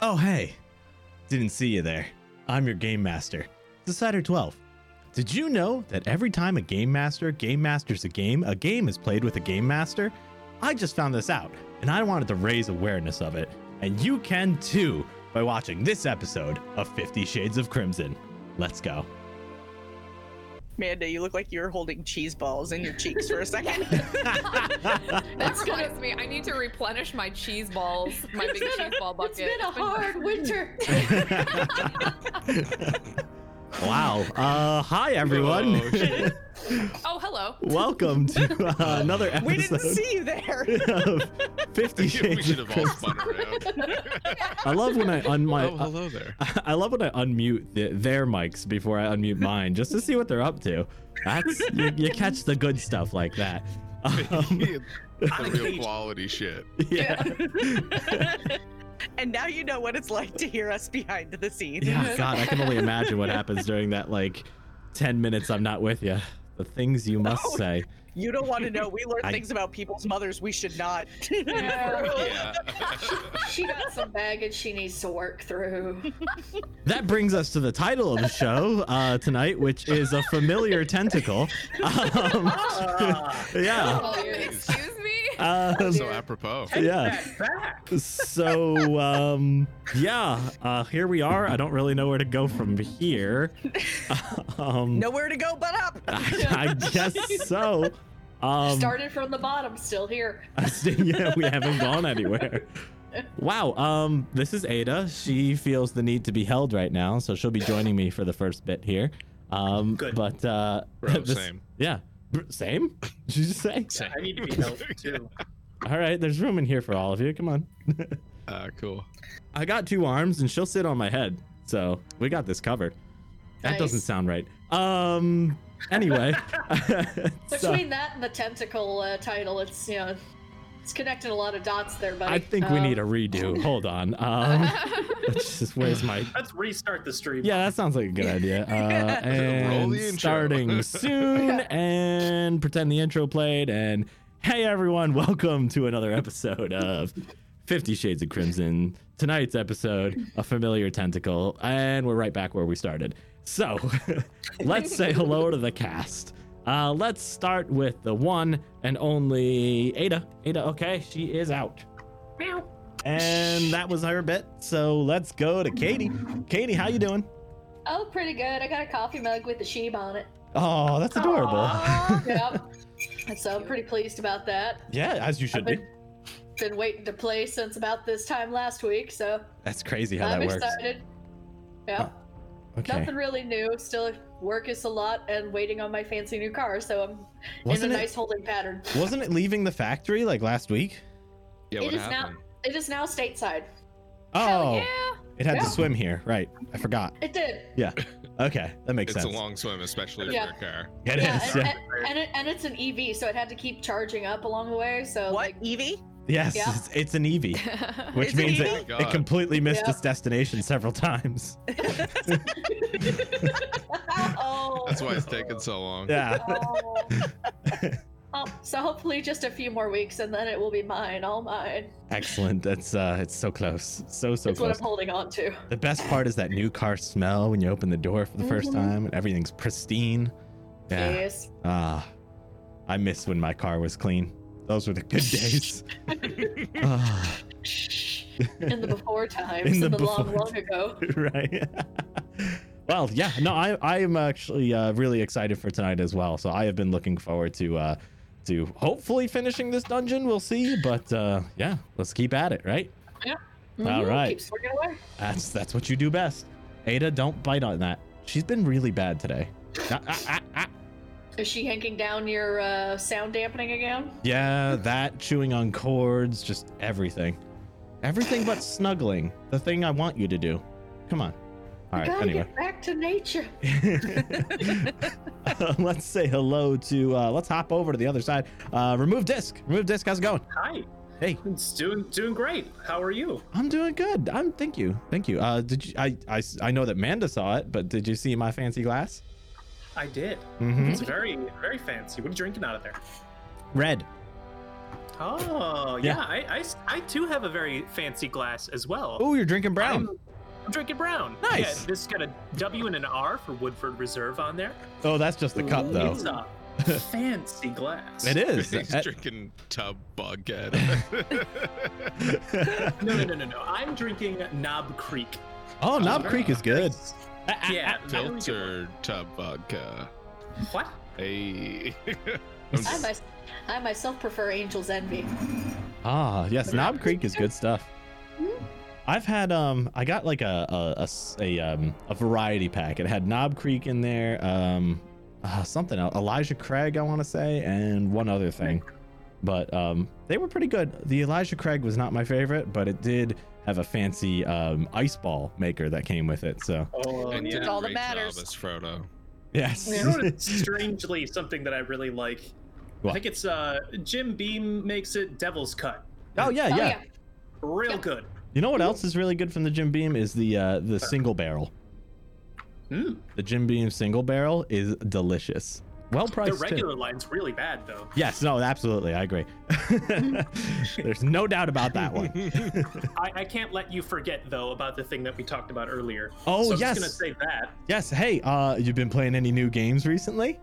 Oh, hey. Didn't see you there. I'm your game master, Decider 12. Did you know that every time a game master game masters a game, a game is played with a game master? I just found this out, and I wanted to raise awareness of it. And you can too by watching this episode of 50 Shades of Crimson. Let's go. Amanda, you look like you're holding cheese balls in your cheeks for a second. That reminds me, I need to replenish my cheese balls, my big It's been cheese a- ball bucket. It's been a hard winter. wow. Uh, hi, everyone. Oh, shit. Oh, hello. Welcome to uh, another episode. we didn't see you there. of 50 we should Shades of have all Crimson. spun around. I love when I un my uh, um, oh, hello there. I love when I unmute the, their mics before I unmute mine just to see what they're up to. That's you, you catch the good stuff like that. Um, the real quality shit. yeah. and now you know what it's like to hear us behind the scenes. Yeah, God, I can only imagine what happens during that like 10 minutes I'm not with you. The things you must Oh, say. You don't want to know. We learn I- things about people's mothers we should not. Yeah. she got some baggage she needs to work through. That brings us to the title of the show uh, tonight, which is A Familiar Tentacle. Um, Ah. yeah. Um, Yes. excuse me? Um, so apropos. yeah. So um yeah, uh here we are. I don't really know where to go from here. Um Nowhere to go but up. I, I guess so. Um Started from the bottom, still here. yeah, we haven't gone anywhere. Wow, um this is Ada. She feels the need to be held right now, so she'll be joining me for the first bit here. Um Good. but uh Bro, this- same. Yeah. Br- Same? Did you just say? Same. I need to be helped too. All right, there's room in here for all of you. Come on. Uh, cool. I got two arms and she'll sit on my head. So we got this covered. That Nice. doesn't sound right. Um anyway. so, Between that and the tentacle uh, title, it's you know, it's connecting a lot of dots there, buddy. I think we Um, need a redo. Hold on. Um Uh-huh. let's just where's my Let's restart the stream. Yeah, that sounds like a good idea. Uh, and Roll the intro. starting soon and pretend the intro played and hey everyone, welcome to another episode of 50 Shades of Crimson. Tonight's episode, A Familiar Tentacle, and we're right back where we started. So, let's say hello to the cast. Uh, let's start with the one and only Ada. Ada, okay, she is out. And that was her bit. So let's go to Katie. Katie, how you doing? Oh, pretty good. I got a coffee mug with the sheep on it. Oh, that's adorable. Yep. so I'm pretty pleased about that. Yeah, as you should be. I've Been waiting to play since about this time last week, so That's crazy how I'm that works. Oh, excited. Yeah. Okay. Nothing really new. Still, work is a lot and waiting on my fancy new car, so I'm Wasn't in it a nice holding pattern. wasn't it leaving the factory like last week? Yeah, It what is now- happened? It is now stateside. Oh, yeah. it had Yeah. to swim here. Right. I forgot. It did. Okay, that makes It's sense. a long swim, especially Yeah. for a car. It yeah, is, and, yeah. and, and it, and it's an EV, so it had to keep charging up along the way. So What, like, Evie? Yes, yeah. it's, it's an Eevee, which It's an means Eevee? it, Oh, God. it completely missed Yeah. its destination several times. oh, That's why it's taking so long. Yeah. oh. Oh, so hopefully just a few more weeks, and then it will be mine, all mine. Excellent. That's uh it's so close. So so That's what close. I'm holding on to. The best part is that new car smell when you open the door for the first Mhm. time and everything's pristine. Yeah. Yes. Ah, I miss when my car was clean. Those were the good days. Ah, In the before times, In in the the, long, before long ago. right. well, yeah. No, I I am actually uh, really excited for tonight as well. So I have been looking forward to uh to hopefully finishing this dungeon. We'll see, but uh yeah, let's keep at it, right? All Mhm, right. Keep swinging away. That's that's what you do best. Ada, don't bite on that. She's been really bad today. Ah, ah, ah, ah. Is she hanking down your uh, sound dampening again? Yeah, that chewing on cords, just everything. Everything but snuggling. The thing I want you to do. Come on. All right, Gotta anyway. get back to nature. Uh, let's say hello to uh let's hop over to the other side. Uh remove disc. Remove disc, how's it going? Hi. Hey. It's doing doing great. How are you? I'm doing good. I'm thank you. Thank you. Uh did you I I, I know that Manda saw it, but did you see my fancy glass? I did. Mm-hmm. It's very very fancy. What are you drinking out of there? Red. Oh, yeah. I, I s- I too have a very fancy glass as well. Oh, you're drinking brown. I'm, I'm drinking brown. Nice. Yeah, this has got a W and an R for Woodford Reserve on there. Oh, that's just the cup, though. It's a fancy glass. It is. He's Uh, drinking tub bughead. No, no, no, no, no. I'm drinking Knob Creek. oh, Knob very Creek is good. Yeah. really good Filtered tub vodka. one. What? Hey. I, mys- I myself prefer Angel's Envy. Ah, yes, Knob Creek is good stuff. I've had um, I got like a a, a s- a, um a variety pack. It had Knob Creek in there, um, uh, something else, Elijah Craig, I want to say, and one other thing. But um, they were pretty good. The Elijah Craig was not my favorite, but it did have a fancy um ice ball maker that came with it. So Oh, And did yeah. a all that great job matters. as Frodo. yes, You know what? It's strangely something that I really like. What? I think it's uh, Jim Beam makes it Devil's Cut. oh yeah, yeah. Oh, yeah. Real Yep. good. You know what else is really good from the Jim Beam is the uh, the single barrel. Mm. The Jim Beam single barrel is delicious. Well The priced. too. regular line's really bad though. Yes, no, absolutely. I agree. There's no doubt about that one. I, I can't let you forget though about the thing that we talked about earlier. Oh, so I'm yes. just gonna say that. Yes, hey, uh, you been playing any new games recently?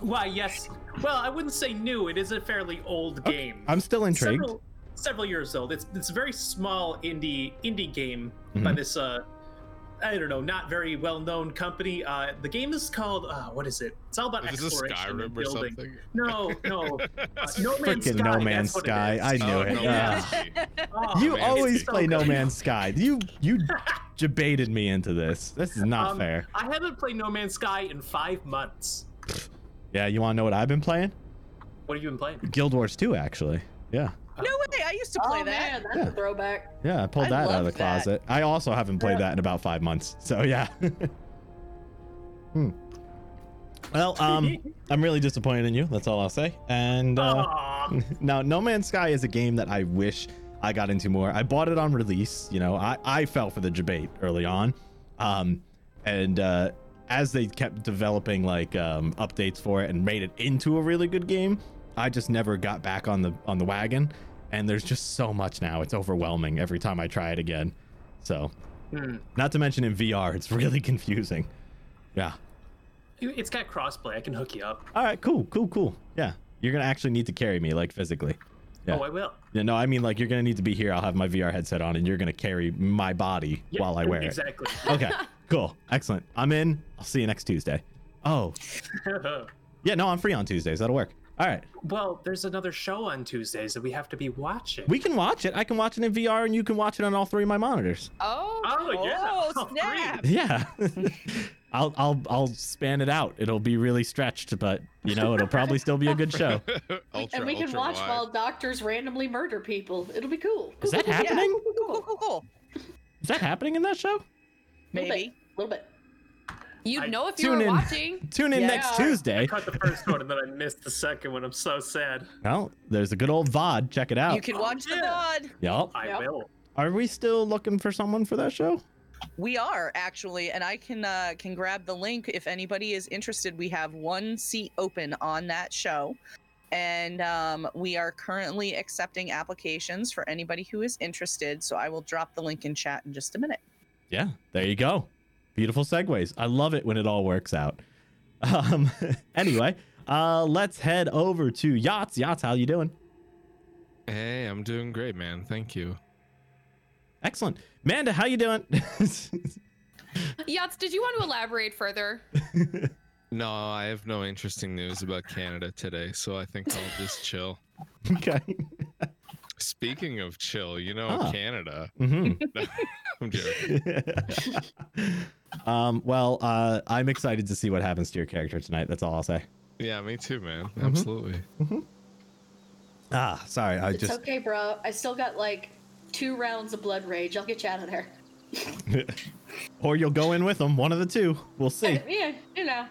Why, yes. Well, I wouldn't say new. It is a fairly old game. I'm still intrigued. Several, several years old. It's it's a very small indie indie game by Mhm. this uh I don't know, not very well known company. Uh the game is called uh what is it? It's all about Is this a exploration Skyrim and or building. something? No, no. Uh, no Man's Frickin' Sky. No that's Man's what it Sky. is. I knew Oh, it. no, Yeah. Man's- Oh, you man, it's always so play No good. Man's Sky. You you debated me into this. This is not Um, fair. I haven't played No Man's Sky in five months. Yeah, you want to know what I've been playing? What have you been playing? Guild Wars 2, actually. Yeah, No way! I used to Oh play man, that. that's Yeah. a throwback. yeah, I pulled I that out of love the that. closet. I also haven't played that in about five months. So yeah. hmm. Well, um, I'm really disappointed in you. That's all I'll say. And uh, Aw, now no man's sky is a game that i wish i got into more i bought it on release you know i, I fell for the debate early on um, and uh, as they kept developing like um, updates for it and made it into a really good game i just never got back on the on the wagon and there's just so much now it's overwhelming every time i try it again so Hmm. not to mention in vr it's really confusing yeah It's got crossplay. I can hook you up. all right cool cool cool yeah you're gonna actually need to carry me like physically Yeah. Oh, I will. Yeah, no, I mean like you're gonna need to be here. I'll have my VR headset on, and you're gonna carry my body Yeah, while I wear exactly. it. Okay, cool, excellent. I'm in. I'll see you next Tuesday. Oh, yeah, no, I'm free on Tuesdays. That'll work. All right, well, there's another show on Tuesdays that we have to be watching. we can watch it. I can watch it in VR, and you can watch it on all three of my monitors. Oh, Oh yeah. Oh, Oh, great. snap. Yeah, I'll I'll I'll span it out. It'll be really stretched, but you know it'll probably still be a good show. ultra, and we can ultra watch wide. while doctors randomly murder people. It'll be cool. Is that Yeah. happening? Cool, cool, cool, cool. Is that happening in that show? Maybe. A little bit. you'd I- know if you Tune were in. watching. Tune in Yeah. next I Tuesday. caught the first one and then I missed the second one. I'm so sad. Well, there's a good old VOD. Check it out. You can watch Oh, the yeah. VOD. Yup. I Yep. will. Are we still looking for someone for that show? We are actually, and I can uh, can grab the link if anybody is interested. We have one seat open on that show, and um, we are currently accepting applications for anybody who is interested. So I will drop the link in chat in just a minute. Yeah, there you go. Beautiful segues. I love it when it all works out. Um, anyway, uh, let's head over to Yachts. Yachts, how you doing? Hey, I'm doing great, man. Thank you. Excellent. Manda, how you doing? Yachts, did you want to elaborate further? No, I have no interesting news about Canada today, so I think I'll just chill. okay. Speaking of chill, you know Ah. Canada. hmm I'm joking. um, well, uh, I'm excited to see what happens to your character tonight. That's all I'll say. Yeah, me too, man. Absolutely. Ah, sorry. I It's just okay, bro. I still got like two rounds of blood rage. I'll get you out of there. or you'll go in with them. One of the two. We'll see. Yeah, you know.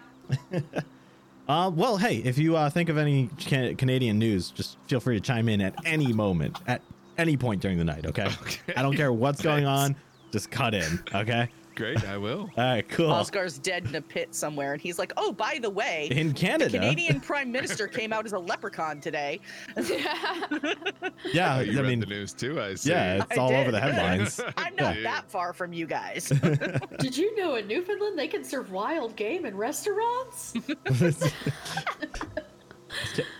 Uh, well, hey, if you uh, think of any can- Canadian news, just feel free to chime in at any moment, at any point during the night. Okay. Okay. I don't care what's going on. Just cut in. Okay. Great, I will. All right, cool. Oscar's dead in a pit somewhere, and he's like, "Oh, by the way, In Canada, Canadian Prime Minister came out as a leprechaun today." yeah, Oh, you I read mean, the news too, I see. yeah, it's I all over did. the headlines. I'm not Yeah. that far from you guys. Did you know in Newfoundland they can serve wild game in restaurants?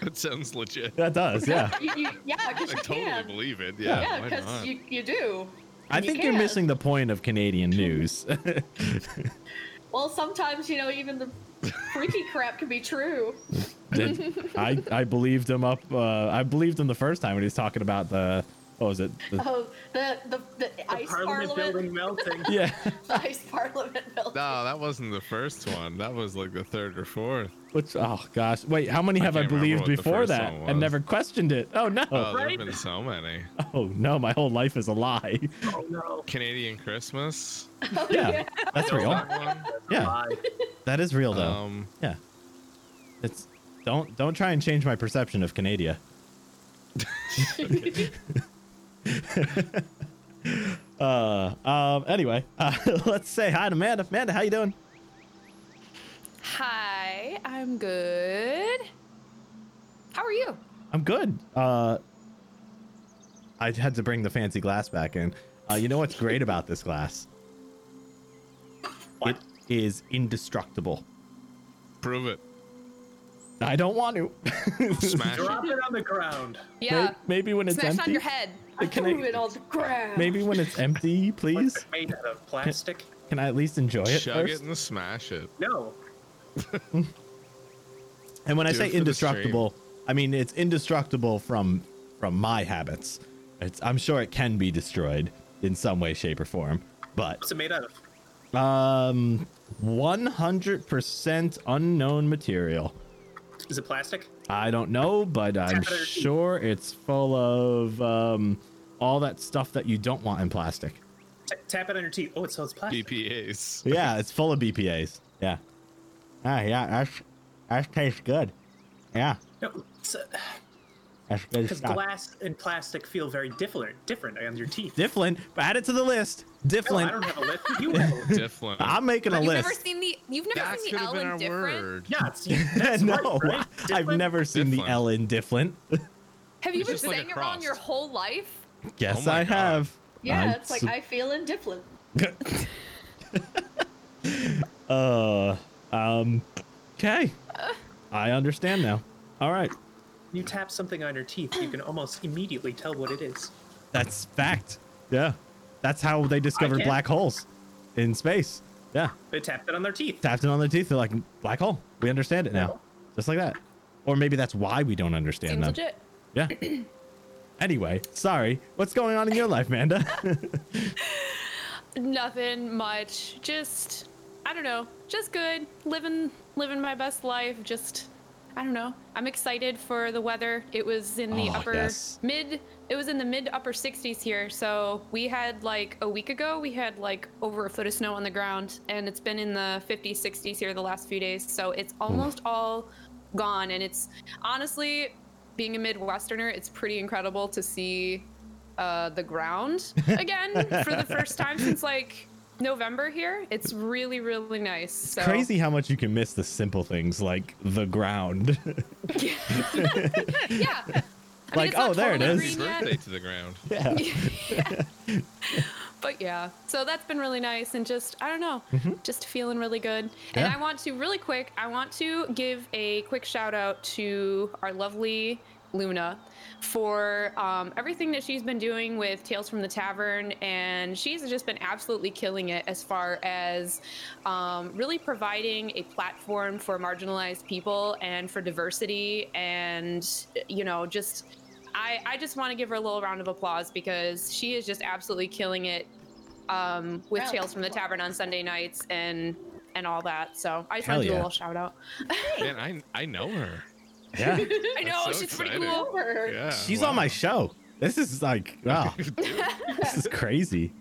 That sounds legit. that does, yeah. you, you, yeah, I because you totally can. believe it. Yeah, yeah, why because not? you, you do. I You think you're can. missing the point of Canadian news. Well, sometimes you know even the freaky crap can be true. Did- I I believed him up. Uh, I believed him the first time when he was talking about the what was it? The, Oh, the the, the, The ice Parliament, parliament, building melting. yeah, the ice parliament building. No, that wasn't the first one. That was like the third or fourth. which oh gosh, wait, how many I have I, can't remember believed what the before first that one and was. never questioned it? Oh no, Oh, there Right? have been so many. oh no, my whole life is a lie. Oh no. Canadian Christmas. Oh, yeah, yeah. that's real. That one. Yeah, Bye. that is real though. Um, yeah, it's don't don't try and change my perception of Canada. uh, um. Anyway, uh, let's say hi to Amanda. Amanda, how you doing? Hi, I'm good. How are you? I'm good. Uh, I had to bring the fancy glass back in. Uh, you know what's great about this glass? It is indestructible. prove it. I don't want to. Smash it. Drop it on the ground. Yeah. May- Maybe when it's Smash empty. on your head. I Can threw I- it on the ground. Maybe when it's empty, What's please. it made out of plastic? Can I at least enjoy it Chug first? it and smash it. No. And when I Do it say for the indestructible, I mean it's indestructible from from my habits. It's, I'm sure it can be destroyed in some way, shape, or form, but What's it made out of? Um, one hundred percent unknown material. Is it plastic? I don't know, but I'm Tattered. sure it's full of um all that stuff that you don't want in plastic. T- tap it on your teeth. Oh, it smells plastic. BPAs. Yeah, it's full of BPAs. Yeah. Ah, yeah, that's that tastes good. Yeah, No, it's, uh, that's good Because glass and plastic feel very different, different on your teeth. Difflin, add it to the list. No, I Difflin, don't have a lip. You have a lip. Difflin. I'm making a You've list. never seen the you've never That's seen could the have L been our in different. word. Yeah, it's, that's no, right, right? I've Different? never seen the Difflin. L in Difflin. Have you It's been just like a saying it wrong your cross. whole life? Yes, Oh my I God. have. yeah, I'm it's like su- I feel indifferent. Uh, um, okay. I understand now. All right. You tap something on your teeth, you can almost immediately tell what it is. That's fact. Yeah. That's how they discovered can't- black holes in space. Yeah. They tapped it on their teeth. Tapped it on their teeth. They're like, black hole. We understand it now. Just like that. Or maybe that's why we don't understand Seems them. legit. Yeah. anyway, sorry. What's going on in your life, Manda? Nothing much. Just I don't know. Just good. Living living my best life. Just I don't know. I'm excited for the weather. It was in the Oh, upper yes. mid it was in the mid upper 60s here. So we had like a week ago we had like over a foot of snow on the ground and it's been in the 50s 60s here the last few days. So it's Hmm. almost all gone and it's honestly being a midwesterner it's pretty incredible to see uh, the ground again for the first time since like November here. It's really, really nice. So. Crazy how much you can miss the simple things like the ground. Yeah. I mean, Like, it's not oh, there it totally Happy is. green yet, birthday to the ground. yeah. But yeah, so that's been really nice and just, I don't know, just feeling really good. And Yeah. I want to, really quick, I want to give a quick shout out to our lovely Luna for um, everything that she's been doing with Tales from the Tavern. And she's just been absolutely killing it as far as um, really providing a platform for marginalized people and for diversity and, you know, just. I, I just want to give her a little round of applause because she is just absolutely killing it um, with Round Tales from the Tavern on Sunday nights and and all that. So I just Hell want to do yeah. a little shout out. Man, I I know her. Yeah. I know so she's pretty exciting. cool. Over. Yeah. She's wow. on my show. This is like, wow. this is crazy.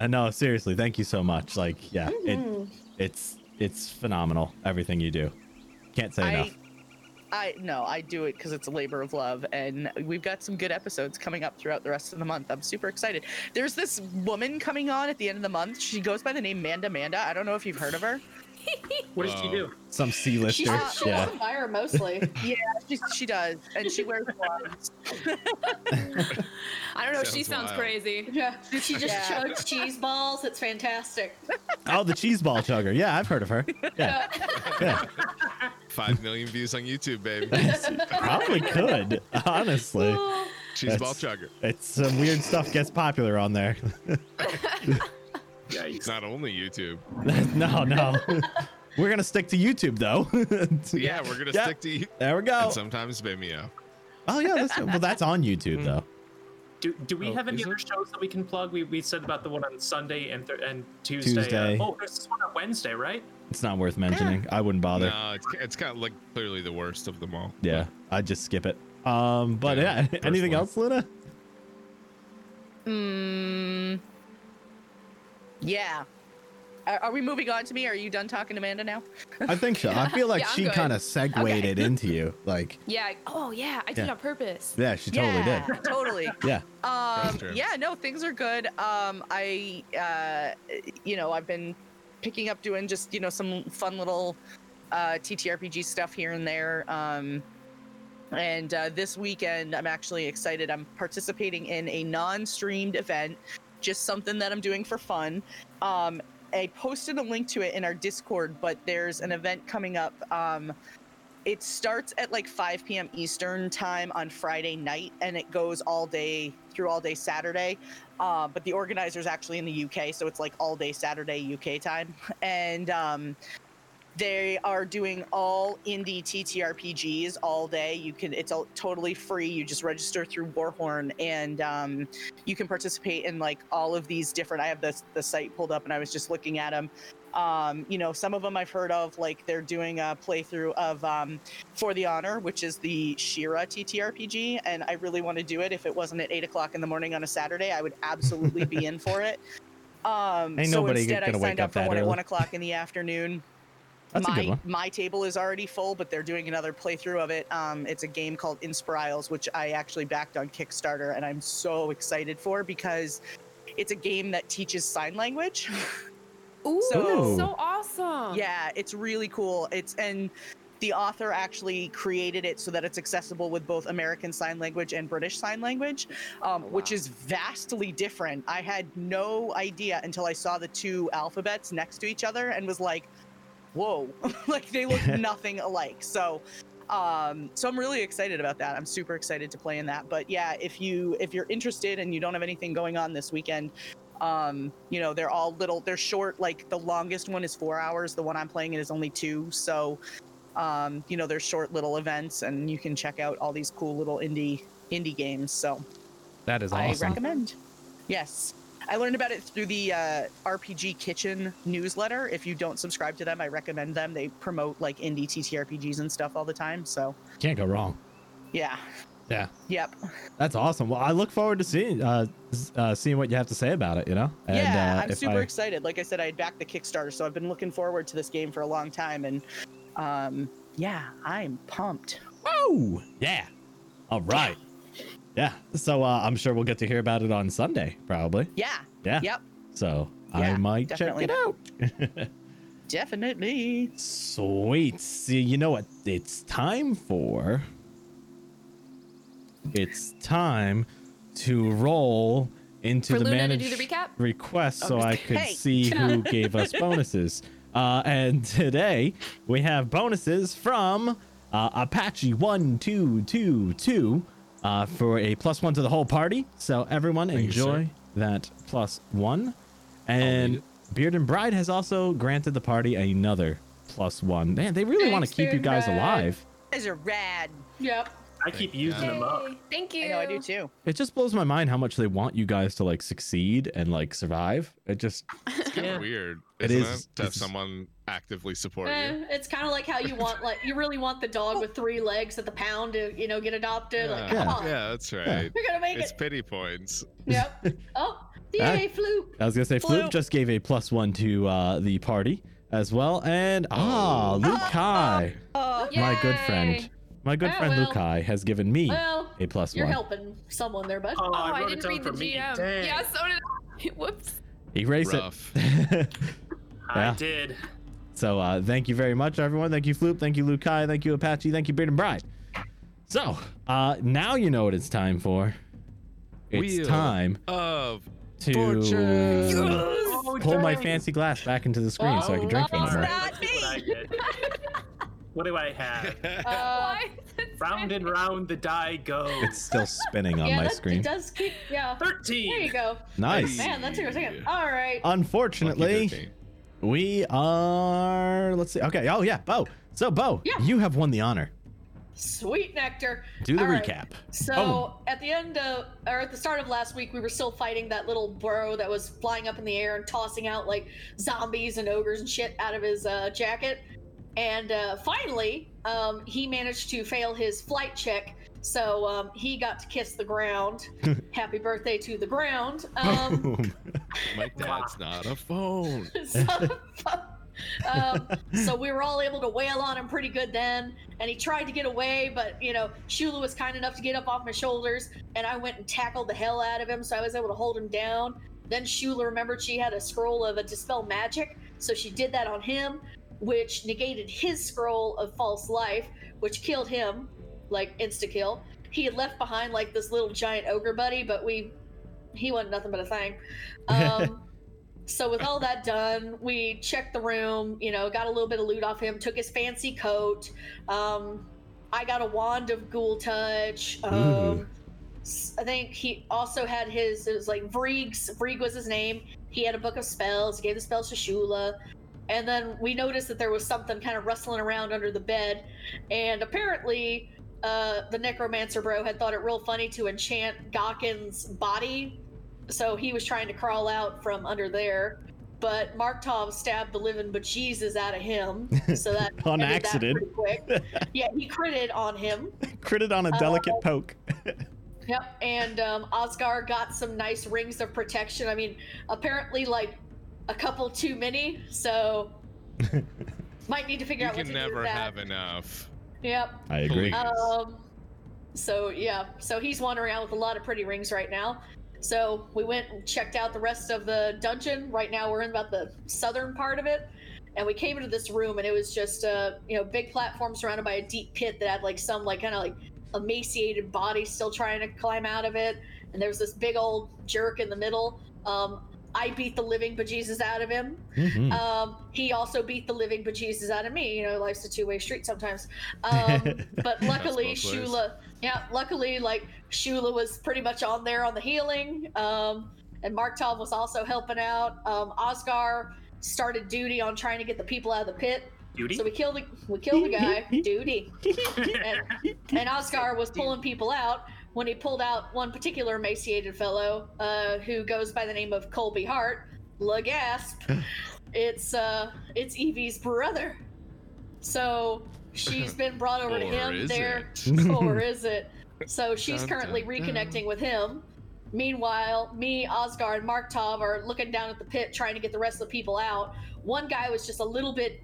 Uh, no, seriously, thank you so much. Like, yeah, it, it's it's phenomenal everything you do. Can't say I enough. I no, I do it because it's a labor of love, and we've got some good episodes coming up throughout the rest of the month. I'm super excited. There's this woman coming on at the end of the month. She goes by the name Manda Manda. I don't know if you've heard of her. What does she Wow. do? Some C She's lister. she Yeah. doesn't fire mostly. She, she does, and she wears gloves. I don't know. she Sounds sounds wild. crazy. Yeah, she just Yeah. chugs cheese balls. It's fantastic. Oh, the cheese ball chugger. Yeah, I've heard of her. Yeah. yeah. Five million views on YouTube, baby. Probably could, honestly. She's a ball That's- chugger. It's some weird stuff gets popular on there. It's not only YouTube. no, no. We're going to stick to YouTube, though. Yeah, we're gonna Yeah. stick to you. There we go. And sometimes Vimeo. Oh, yeah. That's, well, that's on YouTube, though. Do, do we Oh, have any is other it? shows that we can plug? We, we said about the one on Sunday and th- and Tuesday. Uh, Tuesday. oh, there's this one on Wednesday, right? It's not worth mentioning. I wouldn't bother. No, it's it's kind of like clearly the worst of them all. Yeah, I'd just skip it. Um, but Yeah, yeah, anything personally. else, Luna? Mm, yeah. Are, are we moving on to me? Are you done talking to Amanda now? I think so. I feel like Yeah, I'm she good. kind of segued Okay. it into you. Like, Yeah. Oh yeah, I did Yeah. it on purpose. yeah, she totally yeah, did. totally. Yeah. Um, true. yeah, no, things are good. Um, I, uh, you know, I've been picking up doing just you know some fun little uh, TTRPG stuff here and there. Um, and uh, this weekend, I'm actually excited. I'm participating in a non-streamed event, just something that I'm doing for fun. Um, I posted a link to it in our Discord, but there's an event coming up. Um, it starts at like 5 p.m. Eastern time on Friday night, and it goes all day through all day Saturday. Uh, but the organizer's actually in the UK, so it's like all day Saturday UK time. And um, they are doing all indie TTRPGs all day. You can it's all totally free. You just register through Warhorn, and um, you can participate in like all of these different. I have the the site pulled up, and I was just looking at them um, you know some of them i've heard of like they're doing a playthrough of um, for the honor which is the shira ttrpg and i really want to do it if it wasn't at 8 o'clock in the morning on a saturday i would absolutely be in for it um, Ain't so nobody instead i gonna wake signed up up for that one at early. 1 o'clock in the afternoon That's a my good one. my table is already full, but they're doing another playthrough of it. Um, it's a game called Inspiriles, which I actually backed on Kickstarter, and I'm so excited for because it's a game that teaches sign language. Ooh, So- so, awesome. Yeah, it's really cool. It's and the author actually created it so that it's accessible with both American Sign Language and British Sign Language, um, Oh, which wow. is vastly different. I had no idea until I saw the two alphabets next to each other and was like, "Whoa!" like they look nothing alike. So. Um, so I'm really excited about that. I'm super excited to play in that. But yeah, if you if you're interested and you don't have anything going on this weekend, um you know they're all little they're short like the longest one is four hours the one i'm playing in is only two so um you know they're short little events and you can check out all these cool little indie indie games so That is i recommend yes i learned about it through the uh, rpg kitchen newsletter if you don't subscribe to them i recommend them they promote like indie ttrpgs and stuff all the time so Can't go wrong. yeah Yeah. yep That's awesome. Well, I look forward to seeing uh, s- uh, seeing what you have to say about it. You know, and yeah, uh, I'm if super I- excited. Like I said, I had backed the Kickstarter, so I've been looking forward to this game for a long time, and um, yeah, I'm pumped. Woo! Yeah. All right. Yeah. So uh, I'm sure we'll get to hear about it on Sunday, probably. Yeah, Yeah. yep, So I Yeah, might definitely. check it out. definitely. Sweet. See, you know what it's time for? It's time to roll into For the Luna to manage do the recap? request so Okay. I could Hey. see who gave us bonuses. Uh, and today we have bonuses from uh, Apache one two two two uh, for a plus one to the whole party. So everyone you, enjoy sir. that plus one. And it. Beard and Bride has also granted the party another plus one. Man, they really want to Thanks, keep you Beard and guys Bride. alive. These are rad. Yep. I keep using them up. Yay. Thank you. I know, I do too. It just blows my mind how much they want you guys to like succeed and like survive. It just It's kind of weird. It isn't is- it, to have it's- someone actively support you. Eh, it's kind of like how you want, like, you really want the dog with three legs at the pound to, you know, get adopted. Like, yeah. come on, yeah, that's right. we're gonna make It's it. pity points. Yep. Oh, Ah. yay, floop. I was gonna say Floop Floop. just gave a plus one to uh, the party as well, and ah, Luke Kai, Oh, my good Yay. Oh, friend, My good Ah, friend well. Lukai has given me Well, a plus you're one. helping someone there, bud. Oh, Oh, I I, wrote it didn't down read the for me. GM. Dang. Yeah, so did I. Whoops. Erase Rough. it. Yeah. I did. so uh, thank you very much, everyone. Thank you, Floop. Thank you, Lukai. Thank you, Apache. Thank you, Beard and Bride. So uh, now you know what it's time for. It's Wheel. time Of to Fortune. Oh, pull my dang. fancy glass back into the screen so I can Oh, drink from It's All it. right, not let's see what I me. did. What do I have? Uh, Why? That's Round and round the die It's goes. still spinning on yeah, my that, screen. it does keep. Yeah. There you Thirteen. go. Nice. Uh, Man, that's your second. All right. Unfortunately, Lucky we are. Let's see. Okay. Oh yeah, Bo. So Bo, Yeah. you have won the honor. Sweet nectar. Do the All right. recap. So Oh. at the end of, or at the start of last week, we were still fighting that little bro that was flying up in the air and tossing out like zombies and ogres and shit out of his uh, jacket. And uh, finally, um, he managed to fail his flight check, so um, he got to kiss the ground. Happy birthday to the ground. Um, My dad's not a phone. so, um, so we were all able to wail on him pretty good then, and he tried to get away, but you know Shula was kind enough to get up off my shoulders, and I went and tackled the hell out of him, so I was able to hold him down. Then Shula remembered she had a scroll of a dispel magic, so she did that on him, which negated his scroll of false life, which killed him, like insta kill. He had left behind like this little giant ogre buddy, but we, he wasn't nothing but a thing. Um, So with all that done, we checked the room, you know, got a little bit of loot off him, took his fancy coat. Um, I got a wand of ghoul touch. Ooh. Um, s- I think he also had his, it was like Vreeg's, Vreeg was his name. He had a book of spells, gave the spells to Shula. And then we noticed that there was something kind of rustling around under the bed. And apparently, uh, the necromancer bro had thought it real funny to enchant Gawkins' body so he was trying to crawl out from under there, but Markov stabbed the living bejesus out of him. So that On ended that accident. pretty quick. Yeah, he critted on him. Critted on a delicate Uh, poke. Yep. And um, Osgar got some nice rings of protection. I mean, apparently like a couple too many. So might need to figure You out what to can do never with that. have enough. Yep. I agree. Yes. Um, so yeah, so he's wandering out with a lot of pretty rings right now. So we went and checked out the rest of the dungeon. Right now we're in about the southern part of it, and we came into this room and it was just a you know big platform surrounded by a deep pit that had like some like kind of like emaciated body still trying to climb out of it, and there was this big old jerk in the middle. Um, I beat the living bejesus out of him. Hmm. Mhm. Um, he also beat the living bejesus out of me. You know, life's a two-way street sometimes. Um, but luckily, both ways. Shula, yeah, luckily, like Shula was pretty much on there on the healing, um, and Mark Tom was also helping out. Um, Oscar started duty on trying to get the people out of the pit, Beauty. so we killed the we killed the guy, duty, and, and Oscar was pulling people out. When he pulled out one particular emaciated fellow, uh, who goes by the name of Colby Hart, Lagasp, it's uh, it's Evie's brother. So she's been brought over to Or him is there, it? or is it? So she's Dun, currently dun, reconnecting with him. Meanwhile, me, Osgar, and Mark Tov are looking down at the pit trying to get the rest of the people out. One guy was just a little bit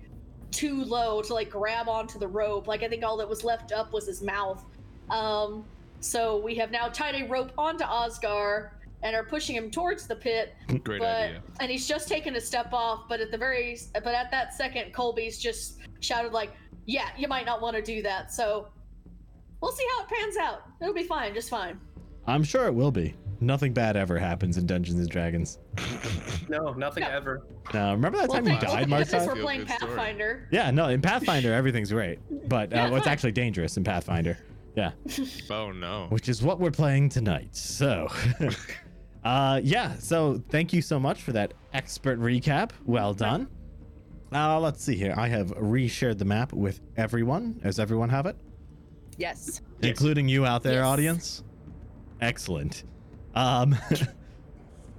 too low to like grab onto the rope. Like I think all that was left up was his mouth. Um, so we have now tied a rope onto Osgar and are pushing him towards the pit Hmm. Great but idea. and he's just taken a step off but at the very but at that second colby's just shouted like yeah you might not want to do that so we'll see how it pans out it'll be fine just fine I'm sure it will be. Nothing bad ever happens in Dungeons and Dragons. No, nothing No. ever. Now, remember that well time thank- you died, well, goodness thank you Marta? for- we're playing Feel good story. pathfinder Yeah, no, in Pathfinder everything's great, but uh, Yeah, what's fine. actually dangerous in Pathfinder? Yeah, Oh no. which is what we're playing tonight. So, uh, yeah, so thank you so much for that expert recap. Well done. Uh, let's see here. I have reshared the map with everyone. Does everyone have it? Yes. Including you out there, Yes. audience? Excellent. Um,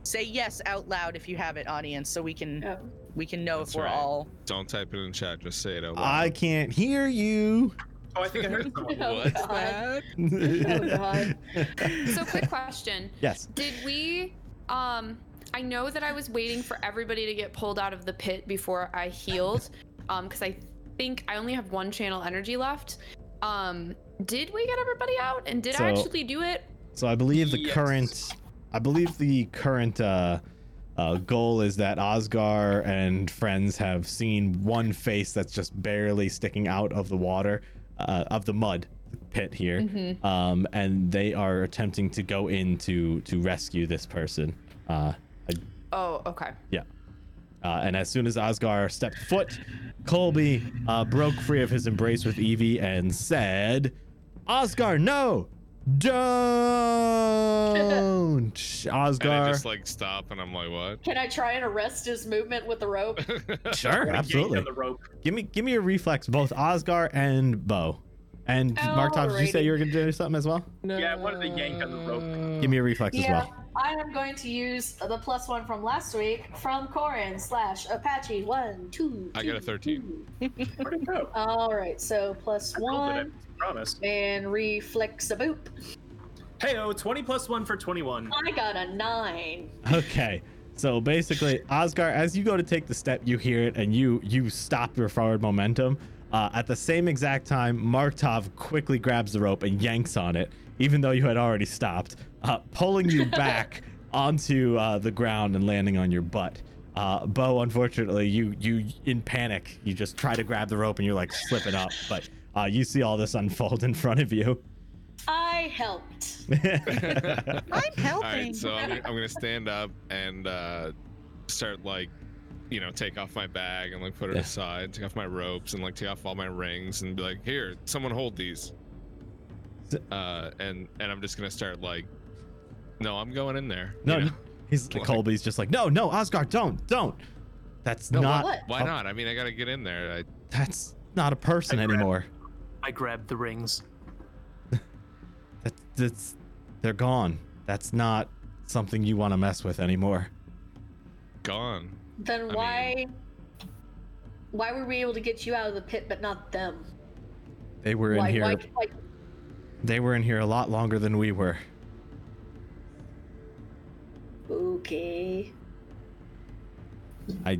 Say yes out loud if you have it, audience, so we can Yep. we can know That's if we're right. all. Don't type it in chat. Just say it out I loud. can't hear you. Oh, I think I heard someone. Oh, What? God. Oh, God. So, quick question. yes. Did we? Um, I know that I was waiting for everybody to get pulled out of the pit before I healed, um, because I think I only have one channel energy left. Um, Did we get everybody out? And did So- I actually do it? So I believe the Yes. current, I believe the current uh, uh, goal is that Osgar and friends have seen one face that's just barely sticking out of the water, uh, of the mud pit here, Mm-hmm. um, and they are attempting to go in to to rescue this person. Uh, I- Oh, okay. yeah. Uh, and as soon as Osgar stepped foot, Colby uh, broke free of his embrace with Evie and said, Osgar, no! Don't! And I Osgar. just like stop and I'm like, what? Can I try and arrest his movement with the rope? sure, Yank absolutely. on the rope. Give me give me a reflex, both Osgar and Bo. And Mark Top, did you say Alrighty. you were going to do something as well? Yeah, I wanted to yank on the rope. Give me a reflex as well. I am going to use the plus one from last week from Corin slash Apache. One, two. I got a two, 13. two. Where'd it go? All right, so plus I rolled it, one I promise. and reflex a boop. Hey, oh, 20 plus 1 for 21. I got a nine. Okay. So basically, Osgar, as you go to take the step, you hear it and you you stop your forward momentum. Uh, at the same exact time, Markov quickly grabs the rope and yanks on it, even though you had already stopped, uh, pulling you back onto uh, the ground and landing on your butt. Uh, Bo, unfortunately, you you in panic, you just try to grab the rope and you're like slipping up, but uh, you see all this unfold in front of you. I helped. I'm All helping. right, so I'm, I'm gonna stand up and uh, start like, you know, take off my bag and like put it Yeah. aside, take off my ropes and like take off all my rings and be like, here, someone hold these. So- Uh, and and I'm just gonna start like, no, I'm going in there. you No, know? no. he's Like- Colby's just like, no, no, Osgar, don't, don't. That's No, not. what- why not? I mean, I gotta get in there. I, That's not a person I grabbed- anymore. I grabbed the rings. That, that's, they're gone. That's not something you want to mess with anymore. gone. Then I why? why were we able to get you out of the pit but not them? They were in Why, here. why, why? They were in here a lot longer than we were. Okay. I,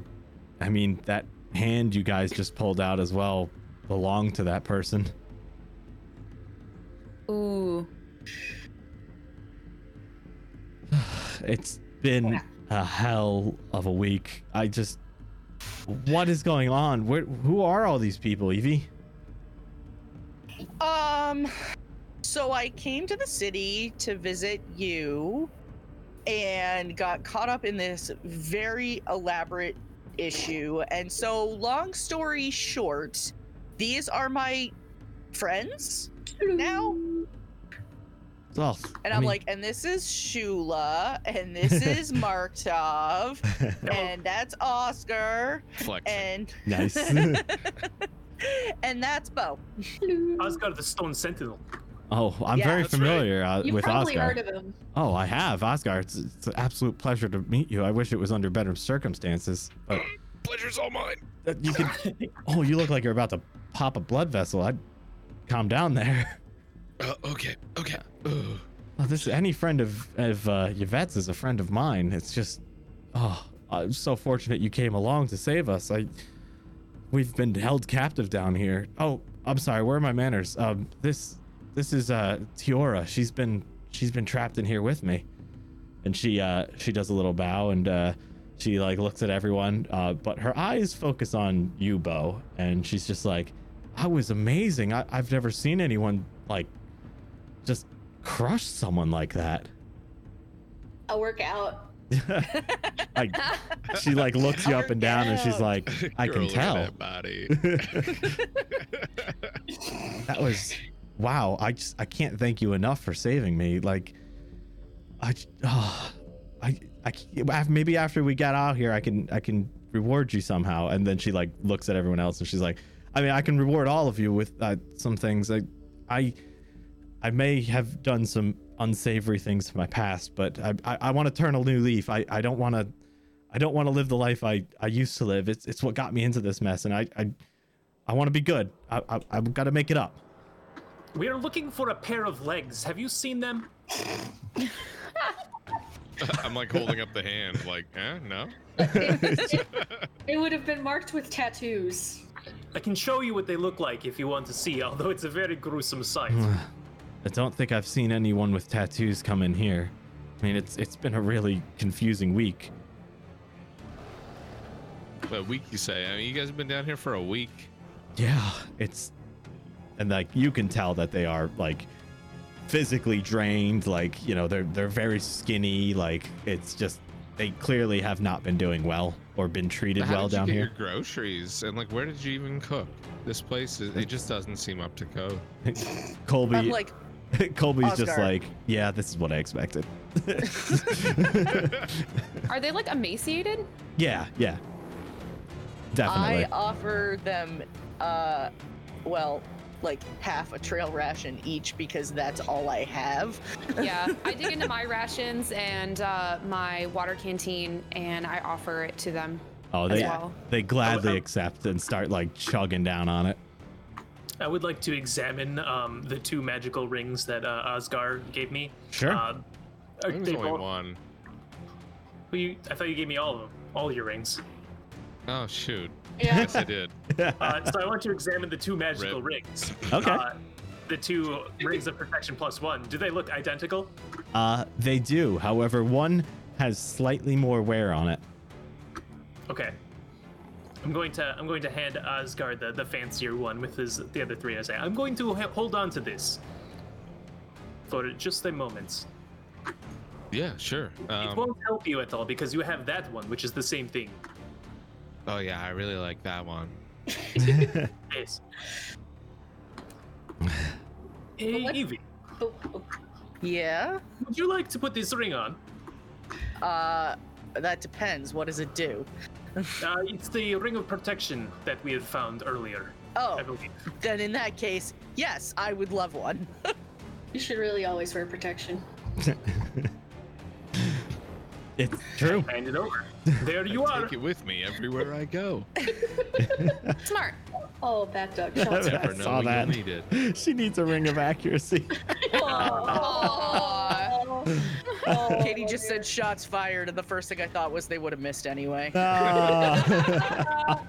I mean, that hand you guys just pulled out as well belonged to that person. Ooh. It's been a hell of a week. I just, what is going on? Where, who are all these people, Evie? Um, so I came to the city to visit you and got caught up in this very elaborate issue. And so, long story short, these are my friends now. Oh, And I I'm mean- like, and this is Shula, and this is Marktov, and that's Oscar, Flexing. and nice. and that's Bo. Oscar the Stone Sentinel. oh, I'm Yeah, very that's right. familiar uh, You've with probably Oscar. heard of him. Oh, I have, Oscar. It's, it's an absolute pleasure to meet you. I wish it was under better circumstances, but Pleasure's all mine. uh, you could. oh, you look like you're about to pop a blood vessel. I'd calm down there. Uh, okay, okay. Ugh. Oh, this any friend of of uh, Yvette's is a friend of mine. It's just, oh, I'm so fortunate you came along to save us. I, we've been held captive down here. Oh, I'm sorry. Where are my manners? Um, this this is uh Tiora. She's been she's been trapped in here with me, and she uh she does a little bow and uh she like looks at everyone, uh, but her eyes focus on you, Bo, and she's just like, I was amazing. I, I've never seen anyone like just crush someone like that. I work out. like she like looks you up and down and she's like, I Girl, can look at tell. that body. That was wow. I just I can't thank you enough for saving me. Like I j- ah, I I c- af- maybe after we got out here I can I can reward you somehow. And then she like looks at everyone else and she's like, I mean, I can reward all of you with uh, some things. I I I may have done some unsavory things in my past, but I I, I want to turn a new leaf. I I don't want to I don't want to live the life I, I used to live. It's it's what got me into this mess, and I I, I want to be good. I, I I've got to make it up. We are looking for a pair of legs. Have you seen them? I'm like holding up the hand, like, eh, no. It would have been marked with tattoos. I can show you what they look like if you want to see, although it's a very gruesome sight. I don't think I've seen anyone with tattoos come in here. I mean, it's it's been a really confusing week. A week, you say? I mean, you guys have been down here for a week. Yeah, it's and like you can tell that they are like physically drained, like, you know, they're they're very skinny, like it's just they clearly have not been doing well or been treated How well did you down get here. Your groceries and like, where did you even cook? This place is, it just doesn't seem up to code. Colby I'm like, Colby's just Oscar. like, yeah, this is what I expected. Are they like emaciated? Yeah, yeah. Definitely. I offer them, uh, well, like half a trail ration each because that's all I have. Yeah. I dig into my rations and uh, my water canteen and I offer it to them. oh, they as well. they gladly accept and start like chugging down on it. I would like to examine um, the two magical rings that uh, Asgar gave me. Sure. Uh, I are think they there's only both- one. well, you- I thought you gave me all of them, all your rings. Oh shoot! Yeah. Yes, I did. Uh, so I want to examine the two magical Rip. rings. Okay. Uh, the two rings of protection plus one. Do they look identical? Uh, they do. However, one has slightly more wear on it. Okay. I'm going to I'm going to hand Asgard the, the fancier one with his the other three. I say I'm going to ha- hold on to this for just a moment. Yeah, sure. it Um, won't help you at all because you have that one, which is the same thing. oh yeah, I really like that one. Yes. But hey, what- Evie, Oh, oh, Yeah. would you like to put this ring on? Uh, that depends. What does it do? Uh, it's the ring of protection that we had found earlier, I Oh, believe. then in that case, yes, I would love one. You should really always wear protection. It's true. Hand it over. There you I are. Take it with me everywhere I go. Smart. Oh, bat dog. Shots Never Never I know saw when that. you'll need it. she needs a ring of accuracy. Oh. Katie just said shots fired, and the first thing I thought was they would have missed anyway. Ah.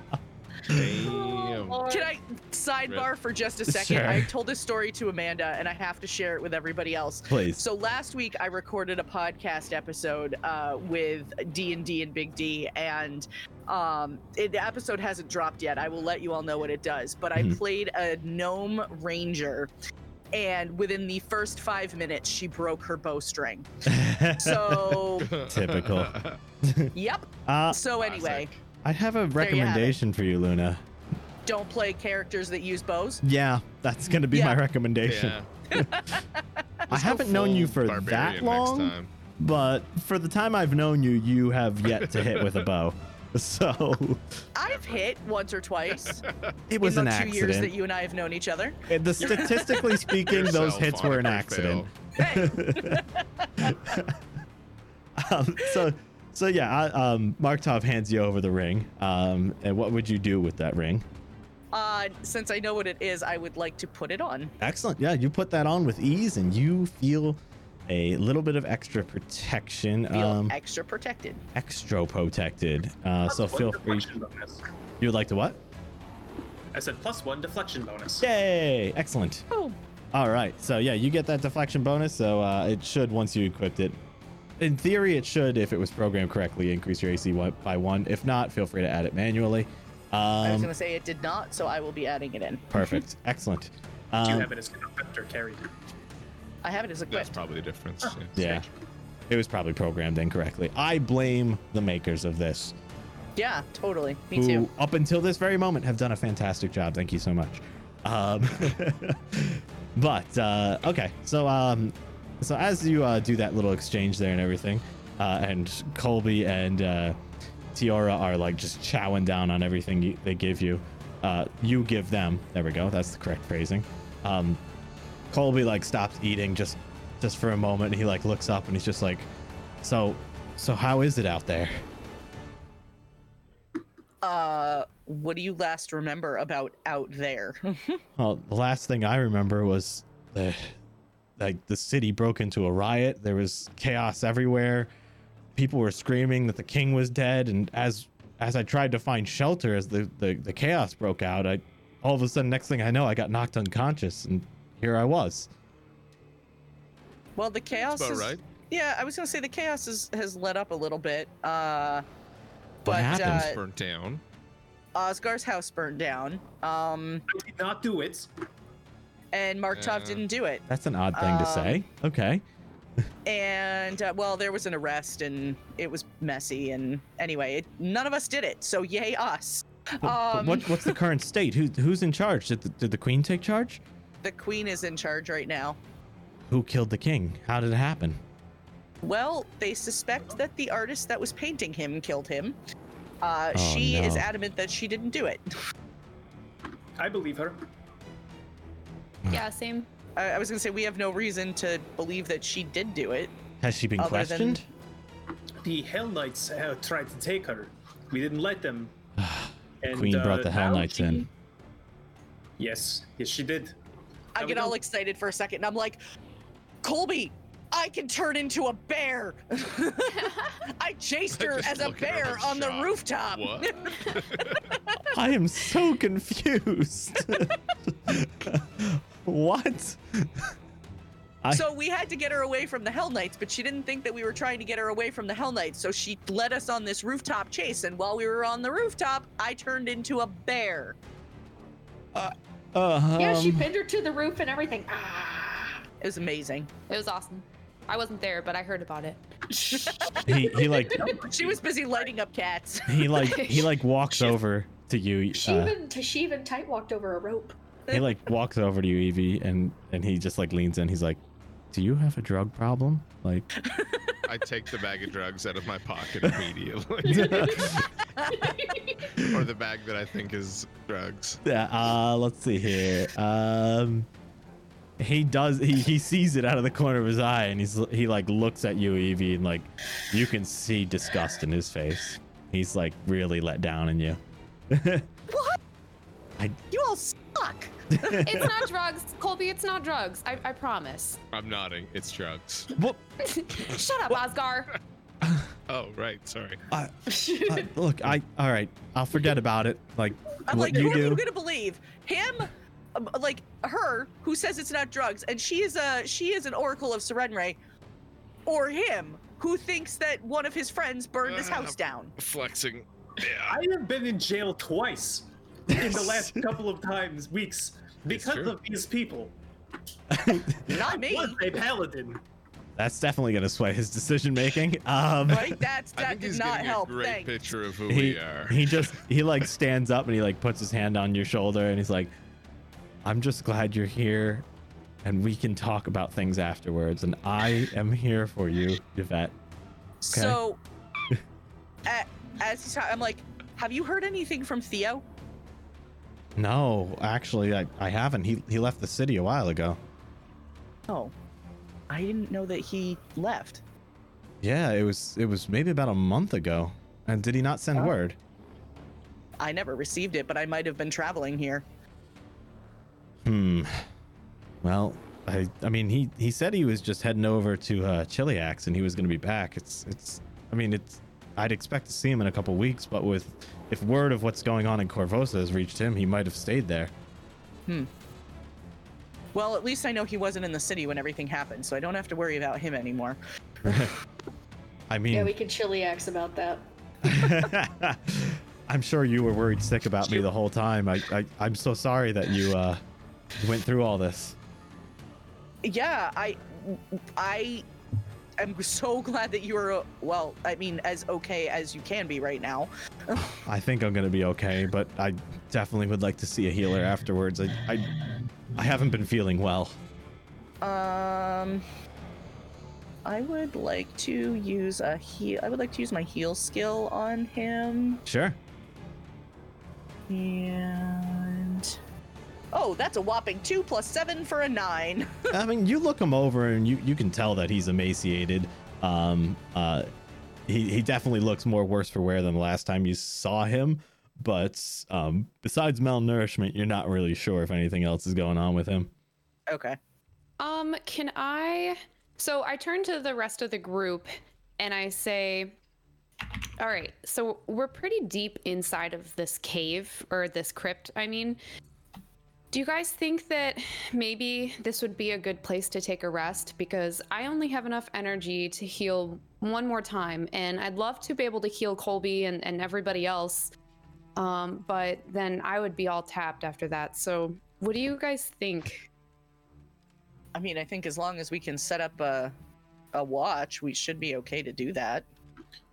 Damn. Oh. Can I sidebar for just a second? Sure. I told this story to Amanda, and I have to share it with everybody else. Please. So last week I recorded a podcast episode uh, with D and D and Big D, and um, it, the episode hasn't dropped yet. I will let you all know what it does. But I Mhm. played a gnome ranger, and within the first five minutes, she broke her bowstring. So Typical. yep. Uh, So anyway, I have a There you have it. recommendation for you, Luna. don't play characters that use bows. Yeah, that's gonna be my Yeah. recommendation. yeah. I haven't known you for that Barbarian Next long, time. but for the time I've known you, you have yet to hit with a bow. So I've hit once or twice it was in an the two years that accident. you and I have known each other. Uh, The statistically speaking, those Yourself hits on were a an crit accident. fail. Hey, um, so so yeah I, um markov hands you over the ring um and what would you do with that ring uh, since I know what it is, I would like to put it on. excellent yeah you put that on with ease and you feel a little bit of extra protection Feel um extra protected. extra protected uh so Plus one feel free deflection bonus. you would like to what I said plus one deflection bonus. yay excellent Oh, all right so yeah you get that deflection bonus so uh it should once you equipped it in theory it should if it was programmed correctly increase your ac one- by one if not feel free to add it manually I was um gonna say it did not, so I will be adding it in. perfect excellent um, Do you have it as equipped or carried? I have it as That's equipped. probably the difference. yeah. Yeah. It was probably programmed incorrectly. I blame the makers of this, yeah, totally. Me who too. up until this very moment have done a fantastic job. Thank you so much. Um, but uh, okay, so um, so as you uh, do that little exchange there and everything, uh, and Colby and uh, Tiara are like just chowing down on everything you, they give you. Uh, you give them. There we go. That's the correct phrasing. Um, Colby like stops eating just just for a moment. And he like looks up and he's just like, so so how is it out there? Uh, what do you last remember about out there? Well, the last thing I remember was the like the city broke into a riot. There was chaos everywhere. People were screaming that the king was dead, and as as I tried to find shelter as the, the, the chaos broke out, I all of a sudden, next thing I know, I got knocked unconscious, and here I was. Well, the chaos about is. right. Yeah, I was gonna say the chaos is, has let up a little bit. Uh, but happened? uh, Burnt down. Osgar's house burned down, um, I did not do it. and Markov Yeah. didn't do it. That's an odd thing to Um, say. Okay. And uh, well, there was an arrest, and it was messy. And anyway, it, none of us did it, so yay us. But- but um, what, what's the current state? Who, who's in charge? Did the, did the queen take charge? The queen is in charge right now. Who killed the king? How did it happen? Well, they suspect that the artist that was painting him killed him. Uh, Oh, she is no. adamant that she didn't do it. I believe her. Yeah, same. I, I was gonna say we have no reason to believe that she did do it. Has she been Other than- questioned? The Hell Knights uh, tried to take her. We didn't let them. And, Queen brought uh, the Hell now Knights she- in. Yes, yes, she did. I Now we get all don't- excited for a second, and I'm like, Colby, I can turn into a bear. I chased I her just as a look at her bear in on the shock. rooftop. What? I am so confused. what? I- So we had to get her away from the Hell Knights, but she didn't think that we were trying to get her away from the Hell Knights, so she led us on this rooftop chase. And while we were on the rooftop, I turned into a bear. Uh, yeah, she um, pinned her to the roof and everything. Ah. It was amazing. It was awesome. I wasn't there, but I heard about it. he, he like She was busy lighting up cats. he like he like walks over to you. She Uh, even she even tight walked over a rope. he like walks over to you, Evie, and and he just like leans in. He's like, "Do you have a drug problem?" Like, I take the bag of drugs out of my pocket immediately, or the bag that I think is drugs. Yeah, uh, let's see here. Um, he does. He, he sees it out of the corner of his eye, and he's he like looks at you, Evie, and like you can see disgust in his face. He's like really let down in you. you all suck. It's not drugs, Colby. It's not drugs. I, I promise. I'm nodding. It's drugs. Well, Shut up, Osgar. Oh, right. Sorry. I, I- look, I all right. I'll forget about it. Like I'm what like, you who are you do. gonna believe? Him, um, like her, who says it's not drugs, and she is a she is an oracle of Serenre, or him, who thinks that one of his friends burned his Uh, house down. Flexing. Yeah. I have been in jail twice in the last couple of times, weeks, It's because true. of these people. Not me, Was a paladin. That's definitely gonna sway his decision making. Um, right? That's I that think did he's not getting help. a great Thanks. picture of who he we are. he just he like stands up and he like puts his hand on your shoulder and he's like i'm just glad you're here and we can talk about things afterwards and i am here for you yvette So, a- as he's talking, I'm like, have you heard anything from Theo? no actually i, I haven't he, he left the city a while ago Oh, I didn't know that he left. yeah it was it was maybe about a month ago and did he not send word I never received it, but I might have been traveling here. hmm well i i mean he he said he was just heading over to uh chiliax and he was gonna be back it's it's i mean it's i'd expect to see him in a couple weeks but with if word of what's going on in corvosa has reached him he might have stayed there Well, at least I know he wasn't in the city when everything happened, so I don't have to worry about him anymore. i mean Yeah, we can chiliax about that. i'm sure you were worried sick about me the whole time i, I i'm so sorry that you uh went through all this Yeah, I, I am so glad that you are uh, well. I mean, as okay as you can be right now. I think I'm gonna be okay, but I definitely would like to see a healer afterwards. I, I, I haven't been feeling well. Um, I would like to use a heal. I would like to use my heal skill on him. Sure. And oh, that's a whopping two plus seven for a nine. I mean, you look him over and you, you can tell that he's emaciated. Um, uh, he, he definitely looks more worse for wear than the last time you saw him. But um, besides malnourishment, you're not really sure if anything else is going on with him. Okay. Um, can I? So I turn to the rest of the group and I say, All right, so we're pretty deep inside of this cave or this crypt, I mean. Do you guys think that maybe this would be a good place to take a rest? Because I only have enough energy to heal one more time, and I'd love to be able to heal Colby and, and everybody else. Um, but then I would be all tapped after that. So, what do you guys think? I mean, I think as long as we can set up a a watch, we should be okay to do that.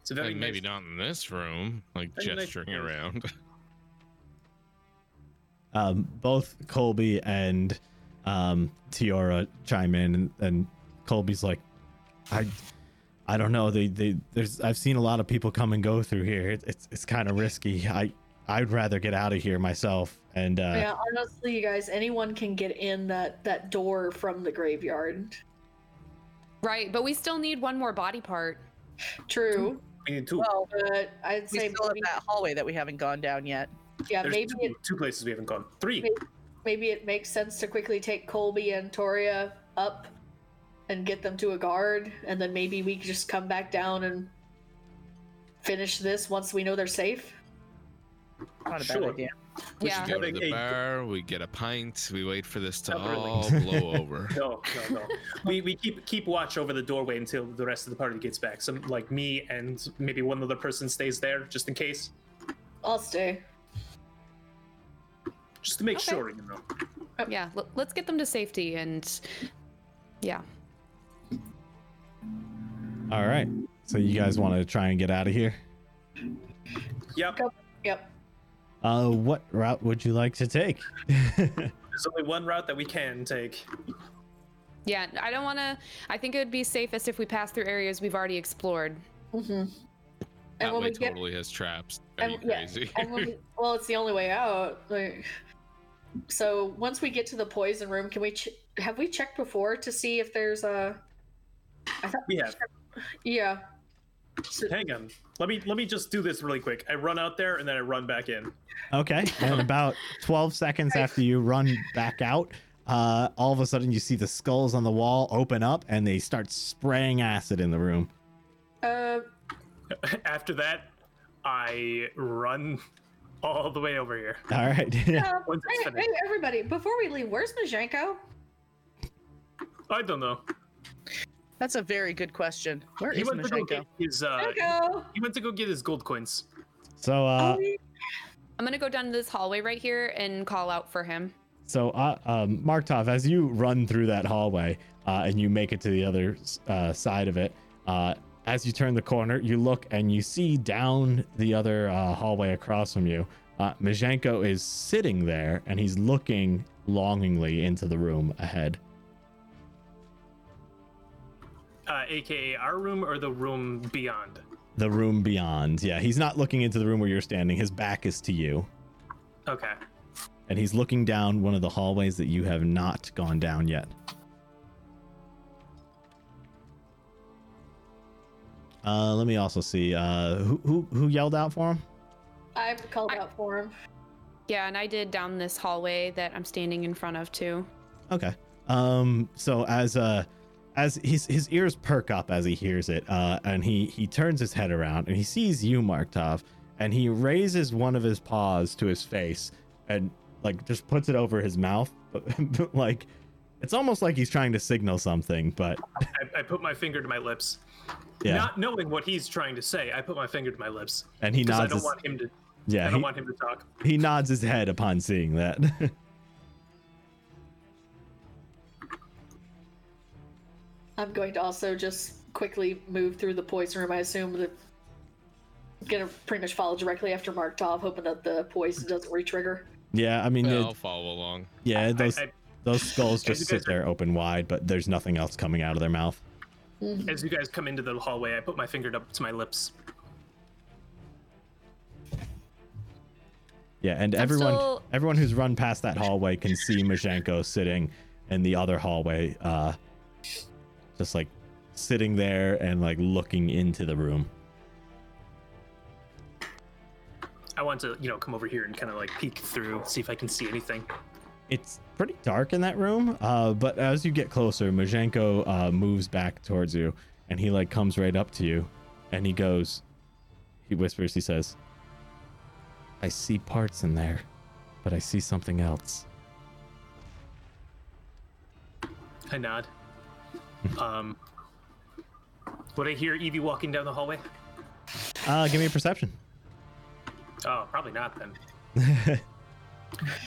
It's a very And Uh, maybe nice- not in this room, like Very nice gesturing place. around. Um, both Colby and um, Tiora chime in, and, and Colby's like, "I, I don't know. They, they, there's. I've seen a lot of people come and go through here. It, it's, it's kind of risky. I, I'd rather get out of here myself." And uh, yeah, honestly, you guys, anyone can get in that that door from the graveyard. Right, but we still need one more body part. True, We need two. Well, but I'd we say still have maybe, that hallway that we haven't gone down yet. yeah, There's maybe two, it, two places we haven't gone. Three. Maybe- maybe it makes sense to quickly take Colby and Toria up and get them to a guard, and then maybe we could just come back down and finish this once we know they're safe. Not a Sure. bad idea. We yeah. should go to Like the a- bar. We get a pint. We wait for this to Not really. all blow over. No, no, no. we we keep keep watch over the doorway until the rest of the party gets back. Some like me and maybe one other person stays there just in case, I'll stay. just to make Okay. sure. You know. Yeah, l- let's get them to safety and yeah. all right, so you guys want to try and get out of here? Yep. Yep. Uh, what route would you like to take? There's only one route that we can take. Yeah, I don't want to. I think it would be safest if we pass through areas we've already explored. hmm And that when way we get, totally has traps. Are and- you yeah, crazy? and when we, well, it's the only way out. Like, so once we get to the poison room, can we ch- have we checked before to see if there's a? I thought We have. yeah. So- Hang on. Let me let me just do this really quick. I run out there and then I run back in. Okay. And about 12 seconds after you run back out, uh, all of a sudden you see the skulls on the wall open up and they start spraying acid in the room. Uh, After that, I run all the way over here. All right. Um, Once it's hey, finished. hey, everybody, before we leave, where's Majenko? I don't know. That's a very good question. Where is to go Majenko? get his uh, Majenko! he went to go get his gold coins. so uh, I'm gonna go down this hallway right here and call out for him. so uh, um, Marktov, as you run through that hallway uh, and you make it to the other uh, side of it, uh, as you turn the corner, you look and you see down the other uh, hallway across from you. Uh, Majenko is sitting there and he's looking longingly into the room ahead. Uh, AKA our room or the room beyond. the room beyond. Yeah, he's not looking into the room where you're standing. His back is to you, Okay. and he's looking down one of the hallways that you have not gone down yet. Uh, let me also see. Uh, who, who who yelled out for him? I've called I- out for him. Yeah, and I did down this hallway that I'm standing in front of too. Okay. Um. So as uh, as his his ears perk up as he hears it, uh, and he he turns his head around and he sees you, Marktov, and he raises one of his paws to his face and like just puts it over his mouth, but like it's almost like he's trying to signal something. But I, I put my finger to my lips. yeah, Not knowing what he's trying to say, I put my finger to my lips and he because I nods. don't His, want him to. I yeah, don't he, want him to talk. he nods his head upon seeing that. I'm going to also just quickly move through the poison room. I assume that I'm gonna pretty much follow directly after Mark Tov, hoping that the poison doesn't retrigger. yeah, I mean, Well, yeah, I'll follow along. yeah, those I, I, those skulls As you just guys sit are- there open wide, but there's nothing else coming out of their mouth. Mm-hmm. as you guys come into the hallway, I put my finger up to my lips. Yeah, and I'm everyone still- everyone who's run past that hallway can see Majenko sitting in the other hallway, uh just like sitting there and like looking into the room. I want to, you know, come over here and kind of like peek through, see if I can see anything. It's pretty dark in that room, uh, but as you get closer, Majenko uh, moves back towards you and he like comes right up to you and he goes he whispers, he says, I see parts in there, but I see something else. I nod. Um, would I hear Evie walking down the hallway? Uh, give me a perception. Oh, probably not then.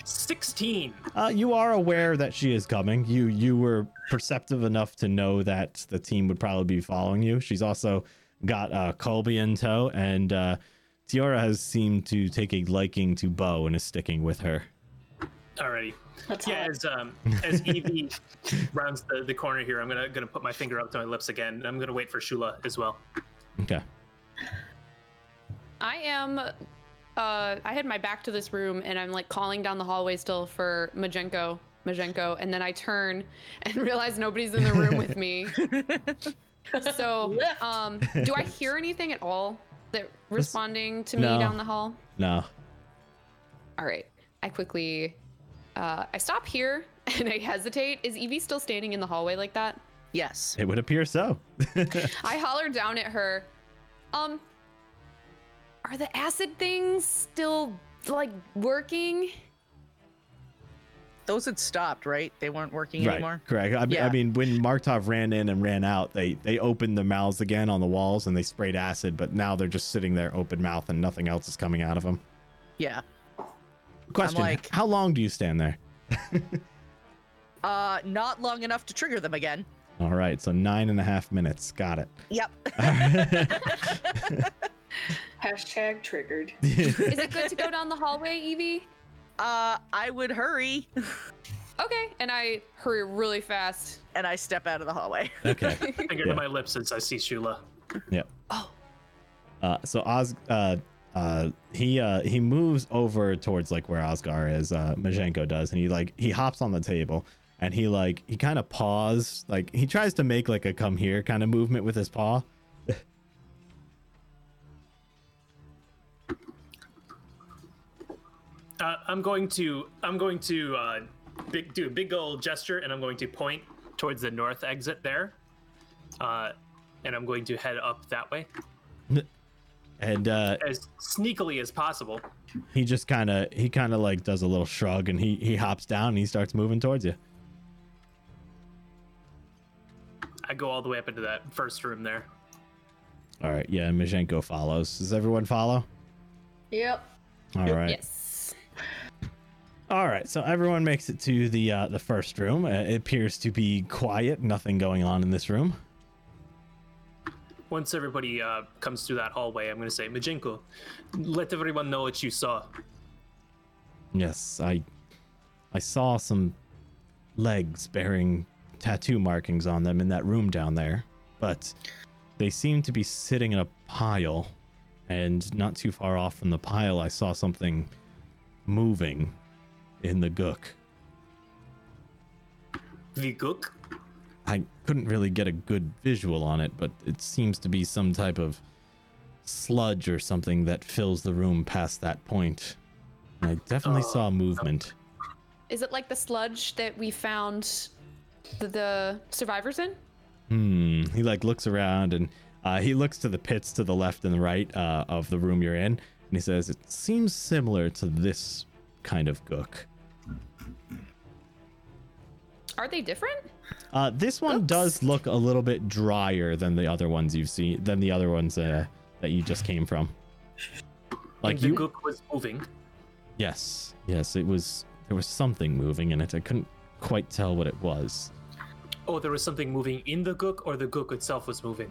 16. Uh, you are aware that she is coming. You you were perceptive enough to know that the team would probably be following you. She's also got uh, Colby in tow, and uh, Tiara has seemed to take a liking to Bo and is sticking with her. Alrighty. That's yeah, hot. as um, as Evie rounds the, the corner here, I'm gonna gonna put my finger up to my lips again. and I'm gonna wait for Shula as well. Okay. I am. Uh, I had my back to this room, and I'm like calling down the hallway still for Majenko, Majenko, and then I turn and realize nobody's in the room with me. so, Lift. um, do I hear anything at all that responding to me No. down the hall? No. All right. I quickly, uh, I stop here and I hesitate. Is Evie still standing in the hallway like that? Yes. It would appear so. I holler down at her. Um, are the acid things still like working? Those had stopped, right? They weren't working anymore. Correct. I, mean- I Yeah. mean, when Markov ran in and ran out, they they opened the mouths again on the walls and they sprayed acid, but now they're just sitting there open mouth and nothing else is coming out of them. Yeah. Question: like- How long do you stand there? Uh, not long enough to trigger them again. All right, so nine and a half minutes. Got it. Yep. Hashtag triggered. Is it good to go down the hallway, Evie? Uh, I would hurry, Okay. And I hurry really fast. and I step out of the hallway. Okay. Finger Yeah. to my lips as I see Shula. Yep. Oh. Uh, so Oz, uh, uh, he uh, he moves over towards like where Osgar is. Uh, Majenko does, and he like he hops on the table, and he like he kind of paws, like he tries to make like a come here kind of movement with his paw. Uh, I'm going to I'm going to uh, big, do a big old gesture, and I'm going to point towards the north exit there, uh, and I'm going to head up that way And uh, as sneakily as possible. he just kind of he kind of like does a little shrug, and he he hops down and he starts moving towards you. I go all the way up into that first room there. All right, yeah. and Majenko follows. Does everyone follow? Yep. All right. Yes. All right, so everyone makes it to the uh, the first room. Uh, it appears to be quiet, nothing going on in this room. Once everybody uh, comes through that hallway, I'm going to say, Majinko, let everyone know what you saw. Yes, I I saw some legs bearing tattoo markings on them in that room down there, but they seem to be sitting in a pile, and not too far off from the pile, I saw something moving in the gook. The Gook? I couldn't really get a good visual on it, but it seems to be some type of sludge or something that fills the room past that point. And I definitely saw movement. Is it like the sludge that we found the, the survivors in? Hmm. He like looks around and uh, he looks to the pits to the left and the right uh, of the room you're in, and he says, "It seems similar to this kind of gook. Are they different? Uh, this one does look a little bit drier than the other ones you've seen, than the other ones uh, that you just came from. the Gook was moving. Yes, yes, it was. There was something moving in it. I couldn't quite tell what it was. Oh, there was something moving in the Gook, or the Gook itself was moving.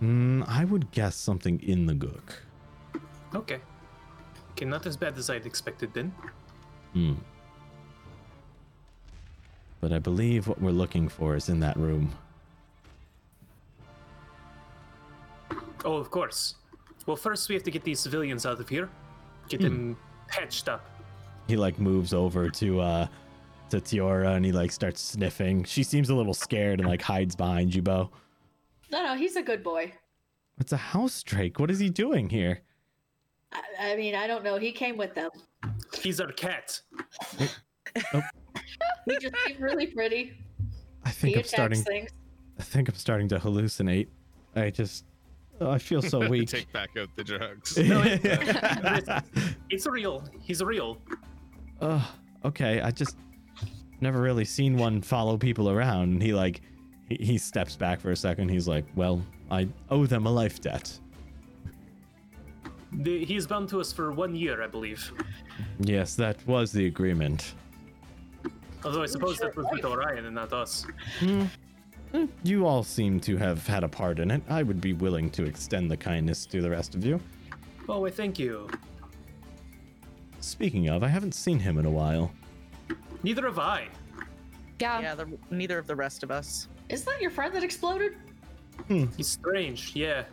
Mm, I would guess something in the gook. Okay. Okay, not as bad as I'd expected then. Hmm. But I believe what we're looking for is in that room. Oh, of course. Well, first we have to get these civilians out of here, get them patched up. He like moves over to uh to Tiora and he like starts sniffing. She seems a little scared and like hides behind you, Bo. No, no, he's a good boy. It's a house drake. What is he doing here? I, I mean, I don't know. He came with them. He's our cat. He just seemed really pretty. I think He I'm attacks starting. things. I think I'm starting to hallucinate. I just. oh, I feel so weak. Take back out the drugs. It's real. He's real. Ugh, okay, I just never really seen one follow people around. And he like he, he steps back for a second. He's like, well, I owe them a life debt. The, he's bound to us for one year, I believe. Yes, that was the agreement. Although I suppose that was with Orion and not us. You all seem to have had a part in it. I would be willing to extend the kindness to the rest of you. Oh, I thank you. Speaking of, I haven't seen him in a while. Neither have I. Yeah. Yeah, the, neither of the rest of us. Is that your friend that exploded? He's strange, yeah.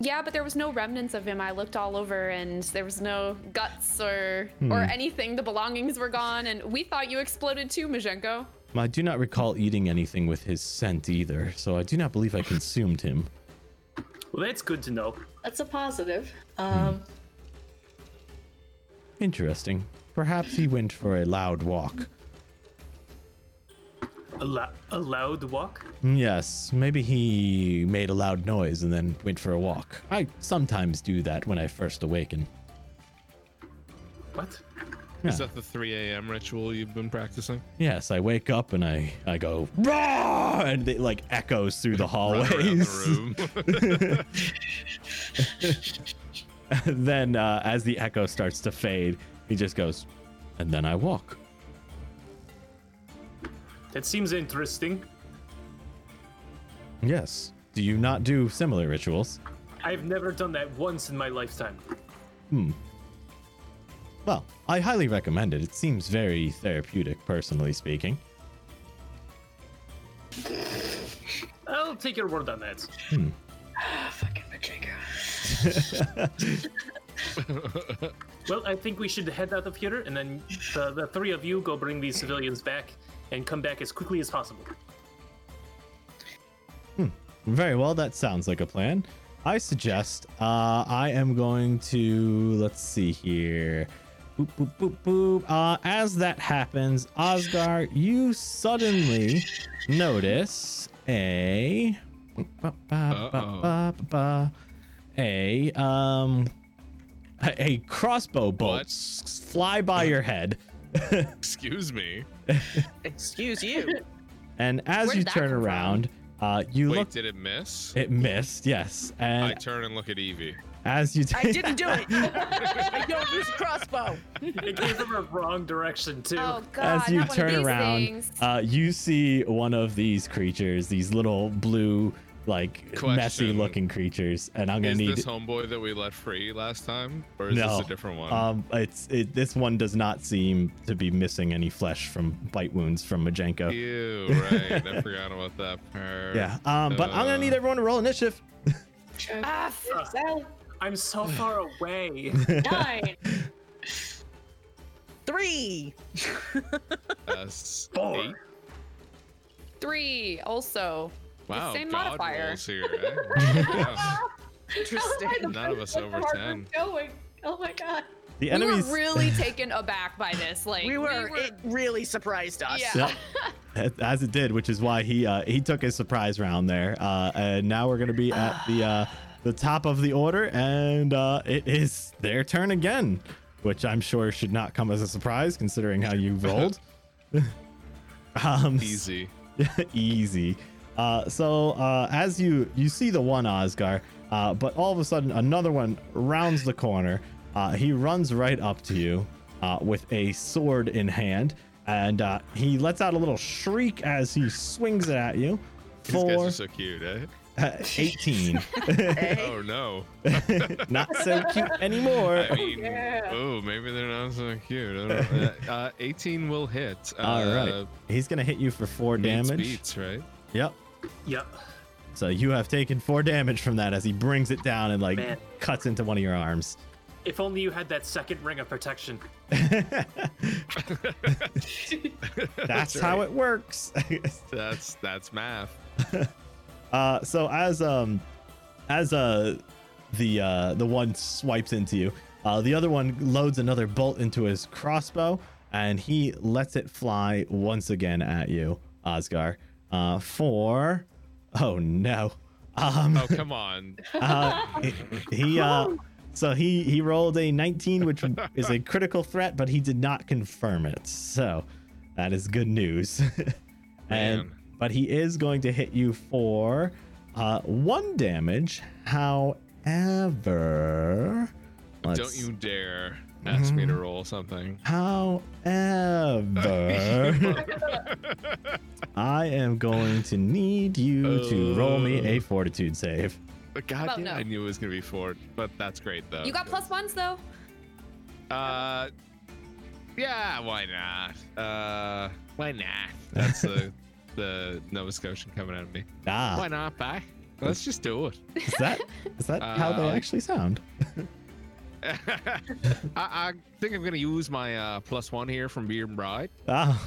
Yeah, but there was no remnants of him. I looked all over and there was no guts or Hmm. or anything. The belongings were gone and we thought you exploded too, Majenko. I do not recall eating anything with his scent either, so I do not believe I consumed him. Well, that's good to know. That's a positive. Hmm. Um, Interesting. Perhaps he went for a loud walk. A, lo- a loud walk? Yes, maybe he made a loud noise and then went for a walk. I sometimes do that when I first awaken. What? Yeah. Is that the 3 a.m. ritual you've been practicing? Yes, I wake up and I I go Roar! and it like echoes through the Run around hallways. the room. then uh, as the echo starts to fade, he just goes, and then I walk. That seems interesting. Yes. Do you not do similar rituals? I've never done that once in my lifetime. Well, I highly recommend it. It seems very therapeutic, personally speaking. I'll take your word on that. fucking Pachinko. Well, I think we should head out of here, and then the, the three of you go bring these civilians back and come back as quickly as possible. Very well, that sounds like a plan. I suggest uh, I am going to let's see here. Boop boop boop boop. Uh, as that happens, Osgar, you suddenly notice a ba- ba- ba- Uh-oh. ba- ba- a um a, a crossbow bolt What? s- fly by your head, Excuse me. Excuse you. and as Where you did that turn come from? around, uh, you Wait, look. did it miss? It missed, yes, I and turn and look at Evie. as you I didn't do it. I don't use a crossbow. It came from the wrong direction, too. Oh god. as you not one of turn these around, things. uh, you see one of these creatures, these little blue, like messy Question. looking creatures, and I'm gonna Is need. this homeboy that we let free last time, or is no, this a different one? Um, it's it, this one does not seem to be missing any flesh from bite wounds from Majenko. Yeah, Ew, right? I forgot about that part. um, but I'm gonna need Uh, everyone to roll initiative. Ah, f- Sal, I'm so far away. nine. Three. uh, s- Four. eight? three also. Wow, same God modifier. rolls here. eh? Wow, Interesting. None of us That's over hard for ten. Going. Oh my god. The We were enemies. really taken aback by this. Like We were. It really surprised us. Yeah. Yep. As it did, which is why he uh, he took his surprise round there. Uh, and now we're gonna be at the uh, the top of the order, and uh, it is their turn again, which I'm sure should not come as a surprise considering how you rolled. um, Easy. easy. Uh, so uh, as you you see the one Osgar, uh, but all of a sudden another one rounds the corner. Uh, he runs right up to you uh, with a sword in hand, and uh, he lets out a little shriek as he swings it at you. These guys For are so cute, eh? uh, 18, Hey, Oh no. not so cute anymore. I mean, oh, maybe they're not so cute. I don't know. Uh, uh, 18 will hit. Uh, All right, he's gonna hit you for four meets damage. Beats, right? Yep. yep. So you have taken four damage from that as he brings it down and like Man. cuts into one of your arms. If only you had that second ring of protection. That's, how it works. That's that's math. Uh, so as um as uh the uh the one swipes into you, uh the other one loads another bolt into his crossbow and he lets it fly once again at you, Osgar. Uh for oh no. Um Oh come on. uh, he- he uh so he he rolled a 19 which is a critical threat but he did not confirm it. So That is good news. and Man. but he is going to hit you for uh, one damage. However, Don't you dare ask me Mm-hmm. to roll something. However, I am going to need you to roll me a fortitude save. But God Well, damn, no. I knew it was gonna be four. But that's great though. You got plus ones though. Uh, yeah. Why not? Uh, why not? That's the the Nova Scotian coming out of me. Ah, Why not? Bye. Let's just do it. is that is that how they Uh, actually sound? I, I think I'm gonna use my uh, plus one here from Beard and Bride. Ah,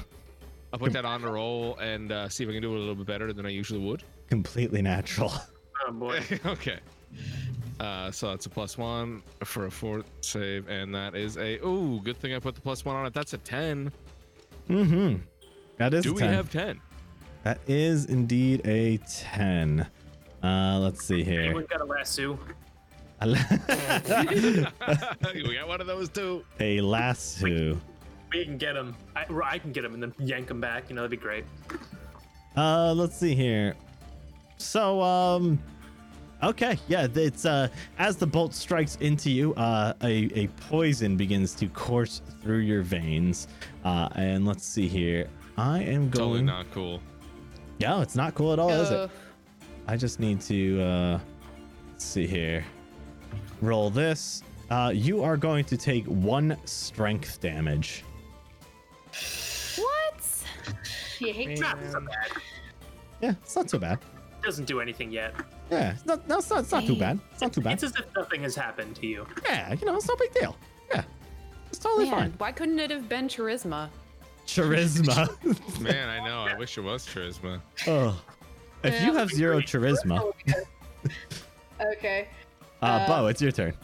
I'll put that on the roll and uh, see if I can do it a little bit better than I usually would. completely natural. Oh boy. okay. Uh, so that's a plus one for a fourth save, and that is a oh, good thing I put the plus one on it. That's a ten. Mm-hmm. That is Do a we 10. have ten? That is indeed a 10. Uh, let's see here. Anyone got a lasso? we got one of those too. a lasso. We can get him. I, or I can get him and then yank him back. You know, that'd be great. Uh, let's see here. So, um, okay, yeah, it's uh, as the bolt strikes into you, uh, a, a poison begins to course through your veins. Uh, and let's see here. I am Totally going. not cool. No, it's not cool at all, Oh, is it? Ugh. I just need to uh, let's see here. Roll this. Uh, you are going to take one strength damage. What? You hate Nah, it's not bad. Yeah, it's not too bad. Doesn't do anything yet. Yeah, it's not, no, it's not, it's not too bad. It's not too bad. It's as if nothing has happened to you. Yeah, you know, it's no big deal. Yeah, it's totally Man, fine. why couldn't it have been charisma? Charisma. Man, I know. I wish it was charisma. oh. If you have zero charisma, Okay. uh, Bo, it's your turn.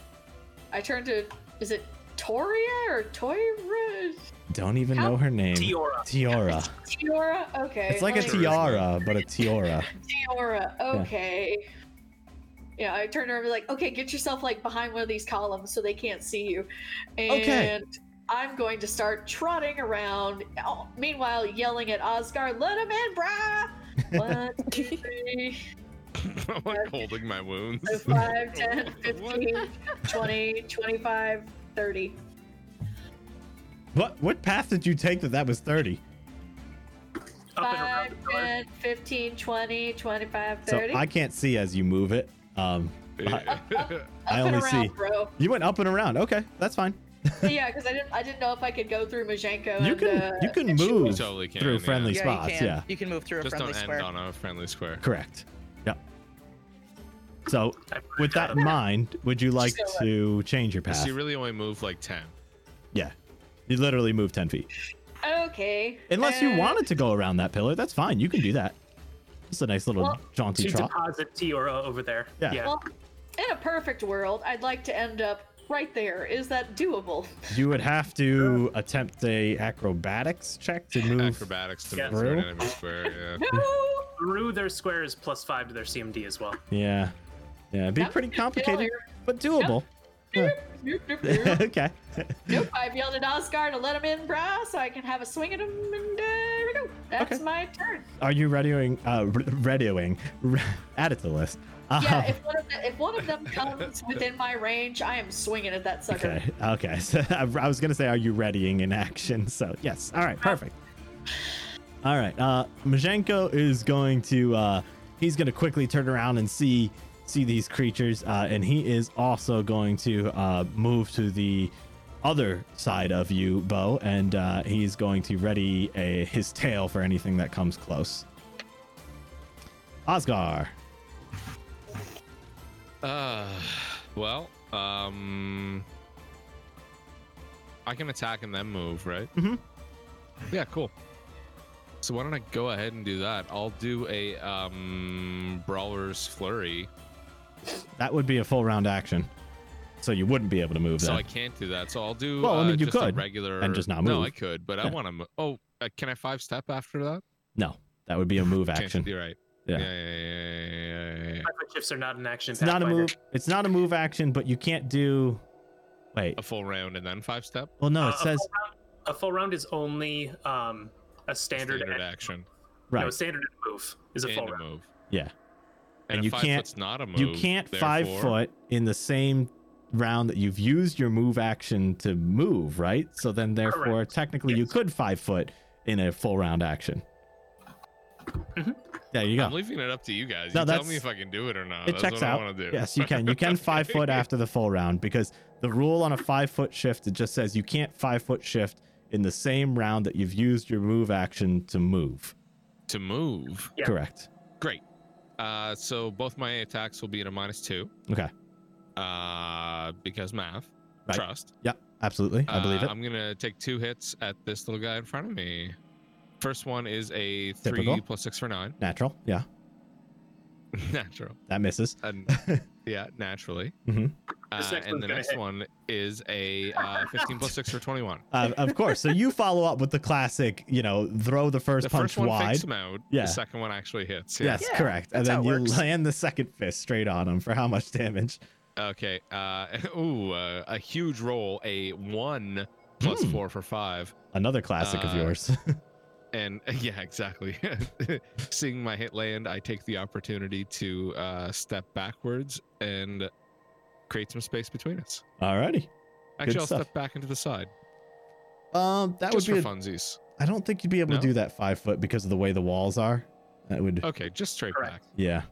I turn to. Is it Toria or Toira? Don't even know her name. Tiora. Tiora. Tiora? Okay. It's like a tiara, but a tiora. Tiora. Okay. Yeah, I turn to her and be like, okay, get yourself like behind one of these columns so they can't see you. And Okay. I'm going to start trotting around, oh, meanwhile yelling at Oscar, let him in, brah! One, two, three, I'm like holding my wounds. four, five, 10, 15, 20, 25, 30. What what path did you take that that was 30? Up and 5, around the door. 10, 15, 20, 25, So 30. I can't see as you move it. Um, I Up and only around, see- bro. you went up and around. Okay, that's fine. Yeah, because I didn't, I didn't know if I could go through Majenko. You and, can uh, you can and Shula. move totally can, through yeah. friendly Yeah, spots. you can. Yeah, You can move through a Just friendly don't square. end on a friendly square. correct. Yeah. So with that in mind, would you like Just go to change your path? She really only moved like ten. Yeah, you literally move ten feet. Okay. Unless you uh, wanted to go around that pillar, that's fine. You can do that. It's a nice little Well- jaunty To trot. deposit Tiora over there. Yeah. Well, in a perfect world, I'd like to end up right there. Is that doable? You would have to attempt a acrobatics check to move. Acrobatics to move through an Through? enemy square. Yeah. No. Through their square is plus five to their CMD as well. Yeah, yeah, it'd be That would pretty be complicated, failure. but doable. Nope, nope, nope. okay. nope. I've yelled at Oscar to let him in, brah, so I can have a swing at him, and uh, there we go. That's Okay. my turn. Are you radioing? Uh, r- radioing. R- add it to the list. Uh, Yeah, if one, of the, if one of them comes within my range, I am swinging at that sucker. okay. Okay. So I, I was gonna say, are you readying in action? So yes. All right. Perfect. All right. Uh, Majenko is going to. Uh, he's gonna quickly turn around and see see these creatures, uh, and he is also going to uh, move to the other side of you, Bo, and uh, he's going to ready a, his tail for anything that comes close. Osgar. Uh, well, um, I can attack and then move, right? Mhm. Yeah, cool. So why don't I go ahead and do that? I'll do a um brawler's flurry, That would be a full round action. So you wouldn't be able to move so then. I can't do that. So I'll do. Well, I mean, uh, you just a could, regular and just not No, I move. could, but I Yeah. want to. Mo- oh, uh, can I five step after that? no, that would be a move Can't- action. You're right. Yeah. Yeah. yeah, yeah, yeah, yeah, yeah, yeah. Five foot shifts are not an action. It's not a Pathfinder. move. It's not a move action, but you can't do. Wait. A full round and then five step. Well, no, Uh, it a says full round- a full round is only um a standard, standard act- action no, Right. standard move is a and full a round. move. Yeah. And, And a you five can't- foot's not a move. You can't five therefore- foot in the same round that you've used your move action to move, right? So then, therefore, Correct. technically, you Yes. could five foot in a full round action. Mhm. There you go. I'm leaving it up to you guys. No, you tell that's- me if I can do it or not. it that's checks what out. I want to do. Yes, you can. You can five foot after the full round because the rule on a five foot shift it just says you can't five foot shift in the same round that you've used your move action to move. to move. Yeah. Correct. Great. Uh, so both my attacks will be at a minus two. Okay. Uh, because math. Right. Trust. Yep. Absolutely. I believe Uh, it. I'm gonna take two hits at this little guy in front of me. First one is a three Typical. plus six for nine, Natural. Yeah. natural. That misses. And yeah, naturally. Mhm. Uh, This next and one's the gonna next hit. one is a uh, fifteen plus six for twenty-one. Uh, of course. So you follow up with the classic, you know, throw the first the punch first one wide. fakes him out. Yeah. The second one actually hits. Yeah. Yes, Yeah, correct. And that's then how it you works. land the second fist straight on him for how much damage? Okay. Uh, ooh, uh, a huge roll. A one plus Hmm. four for five. Another classic of Uh, yours. And yeah, exactly. Seeing my hit land, I take the opportunity to uh, step backwards and create some space between us. Alrighty. Actually, I'll stuff. step back into the side Um, that just would be. for a- funsies. I don't think you'd be able No? Oh, to do that five foot because of the way the walls are. That would. Okay, just straight Correct. back. Yeah.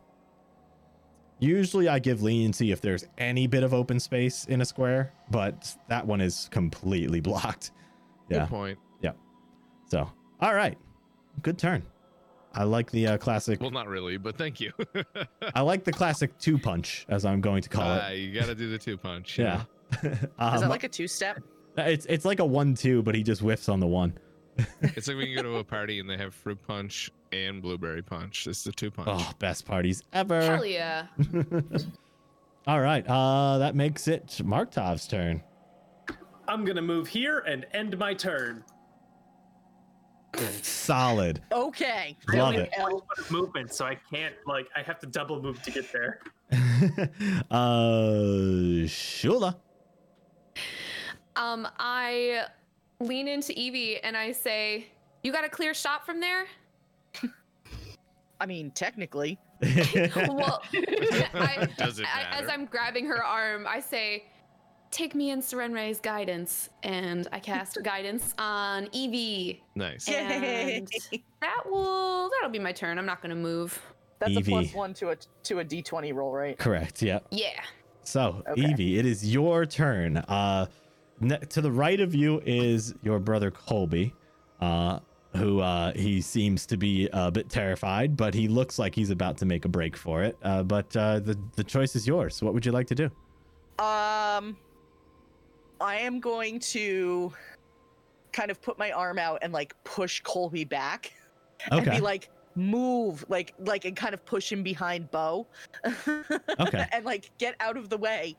Usually I give leniency if there's any bit of open space in a square, but that one is completely blocked. Yeah. Good point. So, all right. Good turn. I like the uh, classic. Well, not really, but thank you. I like the classic two punch, as I'm going to call uh, it. you gotta do the two punch. you Yeah. know? Is that um, like a two step? it's it's like a one-two, but he just whiffs on the one. It's like when you go to a party and they have fruit punch and blueberry punch. It's the two punch. Oh, best parties ever. Hell yeah. All right. Uh, that makes it Marktov's turn. I'm gonna move here and end my turn. Solid. Oh, Okay. Love Really, it. L. Movement, so I can't like I have to double move to get there. uh, Shula. Um, I lean into Evie and I say, "You got a clear shot from there?" I mean, technically. well, I, Does it I- as matter? I'm grabbing her arm, I say, "Take me in Serenre's guidance," and I cast guidance on Evie. Nice. And Yay. that will that'll be my turn. I'm not gonna move. That's a plus Evie. one to a to a D twenty roll, right? Correct. Yeah. Yeah. So, Okay. Evie, it is your turn. Uh, ne- to the right of you is your brother Colby, uh, who uh, he seems to be a bit terrified, but he looks like he's about to make a break for it. Uh, but uh, the the choice is yours. What would you like to do? Um, I am going to kind of put my arm out and like push Colby back and Okay. be like, move, like like and kind of push him behind Bo. okay. and like get out of the way.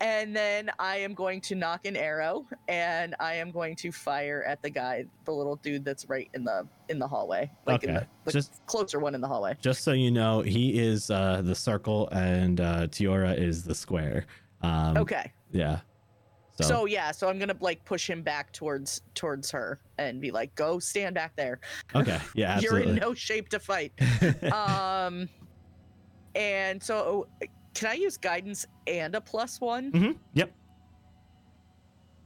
And then I am going to knock an arrow and I am going to fire at the guy, the little dude that's right in the in the hallway. Like in Okay. the, the Just- closer one in the hallway. Just so you know, he is uh, the circle, and uh, Tiora is the square. Um, Okay. Yeah. So, So. yeah, so I'm gonna like push him back towards towards her and be like, go stand back there. okay. Yeah. Absolutely. You're in no shape to fight. um and so can I use guidance and a plus one? Mhm. Yep.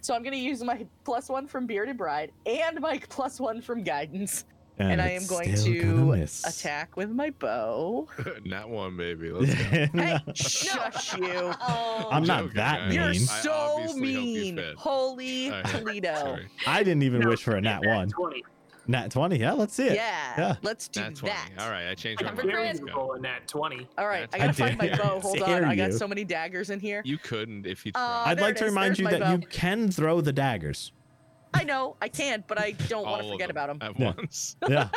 So I'm gonna use my plus one from Bearded Bride and my plus one from guidance. And, I it's am going still to gonna miss. attack with my bow. Not one, baby. Let's go. Hey, shush you. Oh. I'm not joking, that guys. You're mean. I so obviously hope you mean. Oh, fit. Holy All right, Toledo. Sorry. I didn't even No, wish for a nat Yeah, one. 20. Nat 20. Yeah, let's see Yeah, it. Yeah. let's do That's that. 20. All right, I changed I my Number can barely mind. Let's even Go. roll a nat twenty. All right, That's I gotta fine. find my I bow. dare Hold you. on, I got Dare so many daggers in here. You couldn't if you Uh, tried. I'd there like it to is, remind there's you my that you bow. can throw the daggers. I know I can't, but I don't want All to of forget about them them. at Yeah. once. Yeah.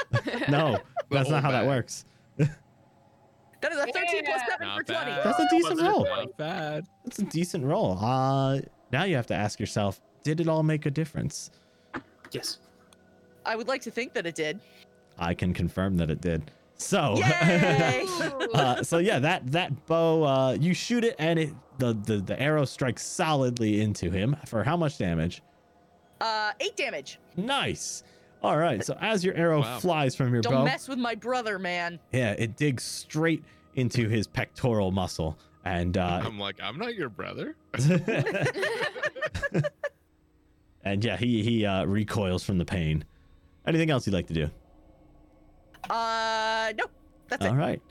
No, that's whole not how that bag. works. That is a 13 plus Yeah. 7 Not for 20. bad. That's a decent wasn't roll. Not bad. That's a decent roll. Uh, now you have to ask yourself, did it all make a difference? Yes. I would like to think that it did. I can confirm that it did. So, Yay! Ooh. uh, so yeah, that that bow, uh, you shoot it and it the, the the arrow strikes solidly into him for how much damage? Uh, 8 damage. Nice. All right. So as your arrow Wow. flies from your Don't bow, mess with my brother, man. yeah, it digs straight into his pectoral muscle, and Uh-huh. uh, I'm like, I'm not your brother. and yeah, he he uh, recoils from the pain. Anything else you'd like to do? Uh, no, that's All it. right.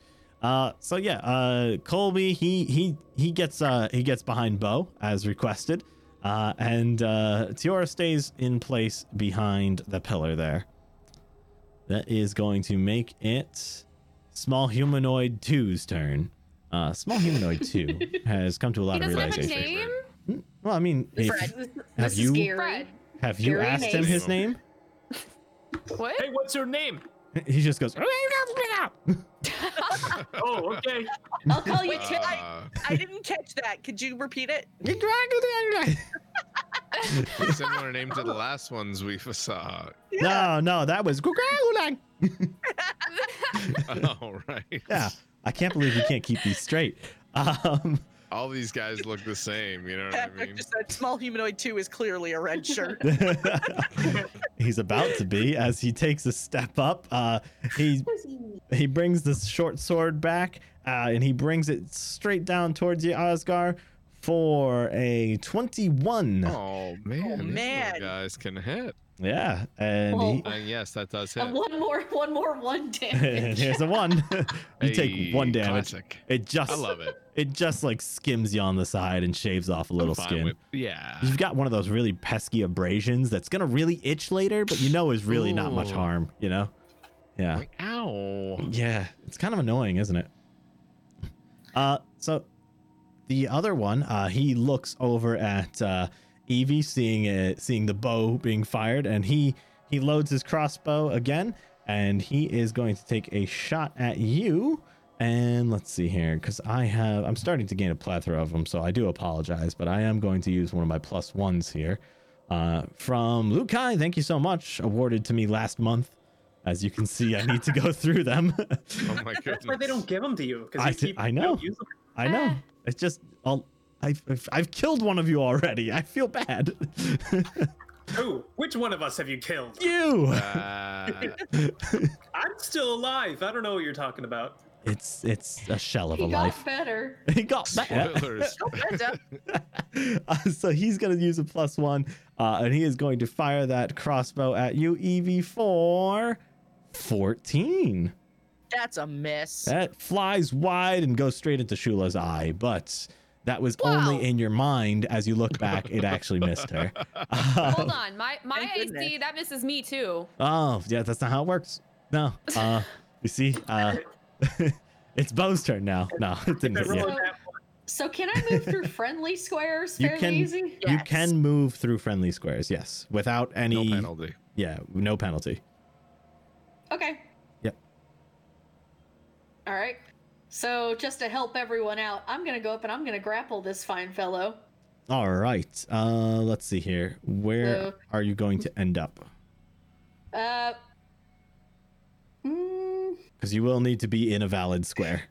Uh, so yeah, uh, Colby he he he gets uh, he gets behind Bo as requested, uh, and uh, Tiora stays in place behind the pillar there. That is going to make it small humanoid two's turn. Uh, small humanoid two has come to a lot He of doesn't have a realization. name. Well, I mean, if- Fred, this, have this you- is Gary. Fred. have you Gary asked him Mace. his name? What? Hey, what's your name? He just goes. Oh, okay. I'll call you Tim. Uh, I didn't catch that. Could you repeat it? similar name to the last ones we saw. No, no, that was. All right. Yeah, I can't believe you can't keep these straight. Um, All these guys look the same. You know what I Patrick mean? just said small humanoid two is clearly a red shirt. He's about to be as he takes a step up. Uh, he he brings this short sword back uh, and he brings it straight down towards you, Osgar, for a twenty-one. Oh man, these man. little guys can hit. Yeah, and, he, Oh. And yes, that does hit. And one more, one more, one and damage. here's a one. you Hey, take one damage. classic. It just I love it. it just like skims you on the side and shaves off a I'm little fine skin. with- yeah. You've got one of those really pesky abrasions that's gonna really itch later, but you know is really not much Ooh. harm. You know. Yeah. Like, ow. Oh Yeah, it's kind of annoying, isn't it? Uh, so the other one, uh, he looks over at uh, Evie, seeing it, seeing the bow being fired, and he he loads his crossbow again, and he is going to take a shot at you. And let's see here, because I have I'm starting to gain a plethora of them, so I do apologize, but I am going to use one of my plus ones here. Uh, from Lukai, thank you so much, awarded to me last month. As you can see, I need to go through them. Oh my goodness. That's why they don't give them to you because I you thi- keep I you know. don't use 'em. I Uh. know. It's just I'll, I've, I've I've killed one of you already. I feel bad. Who? Which one of us have you killed? you. Uh, I'm still alive. I don't know what you're talking about. It's it's a shell of a he life. got better. He got that. spoilers. Uh, so he's gonna use a plus one, uh, and he is going to fire that crossbow at you, Ev for fourteen. That's a miss. That flies wide and goes straight into Shula's eye, but that was Wow. only in your mind. As you look back, it actually missed her. Hold on. My my Thank AC goodness. that misses me too. Oh, yeah, that's not how it works. No. Uh, you see, uh, it's Bo's turn now. No, it didn't. If I Hit roll you. a nat one, So can I move through friendly squares You fairly can- easy? You Yes. can move through friendly squares, yes, without No any. penalty. Yeah, no penalty. Okay. Yep. All right. So just to help everyone out, I'm gonna go up and I'm gonna grapple this fine fellow. All right. Uh, let's see here. Where So- are you going to end up? Uh. Mm, Because you will need to be in a valid square,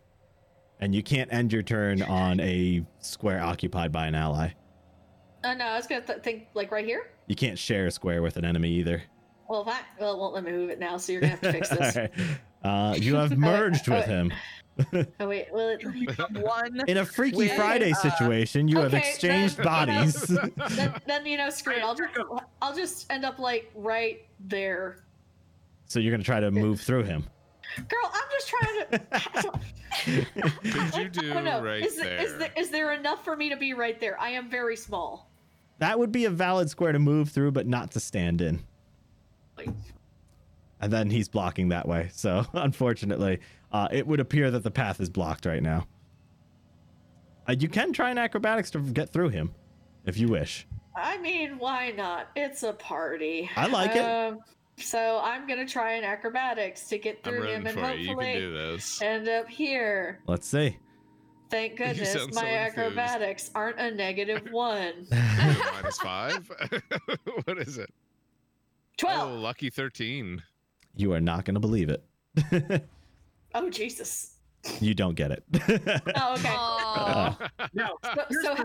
and you can't end your turn on a square occupied by an ally. uh no, I was gonna th- think like right here. You can't share a square with an enemy either. Well, if I well, it won't let me move it now, so you're gonna have to fix this. All right. Uh, you have merged with him. Oh wait, will it? One. In a Freaky Wait, Friday uh, situation, you have okay, exchanged then- bodies. Then, then you know, screw it. I'll just I'll just end up like right there. so you're going to try to move through him. Girl, I'm just trying to. Could you do I don't know. right Oh, is, there? there. Is, there, is there enough for me to be right there? I am very small. That would be a valid square to move through, but not to stand in. And then he's blocking that way. So, unfortunately, uh, it would appear that the path is blocked right now. Uh, you can try an acrobatics to get through him if you wish. I mean, why not? It's a party. I like it. um, it. So I'm gonna try an acrobatics to get I'm through him rooting and for you. You can do hopefully this. end up here. Let's see. Thank goodness sound so my enthused. acrobatics aren't a negative one. Is it minus five? what is it? Twelve. Oh, lucky 13. You are not going to believe it. Oh Jesus. You don't get it. Uh, Oh, okay. Uh-huh. Oh, No, So- here's, so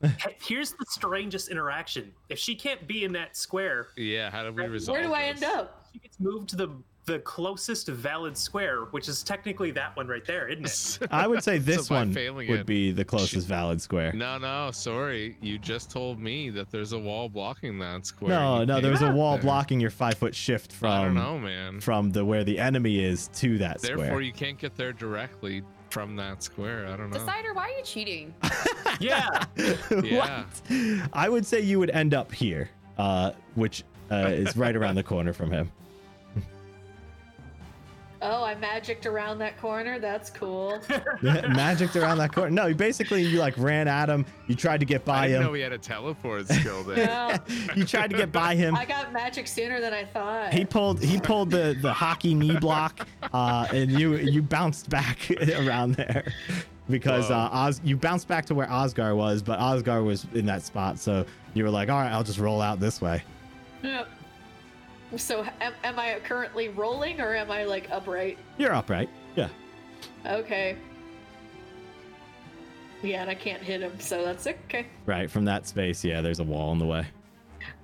the, here's the strangest interaction. If she can't be in that square, Yeah, how do we Where resolve where do I end this? up? she gets moved to the the closest valid square, which is technically that one right there, isn't it? I would say this by one failing would it, be the closest valid square. No, no, sorry. You just told me that there's a wall blocking that square. No, You no, can't there was a get wall there. blocking your five foot shift from I don't know, man. from the where the enemy is to that Therefore, square. you can't get there directly from that square. I don't know. decider, why are you cheating? Yeah. Yeah. what? I would say you would end up here, uh, which uh, is right around the corner from him. Oh, I magicked around that corner. That's cool. Magicked around that corner. No, you basically you like ran at him. You tried to get I by didn't know him. he had a teleport skill there. No, You tried to get by him. I got magic sooner than I thought. He pulled he pulled the the hockey knee block, uh, and you you bounced back around there because uh, Whoa. Oz, you bounced back to where Osgar was, but Osgar was in that spot, so you were like, all right, I'll just roll out this way. Yep. So am, am I currently rolling or am I like upright? You're upright. Yeah. Okay. Yeah, and I can't hit him, so that's okay. Right from that space, yeah. There's a wall in the way.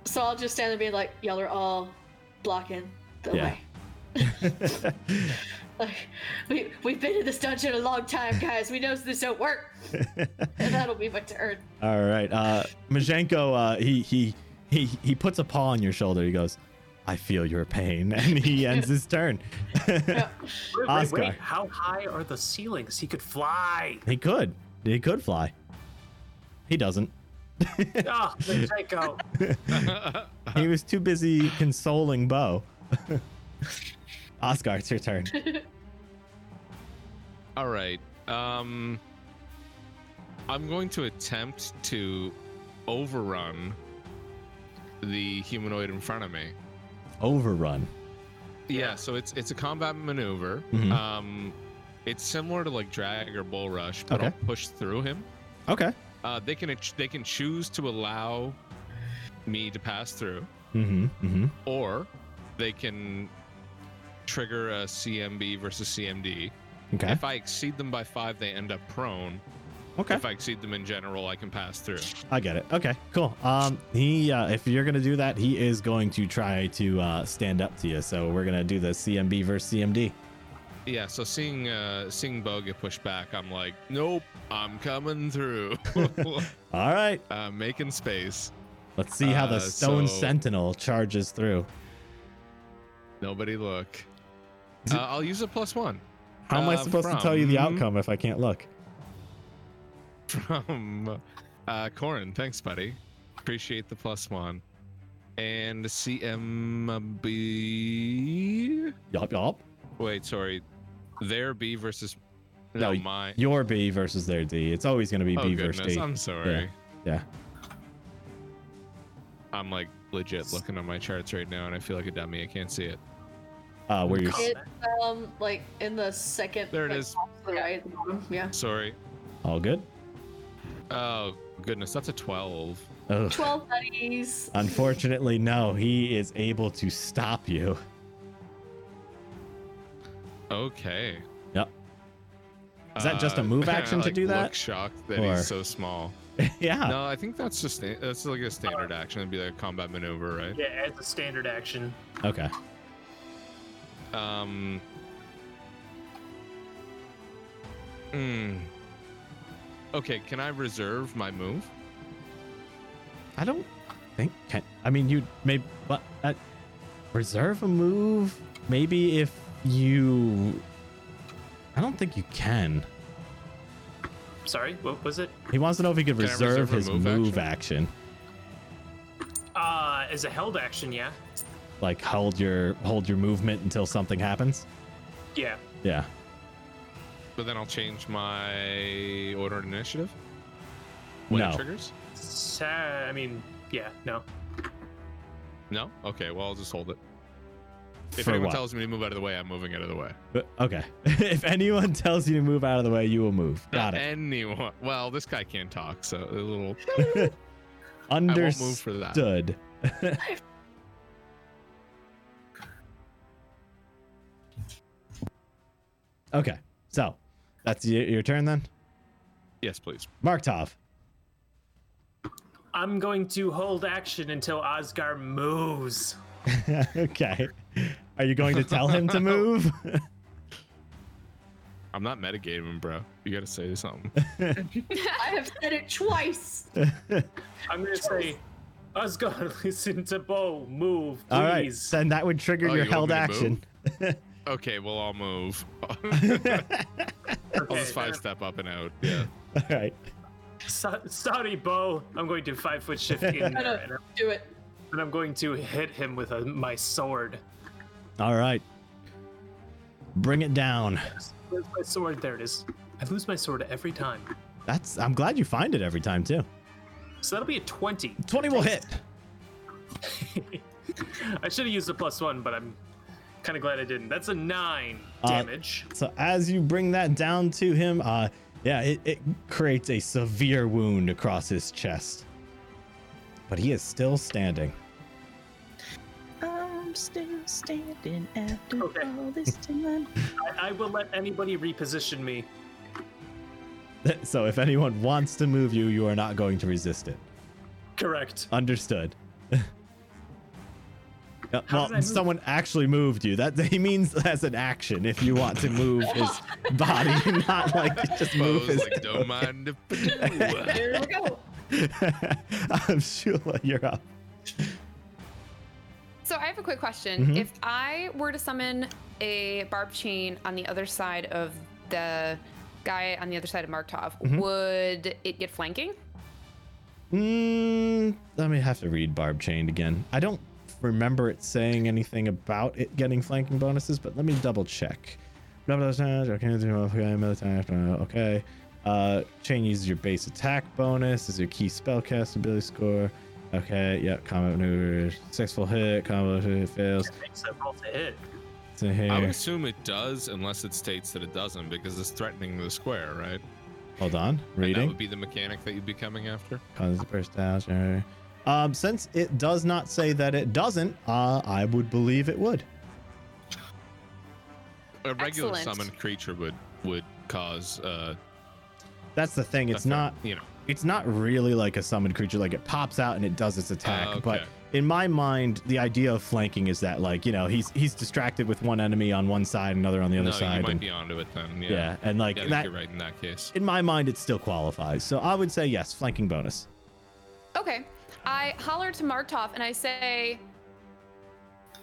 So I'll just stand and be like, y'all are all blocking the Yeah. way. like, we we've been in this dungeon a long time, guys. We know this don't work. and that'll be my turn. All right. Uh, Majenko, uh, he he he he puts a paw on your shoulder. He goes, I feel your pain, and he ends his turn. Wait, wait, wait, Oscar. how high are the ceilings? He could fly. he could he could fly. He doesn't. Oh, Jaco. He was too busy consoling Bo. Oscar, it's your turn. All right. Um, I'm going to attempt to overrun the humanoid in front of me. Overrun. Yeah, so it's it's a combat maneuver. Mhm. Um, it's similar to like drag or bull rush, but Okay. I'll push through him. Okay. Uh, they can they can choose to allow me to pass through, Mm-hmm. Mm-hmm. or they can trigger a CMB versus CMD. Okay. If I exceed them by five, they end up prone. Okay. If I exceed them in general, I can pass through. I get it. Okay. Cool. Um, he uh, if you're gonna do that, he is going to try to uh, stand up to you. So we're gonna do the CMB versus CMD. Yeah, so seeing uh, seeing Bo get pushed back, I'm like, nope, I'm coming through, All right. uh, making space. Let's see how the Uh, Stone so- Sentinel charges through. Nobody look. Uh, I'll use a plus one How am I Uh, supposed to tell you the from- outcome if I can't look? from uh, Corin. Thanks, buddy. Appreciate the plus one. And CMB. Yup, yup. Wait, sorry. Their B versus. No, No, y- my. Your B versus their D. It's always gonna be Oh, B goodness. versus D. I'm sorry. Yeah. I'm like legit looking on my charts right now and I feel like a dummy. I can't see it. Uh, where you're. It's um like in the second. There it like, is. top to the right, at the bottom. Yeah. Sorry. All good. Oh, goodness. That's a 12. Ugh. Twelve buddies. Unfortunately, no. He is able to stop you. Okay. Yep. Is that just a Uh, move action to like, do that? Look shocked that Or- he's so small. yeah. No, I think that's just that's like a standard action. It'd be like a combat maneuver, right? Yeah, as a standard action. Okay. Um. Hmm. Okay, can I reserve my move? I don't think. Can, I mean, you maybe, but uh, reserve a move. Maybe if you. I don't think you can. Sorry, what was it? He wants to know if he could Can I reserve, reserve a his move, move action? Uh, as a held action, yeah. like hold your hold your movement until something happens. Yeah. Yeah. But then I'll change my order and initiative when No. it triggers. So, I mean, yeah, no. No. Okay. Well, I'll just hold it. If For anyone what? tells me to move out of the way, I'm moving out of the way. But- okay. if anyone tells you to move out of the way, you will move. Got it. Anyone? Well, this guy can't talk, so a little. I won't move Understood. for that. okay. So, That's y- your turn then? Yes, please. Markov. I'm going to hold action until Osgar moves. okay. Are you going to tell him to move? I'm not metagaming, bro. You gotta say something. I have said it twice. I'm gonna say, Osgar, listen to Bo. Move, All right. please. Then that would trigger Oh, your you want held me to action. okay, well I'll move. I'll Okay, just five step up and out. Yeah. All right. so- sorry, Bo. I'm going to five foot shift in No, there, no, and I'm- do it. and I'm going to hit him with a, my sword. All right. Bring it down. Where's my sword? There it is. I lose my sword every time. That's. I'm glad you find it every time too. So that'll be a 20. Twenty will hit. I should have used the plus one, but I'm kind of glad I didn't. That's a nine Uh, damage. So as you bring that down to him, uh, yeah, it, it creates a severe wound across his chest. But he is still standing. I'm still standing after Okay. all this time. I, I will let anybody reposition me. So if anyone wants to move you, you are not going to resist it. Correct. Understood. Yeah, How did I well, move? someone actually moved you. That he means that's an action. If you want to move his body, not like just move Bo's his. like, don't mind if I do." There we go. I'm sure you're up. So I have a quick question. Mhm. If I were to summon a barb chain on the other side of the guy on the other side of Markov, would it get flanking? Mm, I may have to read Barb Chained again. I don't remember it saying anything about it getting flanking bonuses, but let me double check. Okay. Uh, chain uses your base attack bonus as your key spellcast ability score. Okay, yep, combat maneuver, successful hit, combo hit fails. Makes a roll to hit. It's in here. I would assume it does unless it states that it doesn't because it's threatening the square, right? Hold on, And that reading. would be the mechanic that you'd be coming after. causes the burst dash. error. Um, since it does not say that it doesn't, uh, I would believe it would. A regular Excellent. summoned creature would would cause uh That's the thing. It's effect, not. you know It's not really like a summoned creature. Like it pops out and it does its attack. Ah, But okay. in my mind, the idea of flanking is that like you know he's he's distracted with one enemy on one side, another on the other no, side. you might and, be onto it then. Yeah. yeah. and like Yeah, I think that. you're right in that case. In my mind, it still qualifies. So I would say yes, flanking bonus. Okay. I holler to Markov and I say,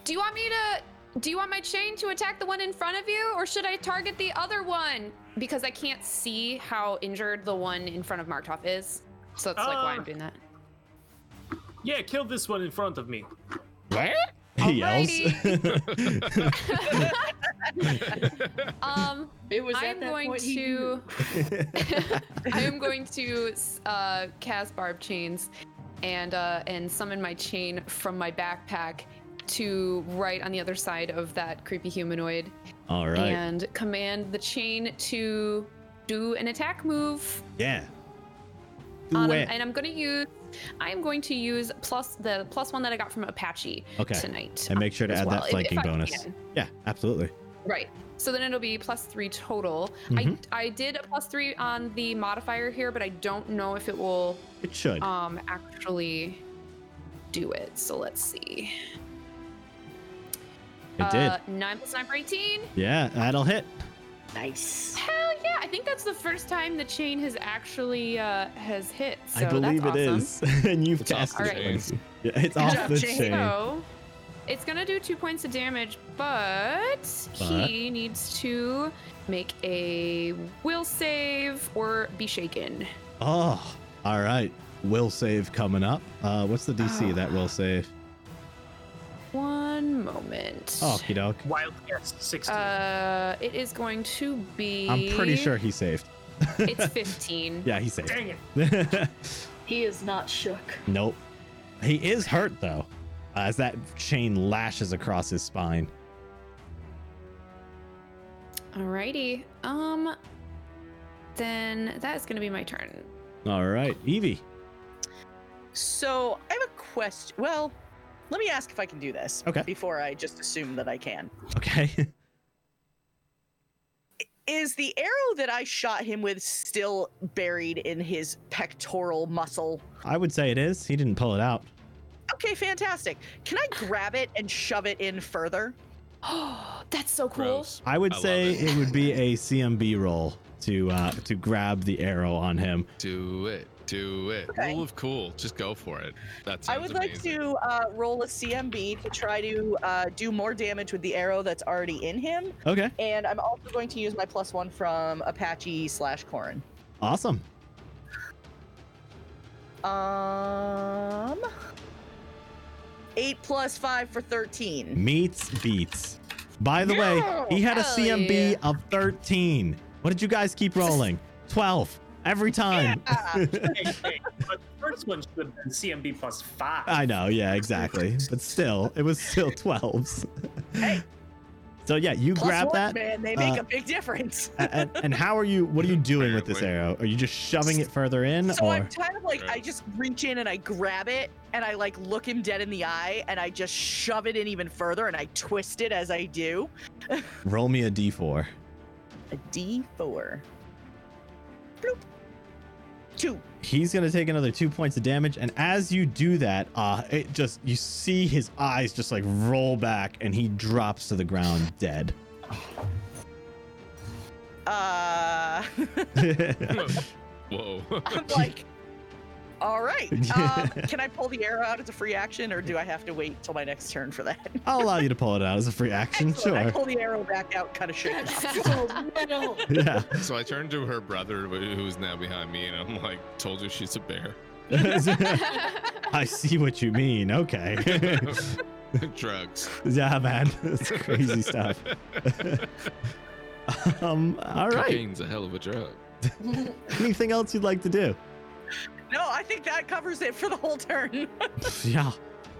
"Do you want me to? Do you want my chain to attack the one in front of you, or should I target the other one? Because I can't see how injured the one in front of Markov is, so that's like why I'm Uh, doing that." Yeah, kill this one in front of me. He yells. um, It was I'm at that going point he to. knew. I am going to uh, cast barb chains, and uh, and summon my chain from my backpack to right on the other side of that creepy humanoid, All right. and command the chain to do an attack move. yeah. on Do him, it. and I'm gonna use. I am going to use plus the plus one that I got from Apache Okay. tonight. And make sure to as add well, that if- flanking if I bonus. can. Yeah, absolutely. Right. So then it'll be plus three total. Mhm. I I did a plus three on the modifier here, but I don't know if it will It should. um actually do it. So let's see. it Uh, did. nine plus nine for eighteen. Yeah, that'll hit. Nice. Hell yeah! I think that's the first time the chain has actually uh, has hit. So I believe that's it awesome. is. and you've It's off cast the it. chain. Lindsay. Yeah, it's off job, the Jane. chain. So it's gonna do two points of damage, but, he needs to make a will save or be shaken. Oh, all right. Will save coming up. Uh, what's the DC of that will save? One moment. Oh, doke. Wild guess, 16. Uh, it is going to be. I'm pretty sure he saved. it's 15. Yeah, he saved. Dang it. He is not shook. nope. He is hurt though, as that chain lashes across his spine. Alrighty. Um, then that is gonna be my turn. All right, Evie. So I have a question. Well, let me ask if I can do this Okay. before I just assume that I can. Okay. Is the arrow that I shot him with still buried in his pectoral muscle? I would say it is. He didn't pull it out. Okay, fantastic. Can I grab it and shove it in further? Oh, that's so cool. Gross. I would I love say it. it. would be a CMB roll to uh, to grab the arrow on him. Do it. Do it. Okay. Rule of cool. Just go for it. That's I would like to uh, roll a CMB to try to uh, do more damage with the arrow that's already in him, Okay, and I'm also going to use my plus one from Apache slash Corin. awesome. Um, eight plus five for thirteen. Meets beats. By the way, he had a Hell CMB yeah. of 13. What did you guys keep rolling? 12 every time. Ah, Hey, hey, but the first one should have been CMB plus five. I know, yeah, exactly. But still, it was still 12s. Hey. So yeah, you plus grab one, that. man. They make uh, a big difference. A- and, and how are you what are you doing with this arrow are you just shoving it further in So I'm or kind of like I Right. just reach in and I grab it and I like look him dead in the eye and I just shove it in even further and I twist it as I do. roll me a d4 A D four. Bloop. Two. he's gonna take another two points of damage and as you do that uh it just you see his eyes just like roll back and he drops to the ground dead Uh Whoa. I'm like all right. Um, can I pull the arrow out as a free action, or do I have to wait till my next turn for that? i'll allow you to pull it out as a free action Excellent. I sure pull the arrow back out, kind of shake it off. so metal. yeah so I turned to her brother, wh- who's now behind me, and I'm like, "Told you she's a bear." i see what you mean okay Drugs. yeah man that's crazy stuff um all right Cocaine's a hell of a drug. anything else you'd like to do No, I think that covers it for the whole turn. yeah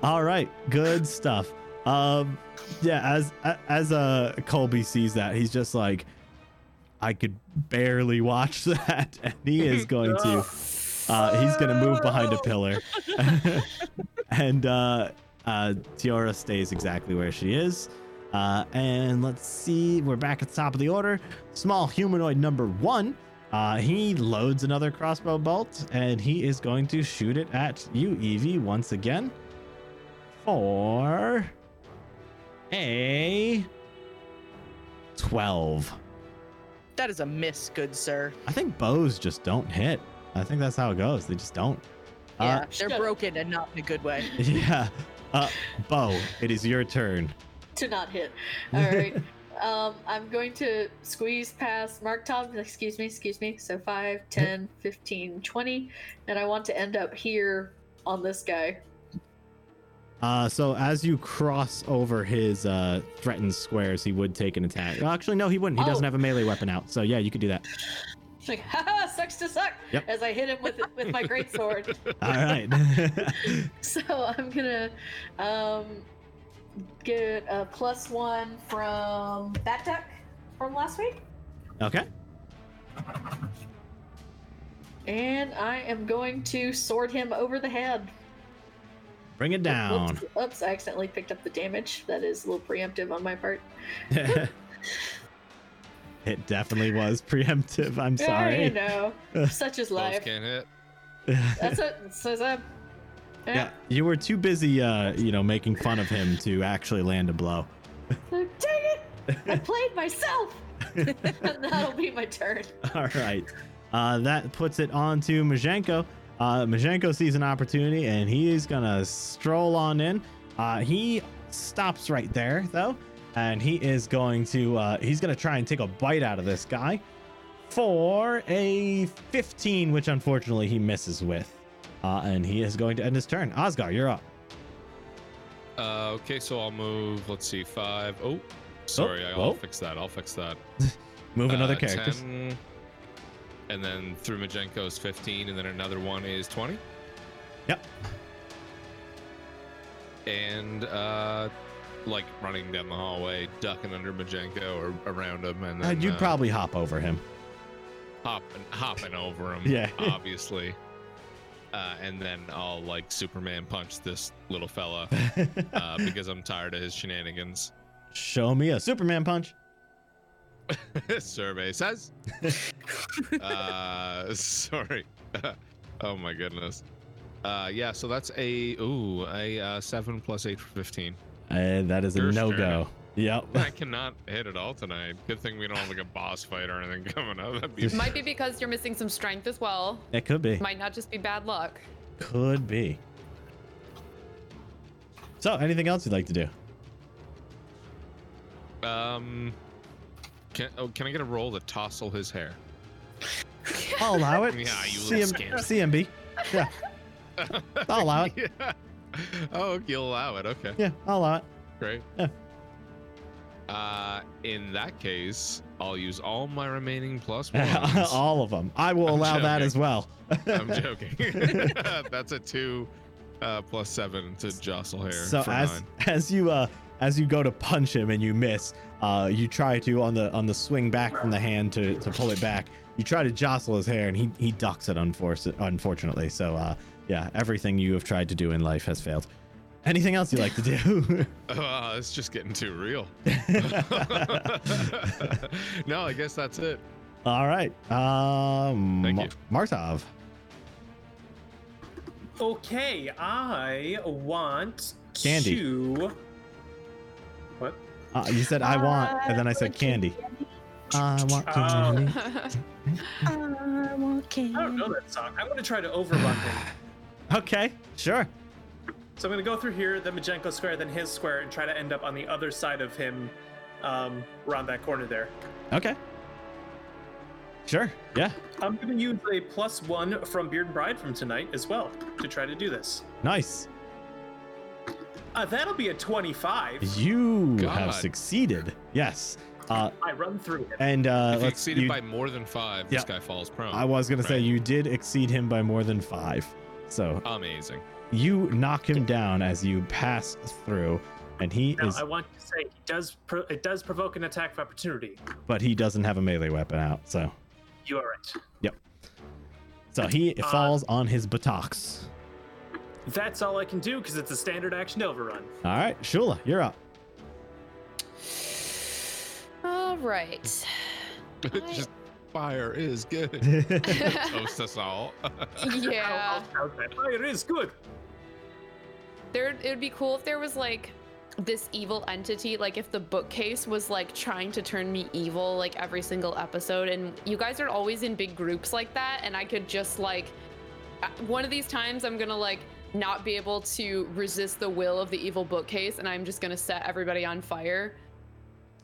all right good stuff um yeah as a- as uh colby sees that he's just like i could barely watch that and he is going to uh he's gonna move behind a pillar and uh uh tiara stays exactly where she is uh and let's see we're back at the top of the order small humanoid number one uh, he loads another crossbow bolt and he is going to shoot it at you, Evie, once again. For a 12. that is a miss, good sir. I think bows just don't hit. I think that's how it goes. They just don't. Yeah, Uh, Shut they're up. broken and not in a good way. yeah. Uh, Bo, it is your turn. to not hit. All right. Um, I'm going to squeeze past Mark Tom. Excuse me, excuse me. So 5, 10, 15, 20. And I want to end up here on this guy. Uh, so as you cross over his uh, threatened squares, he would take an attack. Oh, Actually, no, he wouldn't. He doesn't Oh. have a melee weapon out. So yeah, you could do that. Like, haha, sucks to suck. Yep. As I hit him with with my greatsword. All right. so I'm gonna um, get a plus one from Bat Duck from last week. okay. And I am going to sword him over the head. Bring it down. Oops, oops, I accidentally picked up the damage. That is a little preemptive on my part. it definitely was preemptive. I'm Yeah, sorry. you know, such is Both life. can't hit. That's what says uh, up. yeah, you were too busy, uh, you know, making fun of him to actually land a blow. "Ah, Dang it! I played myself. and that'll be my turn. All right. Uh, that puts it on to Majenko. Uh, Majenko sees an opportunity and he is going to stroll on in. Uh, he stops right there, though, and he is going to, uh, he's going to try and take a bite out of this guy for a 15, which unfortunately he misses with. Uh, and he is going to end his turn. Osgar, you're up. Uh, okay, so I'll move. Let's see, five. Oh, sorry. I'll oh. fix that. I'll fix that. Move another Uh, character. 10, and then through Majenko is 15, and then another one is 20. Yep. And uh, like running down the hallway, ducking under Majenko or around him, and Uh, then you'd uh, probably hop over him. hopping hopping over him. Yeah. obviously. Uh, and then I'll like Superman punch this little fella uh, because I'm tired of his shenanigans. Show me a Superman punch. survey says. uh, sorry. oh my goodness. Uh, yeah, so that's a ooh a uh, seven plus eight for fifteen. Uh, that is a Your no go. turn. Yep. I cannot hit at all tonight. Good thing we don't have like a boss fight or anything coming up. That'd be Might be because you're missing some strength as well. It could be. Might not just be bad luck. Could be. So, anything else you'd like to do? um. Can, oh, can I get a roll to tousle his hair? I'll allow it. Yeah, you CM- little scamp. CMB. Yeah. I'll allow it. Yeah. Oh, you'll allow it. Okay. Yeah, I'll allow it. Great. Yeah. Uh, in that case, I'll use all my remaining plus ones. All of them. I will I'm allow that joking. as well. I'm joking. That's a two uh, plus seven to jostle hair. so for as nine. as you uh as you go to punch him and you miss, uh you try to on the on the swing back from the hand to to pull it back. You try to jostle his hair and he he ducks it unforce- unfortunately. So uh yeah, everything you have tried to do in life has failed. Anything else you like to do? Oh, it's just getting too real. no, I guess that's it. All right. Um Thank Ma- you. Martov. Okay, I want Candy. to. What? Uh, you said I want and then I said candy. I want Uh, Oh. candy. I don't know that song. I'm gonna try to overlap it. Okay, sure. So I'm gonna go through here, then Majenko Square, then his square, and try to end up on the other side of him, um, around that corner there. Okay. Sure. Yeah. I'm gonna use a plus one from Beard and Bride from tonight as well to try to do this. Nice. Uh, that'll be a 25. You God. have succeeded. Yes. Uh, I run through it. and uh, if you let's- exceeded you- by more than five, this guy falls prone. I was gonna say Right. you did exceed him by more than five. So Amazing. you knock him down as you pass through, and he Now, is, I want to say it does pro- it does provoke an attack of opportunity. but he doesn't have a melee weapon out. So, You are right. so he Uh, falls on his buttocks. That's all I can do because it's a standard action overrun. All right, Shula, you're up. All right. just fire is good. Toast us all. Yeah. Oh, Okay. Fire is good. There it would be cool if there was like this evil entity, like if the bookcase was like trying to turn me evil like every single episode and you guys are always in big groups like that and I could just like uh, one of these times I'm going to like not be able to resist the will of the evil bookcase and I'm just going to set everybody on fire.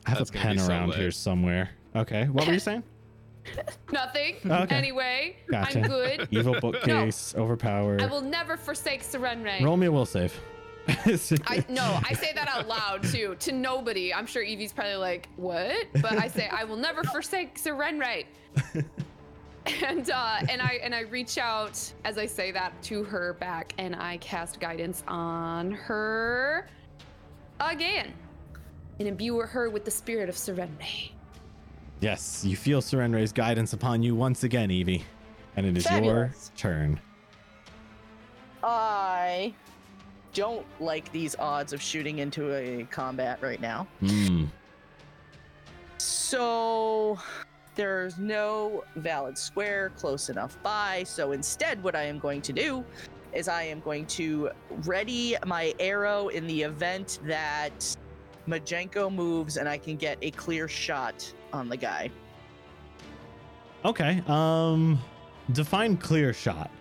I have That's a gonna be pen so around here lit. somewhere. Okay, what were you saying? Nothing. Okay. Anyway, Gotcha. I'm good. Evil bookcase, overpowered. I will never forsake Serenre. Roll me a will save. I no, I say that out loud too to nobody. I'm sure Evie's probably like, "What?" But I say, "I will never forsake Sir Renright." and uh, and I and I reach out as I say that to her back, and I cast guidance on her again, and imbue her with the spirit of Serenity. Yes, you feel Serenre's guidance upon you once again, Evie. And it is Fabulous. your turn. I don't like these odds of shooting into a combat right now. Hmm. So there's no valid square close enough by. So instead, what I am going to do is I am going to ready my arrow in the event that Majenko moves and I can get a clear shot on the guy. Okay. Um define clear shot.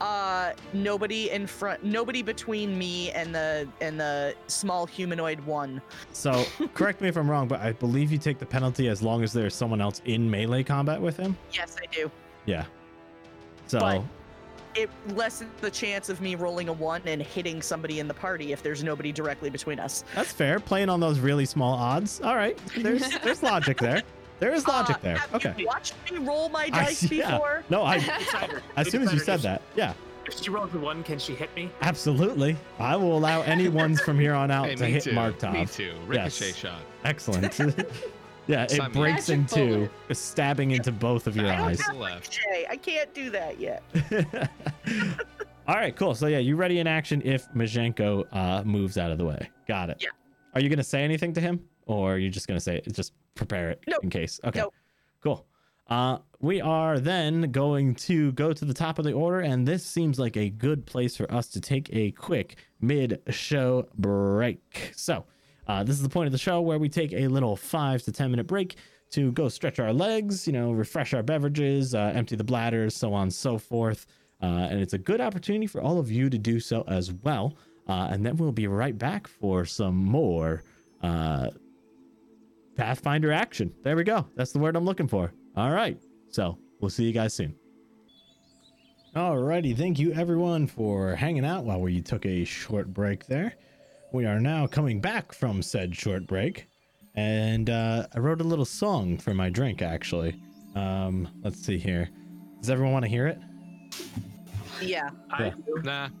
Uh, nobody in front, nobody between me and the and the small humanoid one. So correct me if I'm wrong, but I believe you take the penalty as long as there's someone else in melee combat with him. Yes, I do. Yeah. So But- It lessens the chance of me rolling a one and hitting somebody in the party if there's nobody directly between us. that's fair. Playing on those really small odds. All right. There's there's logic there. There is logic Uh, there. Have Okay. you watched me roll my I dice see- yeah. before? No, I It's either- as soon it's as you either said if- that. Yeah. If she rolls a one, can she hit me? Absolutely. I will allow any ones from here on out Hey, to me hit too. Mark Top. Me too. Yes. Ricochet shot. Excellent. yeah, it Simon. breaks in Magic two, stabbing into both of your Back eyes. to the left. Jay, I can't do that yet. All right, cool. So yeah, you ready in action if Majenko uh, moves out of the way. Got it. Yeah. Are you gonna say anything to him? or you're just gonna say just prepare it Nope. in case. Okay, Nope. cool. Uh, we are then going to go to the top of the order, and this seems like a good place for us to take a quick mid-show break. So, uh, this is the point of the show where we take a little five to ten minute break to go stretch our legs, you know, refresh our beverages, uh, empty the bladders, so on and so forth. Uh, and it's a good opportunity for all of you to do so as well. Uh, and then we'll be right back for some more uh, Pathfinder action. There we go. That's the word I'm looking for. All right. So we'll see you guys soon. Alrighty, thank you everyone for hanging out while we took a short break there. We are now coming back from said short break, and uh, I wrote a little song for my drink actually. Um, let's see here. Does everyone want to hear it? Yeah. I, Nah.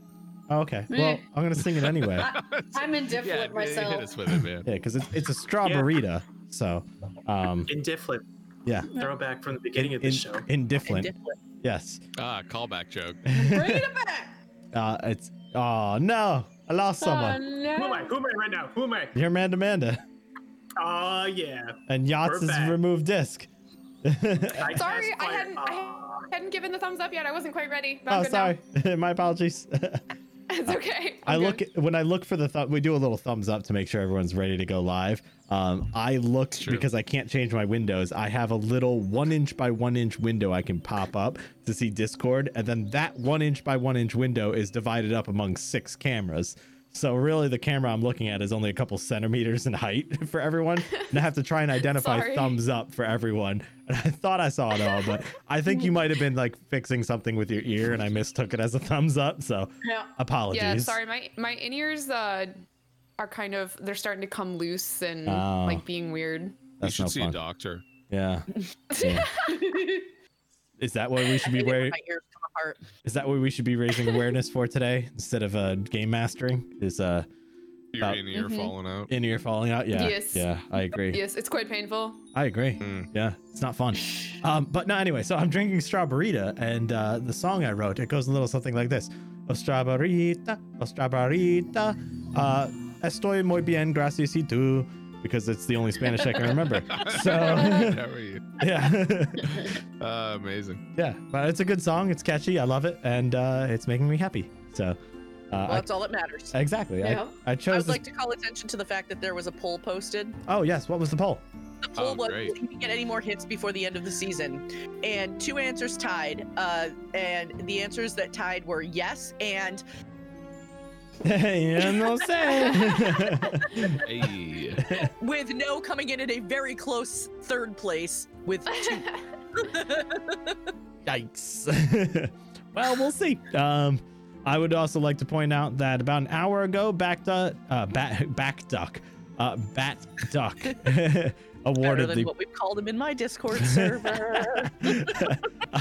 Oh, okay. Well, Meh. I'm gonna sing it anyway. yeah, I'm indifferent Yeah, myself. hit us with it, man. because it's, it's a straw burrito, so um, indifferent. yeah. Throwback from the beginning of the In- show. Indifferent. Different. Yes. Ah, callback joke. Bring it back. Uh, it's. Oh no! I lost someone. Oh, Who am I? Who am I right now? Who am I? You're Amanda Amanda, Oh, yeah. and We're Yachts is back. removed disc. Oh, I Sorry, cast I fire. hadn't- I Ah. Hadn't given the thumbs up yet. I wasn't quite ready. But I'm Oh, good sorry. My apologies. Now. It's okay. I I'm look good. when I look for the thumb. We do a little thumbs up to make sure everyone's ready to go live. Um, I look Sure. because I can't change my windows. I have a little one inch by one inch window I can pop up to see Discord, and then that one inch by one inch window is divided up among six cameras. So really, the camera I'm looking at is only a couple centimeters in height for everyone, and I have to try and identify Sorry. thumbs up for everyone. And I thought I saw it all, but I think you might have been like fixing something with your ear, and I mistook it as a thumbs up. So Yeah. apologies. Yeah, sorry. My my in ears uh, are kind of they're starting to come loose and Oh. like being weird. You That's should no see fun. a doctor. Yeah. Yeah. is that what we should be I wearing? did my ears come apart. Is that what we should be raising awareness for today instead of uh, game mastering? Is uh Your Uh, in ear falling out. in ear falling out? Yeah. Yes. Yeah, I agree. Yes, it's quite painful. I agree. Mm. Yeah, it's not fun. Um, but no, anyway, so I'm drinking strawberryta, and uh, the song I wrote it goes a little something like this: "Oh strawberryta, oh strawberryta, uh, estoy muy bien, gracias y tú," because it's the only Spanish I can remember. So How are you? yeah. Uh, amazing. Yeah, but it's a good song. It's catchy. I love it, and uh, it's making me happy. So, uh, Well, that's all that matters. I, exactly. Yeah. I, I I chose. would This, like to call attention to the fact that there was a poll posted. Oh yes, what was the poll? The poll Oh, was great. will you get any more hits before the end of the season? And two answers tied. Uh, and the answers that tied were yes and yeah, no say. Hey. with no coming in at a very close third place with two. Yikes. well, we'll see. Um, I would also like to point out that about an hour ago, Back Duck, uh, Bat, Back Duck, uh, Bat Duck, better awarded than the what we've called them in my Discord server.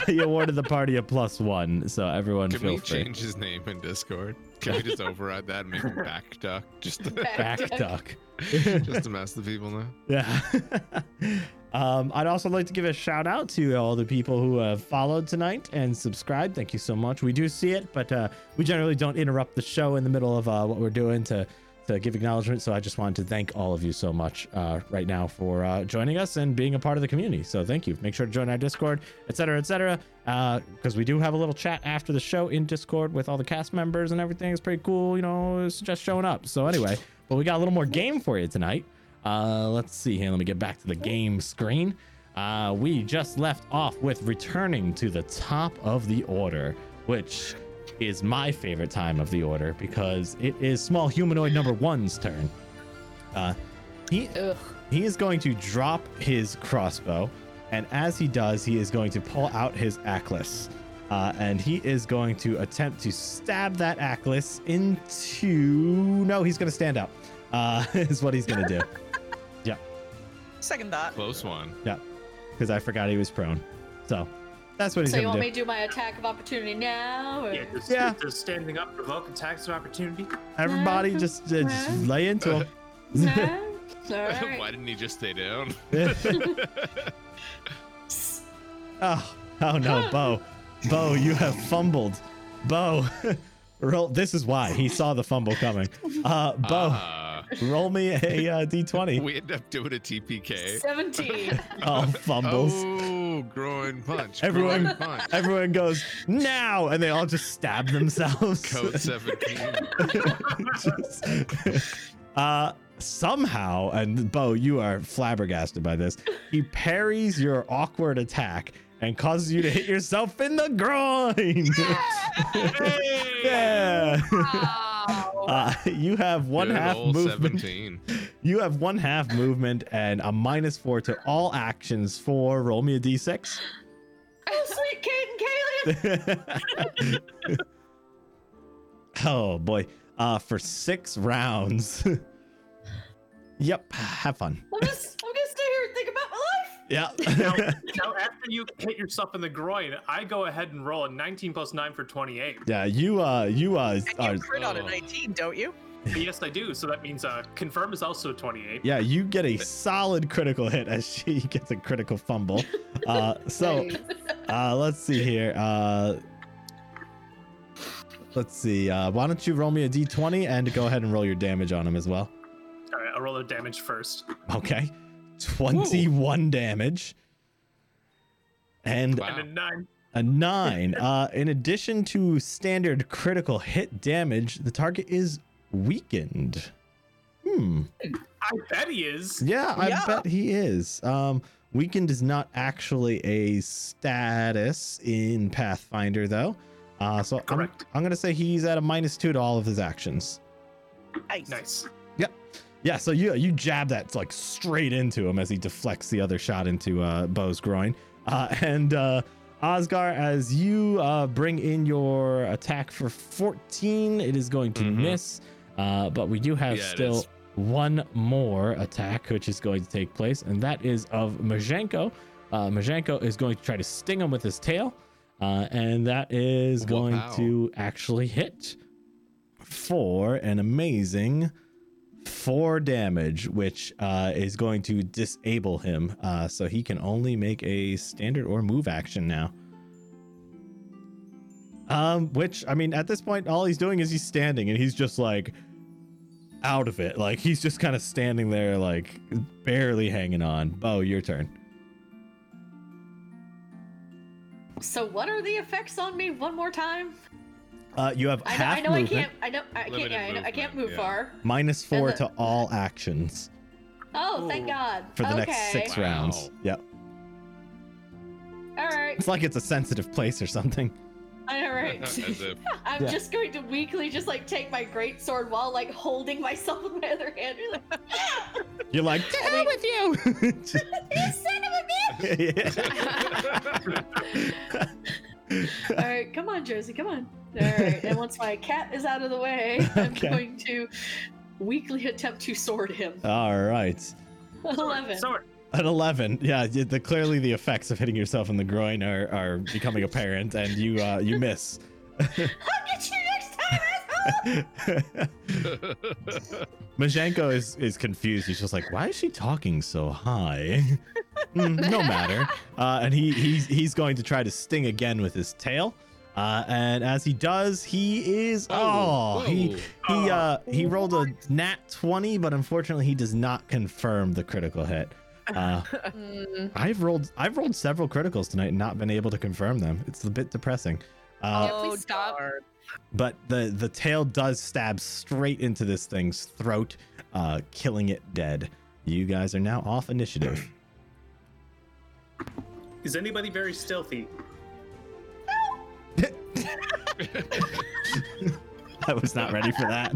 he awarded the party a plus one. So everyone Can feel we free. change his name in Discord? Can we just override that and make him back duck? Just to, Back Duck. just to mess the people now. Yeah. um, I'd also like to give a shout out to all the people who have followed tonight and subscribed. Thank you so much. We do see it, but uh, we generally don't interrupt the show in the middle of uh, what we're doing to to give acknowledgement. So I just wanted to thank all of you so much uh, right now for uh, joining us and being a part of the community. So thank you. Make sure to join our Discord, et cetera, et cetera, because we do have a little chat after the show in Discord with all the cast members and everything. It's pretty cool, you know. It's just showing up. So anyway, but we got a little more game for you tonight. Uh, let's see here. Let me get back to the game screen. Uh, we just left off with returning to the top of the order, which is my favorite time of the order because it is small humanoid number one's turn. Uh, he Ugh. he is going to drop his crossbow, and as he does, he is going to pull out his acclass, uh, and he is going to attempt to stab that acclass into. No, he's going to stand up. Uh, is what he's going to do. Second thought. Close one. Yeah, because I forgot he was prone. So that's what he's So you gonna want do. me to do my attack of opportunity now? Or... Yeah, does, Yeah. does standing up provoke attacks of opportunity? Everybody just, uh, just lay into him. No? All Why right. didn't he just stay down? Oh, oh no, Bo. Bo, you have fumbled. Bo. Roll. This is why he saw the fumble coming. Uh, Bo, Ah, Roll me a uh, d20. We end up doing a TPK. 17. Oh, fumbles. Oh, groin punch. Everyone- groin punch. Everyone goes now, and they all just stab themselves. Code 17. Just- uh, somehow, and Bo, you are flabbergasted by this. He parries your awkward attack and causes you to hit yourself in the groin. yeah. Wow. Uh, you have one Good half old movement. 17. You have one half movement and a minus four to all actions. For roll me a d6. oh, sweet Kate and Kaylin. oh boy. Uh for six rounds. yep. Have fun. I'm just, I'm gonna stay here and think about my life. Yeah. Now, now, after you hit yourself in the groin, I go ahead and roll a 19 plus 9 for 28. yeah, you uh you uh And are, you crit on a Oh. 19, don't you? yes, I do. So that means uh, confirm is also 28. yeah, you get a solid critical hit as she gets a critical fumble. Uh so uh let's see here. Uh Let's see. Uh, why don't you roll me a d20 and go ahead and roll your damage on him as well? All right, I'll roll the damage first. Okay. 21 damage. And uh, Wow. And a 9. a 9. Uh, in addition to standard critical hit damage, the target is weakened. Hmm. I bet he is. Yeah, I Yeah. bet he is. Um, weakened is not actually a status in Pathfinder, though. Uh, so I'm, Correct. I'm going to say he's at a minus two to all of his actions. Nice. Nice. Yeah, so you you jab that like straight into him as he deflects the other shot into uh, Bo's groin, uh, and uh, Osgar, as you uh, bring in your attack for 14, it is going to Mhm. miss, uh, but we do have Yeah, it still is. one more attack which is going to take place, and that is of Majenko. Uh, Majenko is going to try to sting him with his tail, uh, and that is going Wow. to actually hit for an amazing four damage, which uh, is going to disable him. Uh, so he can only make a standard or move action now. Um, which I mean, at this point, all he's doing is he's standing, and he's just like out of it. Like he's just kind of standing there, like barely hanging on. Bo, your turn. So, what are the effects on me one more time? Uh, you have I know, half I, know I movement, can't. I know. I can't. Limited Yeah, I, know, I can't move movement, yeah. far. minus four And the- to all actions Oh, Ooh. thank God. for the okay. next six Wow. rounds. Yeah, All right. it's like it's a sensitive place or something. All As right. if. I'm Yeah. just going to weakly just like take my great sword while like holding myself with my other hand. You're You're like, like, "Ah, to hell with you. Just- you son of a yeah. bitch! All right, come on, Josie, come on. All right, and once my cat is out of the way, I'm Okay. going to weakly attempt to sword him. Uh, All right. Eleven. Sorry. At 11, yeah, y- the, clearly the effects of hitting yourself in the groin are, are becoming apparent, and you uh, you miss. I'll get you next time, asshole! Majenko is, is confused. He's just like, why is she talking so high? Hmm, no matter. Uh, and he, he's, he's going to try to sting again with his tail. Uh, and as he does, he is oh, Whoa. he he uh he rolled a nat twenty, but unfortunately he does not confirm the critical hit. Uh, Mm. I've rolled I've rolled several criticals tonight and not been able to confirm them. It's a bit depressing. Uh, Yeah, please stop. Oh, darn. but the the tail does stab straight into this thing's throat, uh, killing it dead. You guys are now off initiative. Is anybody very stealthy? I was not ready for that.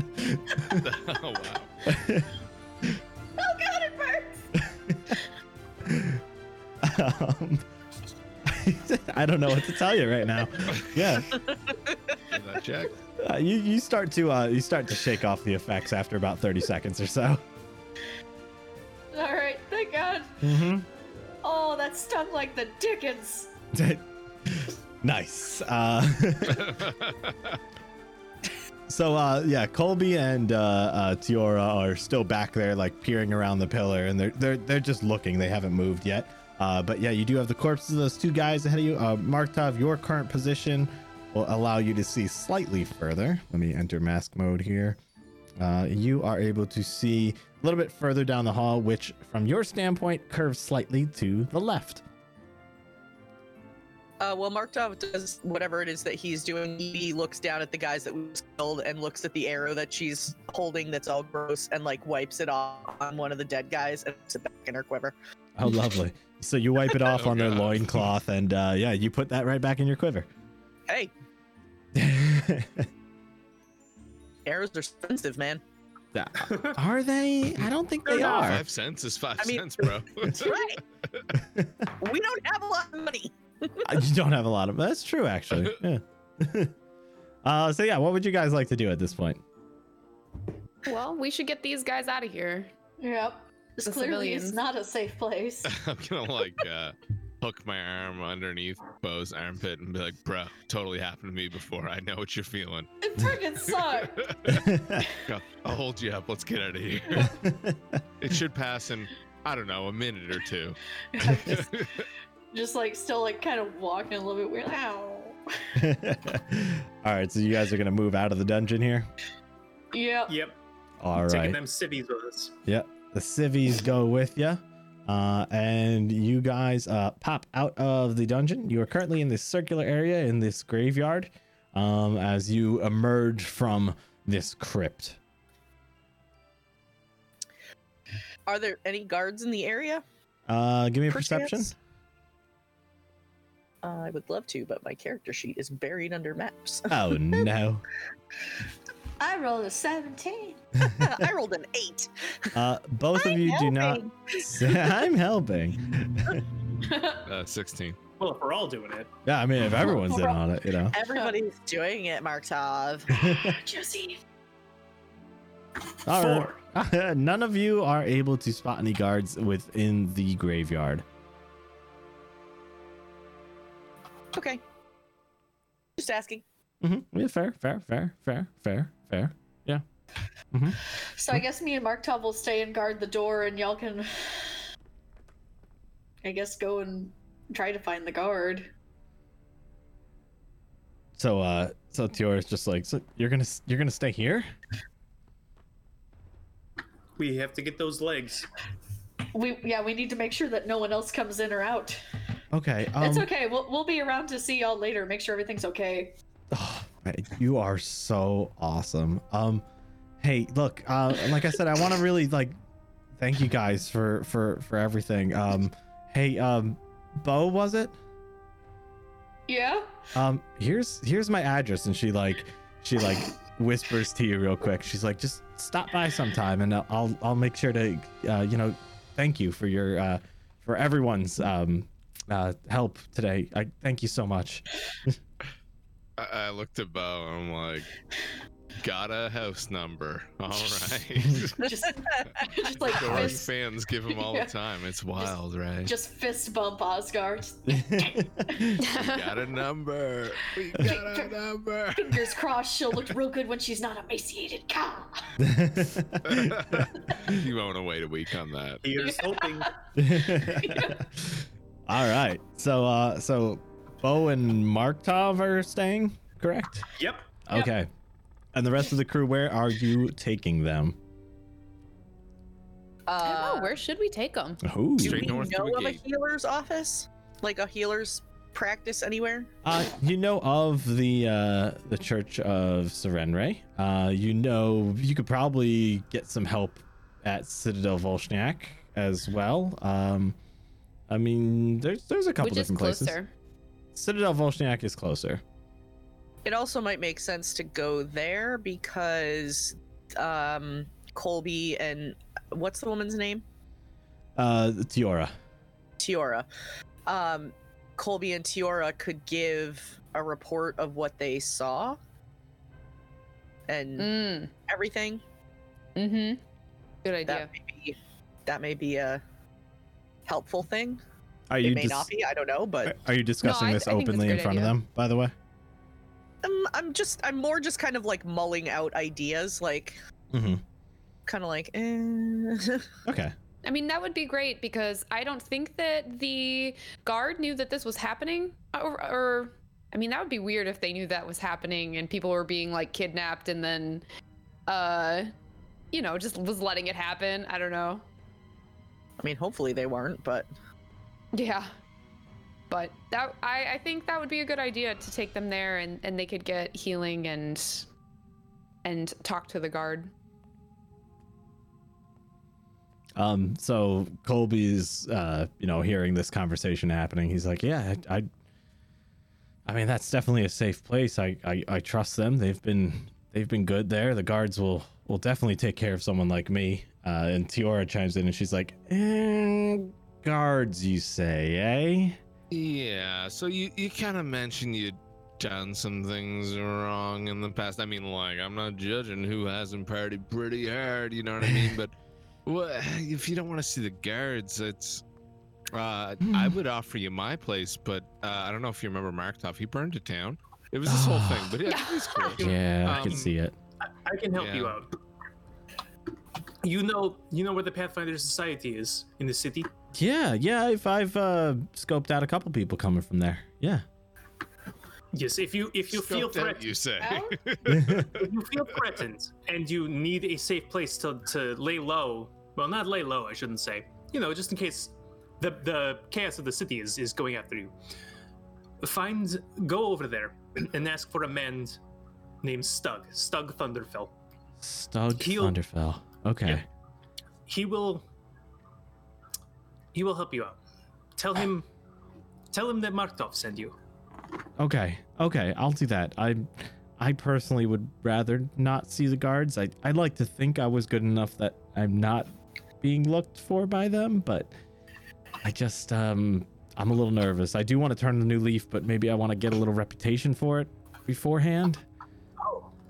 oh, wow. Oh god, it burns! Um, I don't know what to tell you right now. Yeah. Did I check? Uh, you you start to uh, you start to shake off the effects after about thirty seconds or so. All right, thank God. Mm-hmm. Oh, that stung like the dickens. nice. Uh, so uh, yeah, Colby and uh, uh, Tiora are still back there, like peering around the pillar, and they're they're they're just looking. They haven't moved yet. Uh, but yeah, you do have the corpses of those two guys ahead of you. Uh, Markov, your current position will allow you to see slightly further. Let me enter mask mode here. Uh, you are able to see a little bit further down the hall, which, from your standpoint, curves slightly to the left. Uh, well, Markov does whatever it is that he's doing. He looks down at the guys that we killed and looks at the arrow that she's holding that's all gross and like wipes it off on one of the dead guys and puts it back in her quiver. Oh, lovely. So you wipe it off Oh, on their God. loincloth, and uh, yeah, you put that right back in your quiver. Hey, arrows are expensive, man. are they? I don't think they They're not. are. Five cents is five I mean- cents, bro. Right. we don't have a lot of money. I just don't have a lot of. That's true, actually. Yeah. uh, so yeah, what would you guys like to do at this point? Well, we should get these guys out of here. Yep. This The clearly is civilians. not a safe place. I'm gonna like uh, hook my arm underneath Bo's armpit and be like, "Bro, totally happened to me before. I know what you're feeling. It freaking sucked. Go, I'll hold you up. Let's get out of here. it should pass in, I don't know, a minute or two. I'm just, just like still like kind of walking a little bit weird. Ow. All right, so you guys are gonna move out of the dungeon here. Yep. Yep. All right. Taking them civvies with us. Yep. The civvies go with you. Uh, and you guys uh, pop out of the dungeon. You are currently in this circular area in this graveyard um, as you emerge from this crypt. Are there any guards in the area? Uh, give me a Perchance? perception. Uh, I would love to, but my character sheet is buried under maps. Oh, no. I rolled a 17. I rolled an eight. Uh, both of I'm you do not. helping. I'm helping. Uh, 16. Well, if we're all doing it, Yeah, I mean, if everyone's in on it, you know. Everybody's doing it, Markov. Josie. All right. four. None of you are able to spot any guards within the graveyard. Okay. Just asking. Mm-hmm. Yeah, fair, fair, fair, fair, fair, fair. So I guess me and Mark Tov will stay and guard the door, and y'all can, I guess, go and try to find the guard. So uh so Tior is just like so you're gonna you're gonna stay here? We have to get those legs. We yeah, we need to make sure that no one else comes in or out. Okay. Um it's okay. We'll we'll be around to see y'all later. Make sure everything's okay. oh, man, you are so awesome. Um hey, look, uh like I said, I wanna really like thank you guys for for for everything. Um hey, um Bo was it? Yeah. Um here's here's my address and she like she like whispers to you real quick. She's like just stop by sometime and I'll I'll, I'll make sure to uh you know thank you for your uh for everyone's um uh help today. I thank you so much. I, I looked at Bo and I'm like, got a house number. All right. Just just like Doran fist, fans give him all Yeah. the time. It's wild, right? just fist bump Osgard. We got a number. We got a number. Fingers crossed she'll look real good when she's not emaciated. Gah! you won't wait a week on that. Here's hoping. All right. So uh so Bo and Marktov are staying, correct? Yep. Okay. And the rest of the crew, where are you taking them? I don't Uh, know. Where should we take them? Ooh. do Straight we know north to a of a gate. healer's office? Like a healer's practice anywhere? Uh, you know of the uh, the Church of Serenre. Uh, you know you could probably get some help at Citadel Volshniak as well. Um, I mean, there's there's a couple Which is different closer? places. Citadel Volshniak is closer. It also might make sense to go there because um, Colby and what's the woman's name? Uh, Tiora. Tiora. Um, Colby and Tiora could give a report of what they saw and Mm. everything. Mm-hmm. Good That idea. may be that may be a helpful thing. Are It you may dis- not be. I don't know, but Are you discussing I this th- I think that's a openly in great front of idea. them? By the way. I'm, I'm just I'm more just kind of like mulling out ideas, like Mhm. kind of like eh. Okay. I mean, that would be great because I don't think that the guard knew that this was happening. Or, or I mean, that would be weird if they knew that was happening and people were being like kidnapped and then uh, you know, just was letting it happen. I don't know. I mean, hopefully they weren't, but Yeah. But that I, I think that would be a good idea to take them there and, and they could get healing and and talk to the guard. Um, so Colby's, uh, you know, hearing this conversation happening, he's like, "Yeah, I, I, I mean, that's definitely a safe place. I, I, I trust them. They've been, they've been good there. The guards will, will definitely take care of someone like me." Uh, and Tiora chimes in, and she's like, eh, "Guards, you say, eh?" Yeah, so you you kind of mentioned you'd done some things wrong in the past. I mean, like I'm not judging who hasn't partied pretty hard, you know what I mean? But wha- if you don't want to see the guards, it's uh, I would offer you my place, but uh, I don't know if you remember Markov. He burned a town. It was this whole thing, but yeah, he's cool. Yeah, I Um, can see it. I, I can help you Yeah. out. You know, you know where the Pathfinder Society is in the city. Yeah, yeah. I've, I've uh, scoped out a couple people coming from there. Yeah. Yes, if you if you feel Scoped out, threatened, you say. Out? if you feel threatened and you need a safe place to, to lay low well not lay low i shouldn't say you know just in case the the chaos of the city is, is going after you find go over there and ask for a man named stug stug thunderfell Stug He'll- Thunderfell. Okay. Yeah. he will he will help you out tell him tell him that markov sent you Okay. Okay, I'll do that. I I personally would rather not see the guards. I I like to think I was good enough that I'm not being looked for by them, but I just um I'm a little nervous. I do want to turn the new leaf, but maybe I want to get a little reputation for it beforehand.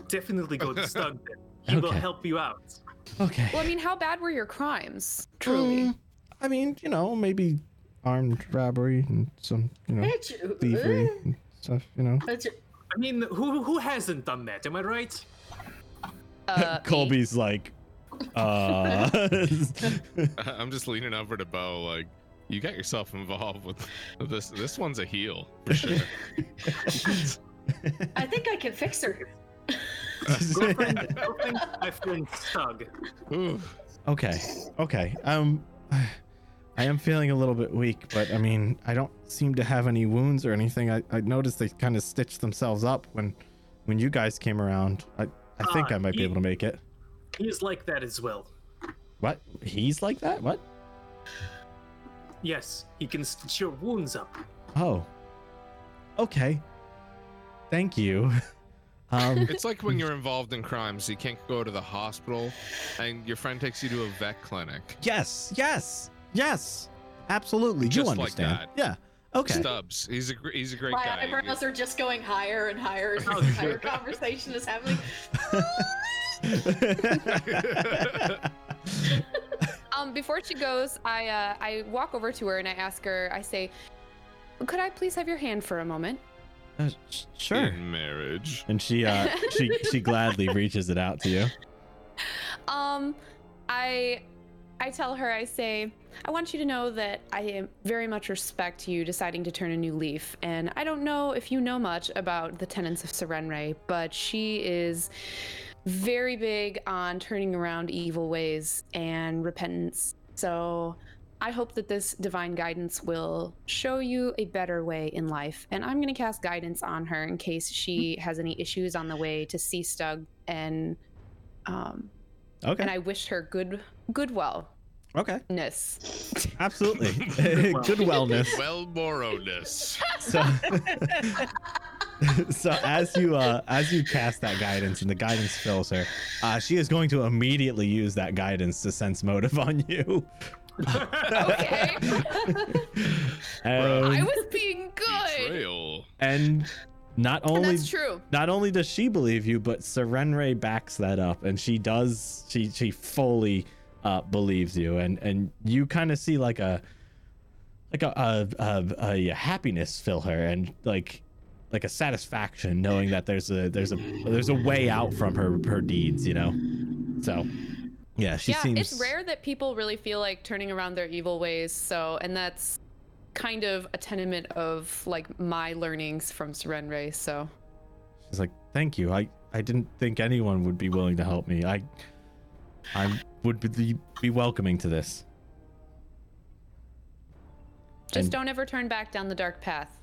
definitely go to stug then. he will Okay. help you out Okay. Well, I mean, how bad were your crimes? Truly. Mm, I mean, you know, maybe armed robbery and some, you know, Hit you. thievery Eh, and stuff, you know. hit you. i mean who who hasn't done that am i right Uh, me. Colby's like uh I'm just leaning over to Bo, like you got yourself involved with this. This one's a heel for sure. I think I can fix her. girlfriend, girlfriend, my friend stug Ooh. Okay. Okay. Um I am feeling a little bit weak, but I mean, I don't seem to have any wounds or anything. I, I noticed they kind of stitched themselves up when when you guys came around. I I think Ah, I might be you- able to make it. He is like that as well. What? He's like that? What? Yes, he can stitch your wounds up. Oh. Okay. Thank you. Um It's like when you're involved in crimes, you can't go to the hospital, and your friend takes you to a vet clinic. yes. Yes. Yes. Absolutely. Just you like understand. that. Yeah. Okay. Stubbs, he's a gr- he's a great My guy. eyebrows are just going higher and higher as this Oh, entire good. conversation is happening. Um, before she goes, I uh, I walk over to her and I ask her. I say, "Could I please have your hand for a moment?" Uh, sh- sure. In marriage. And she uh she she gladly reaches it out to you. Um, I I tell her. I say, "I want you to know that I am very much respect you deciding to turn a new leaf, and I don't know if you know much about the tenets of Serenre, but she is." Very big on turning around evil ways and repentance. So I hope that this divine guidance will show you a better way in life. And I'm going to cast guidance on her in case she has any issues on the way to see Stug. And um, Okay. and I wish her good goodwellness. Okay. Absolutely. Good Good wellness. Well, Boroness. So, so as you uh, as you cast that guidance and the guidance fills her, uh, she is going to immediately use that guidance to sense motive on you. Okay, I And, was being good. Betrayal. and not And only that's true. not only does she believe you, but Serenre backs that up, and she does. She she fully uh, believes you, and and you kind of see like a like a a, a a happiness fill her, and like like a satisfaction knowing that there's a there's a there's a way out from her her deeds, you know. So yeah, she yeah, seems it's rare that people really feel like turning around their evil ways. So, and that's kind of a tenement of like my learnings from Serenre. So, She's like, "Thank you. I I didn't think anyone would be willing to help me. I I would be, be welcoming to this. Just don't ever turn back down the dark path.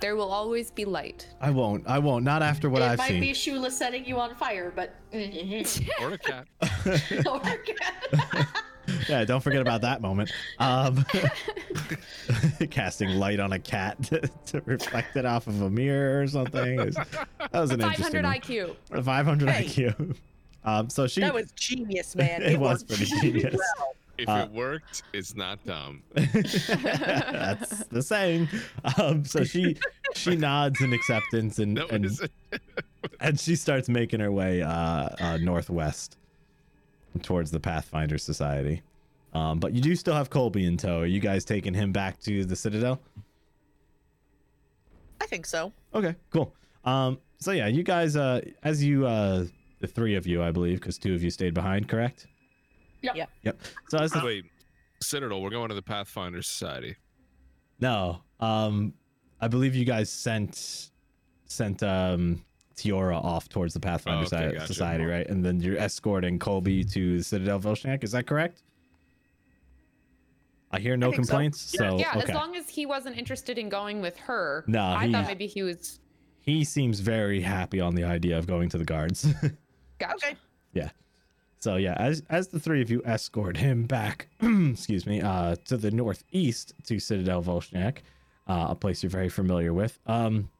There will always be light. I won't. I won't. Not after what it I've might seen. be Shula setting you on fire, but Or a cat. yeah, don't forget about that moment. Um, casting light on a cat to, to reflect it off of a mirror or something. It's- that was an interesting. 500 one. IQ. 500 Hey. IQ. Um, so she. That was genius, man. It was pretty genius. well. If Uh, it worked, it's not dumb. that's the saying. Um, so she she nods in acceptance and That and, was a and she starts making her way uh, uh, northwest towards the Pathfinder Society. Um, but you do still have Colby in tow. Are you guys taking him back to the Citadel? I think so. Okay, cool. Um, so yeah, you guys, uh, as you, uh, the three of you, I believe, because two of you stayed behind, correct? Yep. Yep. Yep. So as the, Wait, Citadel, we're going to the Pathfinder Society. no, um, I believe you guys sent sent um Tiora off towards the Pathfinder Oh, okay, Soci- gotcha. Society, right? And then you're escorting Colby to the Citadel Vilshnak. Is that correct? I hear no think so. complaints. So, yeah, Oh, okay. as long as he wasn't interested in going with her. No, I he- thought maybe he was. he seems very happy on the idea of going to the guards. Gotcha. Okay. So yeah, as as the three of you escort him back, excuse me, uh, to the northeast to Citadel Volshnak, uh, a place you're very familiar with. Um,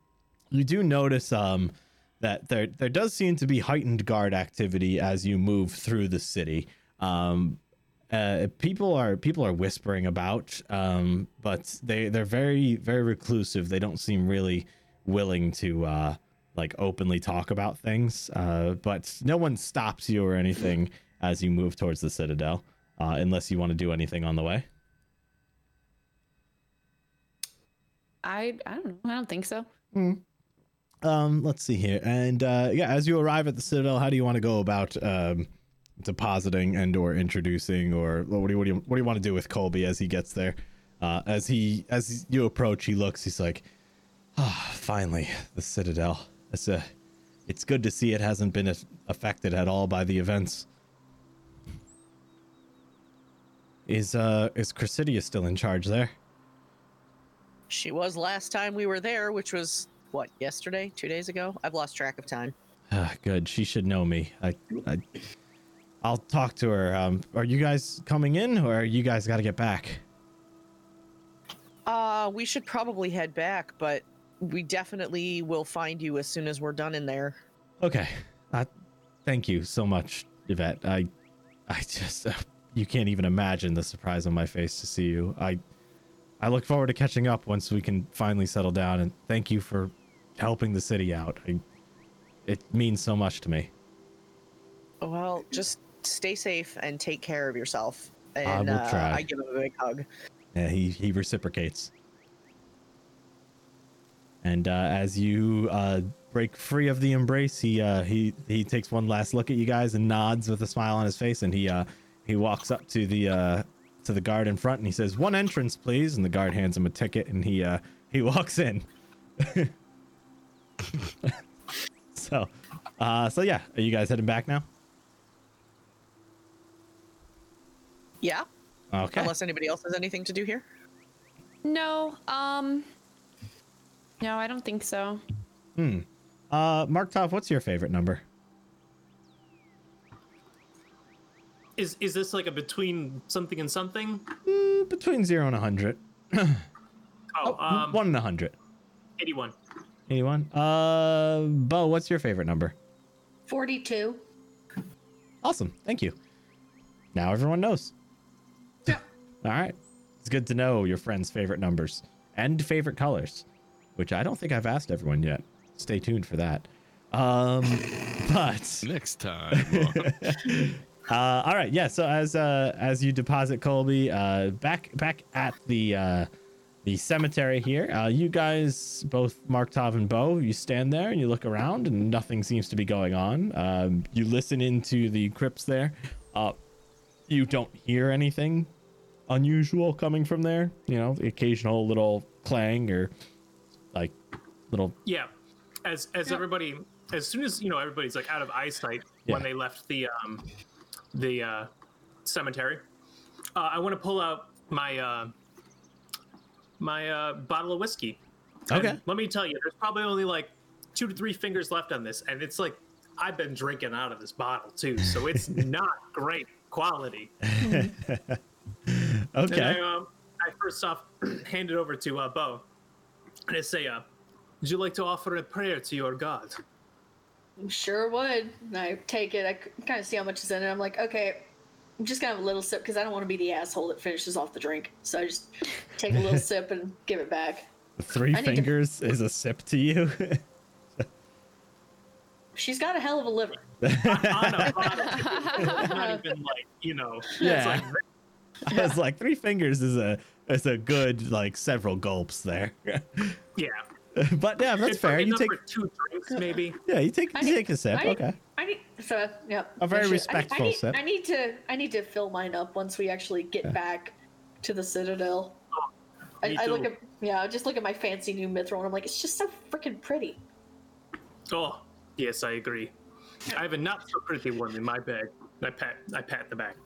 you do notice um that there there does seem to be heightened guard activity as you move through the city. Um, uh, people are people are whispering about, um, but they they're very very reclusive. They don't seem really willing to uh, like openly talk about things. Uh, but no one stops you or anything as you move towards the citadel, uh, unless you want to do anything on the way. I I don't know. I don't think so. Um, let's see here, and uh, yeah, as you arrive at the citadel, how do you want to go about um, depositing and or introducing, or what do you what do you, what do you want to do with Colby as he gets there? Uh, as he as you approach, he looks. He's like, ah, finally, the citadel. It's a, it's good to see it hasn't been a- affected at all by the events. Is uh is Chrysidia still in charge there? She was last time we were there, which was what yesterday, two days ago. I've lost track of time. Ah, good. She should know me. I, I, I'll talk to her. Um, are you guys coming in, or you guys got to get back? Uh, we should probably head back, but we definitely will find you as soon as we're done in there. Okay. Uh, thank you so much, Yvette. I, I just, uh, you can't even imagine the surprise on my face to see you. I, I look forward to catching up once we can finally settle down. And thank you for helping the city out. I, it means so much to me. Well, just stay safe and take care of yourself. And I will uh, try. I give him a big hug. Yeah, he, he reciprocates. And uh, as you uh, break free of the embrace, he uh, he he takes one last look at you guys and nods with a smile on his face, and he uh, he walks up to the uh, to the guard in front and he says, "One entrance, please." And the guard hands him a ticket, and he uh, he walks in. so, uh, so yeah, are you guys heading back now? Yeah. Okay. Unless anybody else has anything to do here. No. Um. No, I don't think so. Uh, Mark Tov, what's your favorite number? Is is this like a between something and something? Mm, between zero and a hundred. Oh, um, one in a hundred. 81. Anyone? Uh, Bo, what's your favorite number? 42. Awesome. Thank you. Now everyone knows. All right. It's good to know your friends' favorite numbers and favorite colors, which I don't think I've asked everyone yet. Stay tuned for that. Um, but Next time. on- uh, all right, yeah. So as uh, as you deposit Colby uh, back back at the uh, the cemetery here, uh, you guys both Mark Tav and Bo, you stand there and you look around, and nothing seems to be going on. Um, you listen into the crypts there. Uh, you don't hear anything unusual coming from there. You know, the occasional little clang or like little Yeah. As as everybody, as soon as you know, everybody's like out of eyesight Yeah. when they left the um, the uh, cemetery. Uh, I want to pull out my uh, my uh, bottle of whiskey. And Okay. let me tell you, there's probably only like two to three fingers left on this, and it's like I've been drinking out of this bottle too, so it's not great quality. And I, Okay. um, I first off hand it over to uh, Bo, and I say, uh, "Would you like to offer a prayer to your god?" Sure would. And I take it. I kind of see how much is in it. I'm like, okay, I'm just gonna have a little sip because I don't want to be the asshole that finishes off the drink. So I just take a little sip and give it back. Three I need to- fingers is a sip to you. She's got a hell of a liver. on a bottle. It's not even like you know. Yeah. It's like I was like, three fingers is a is a good like several gulps there. yeah. but yeah, that's It's fair. probably You enough take for two drinks maybe. yeah, you take I you need- take a sip. I need- Okay. I need so yeah. A very I should- I- respectful I need, sip. I need to I need to fill mine up once we actually get back to the Citadel. I, Oh, me I look too. at yeah, I just look at my fancy new mithril and I'm like, it's just so freaking pretty. Oh yes, I agree. I have a not so pretty one in my bag. I pat I pat the back.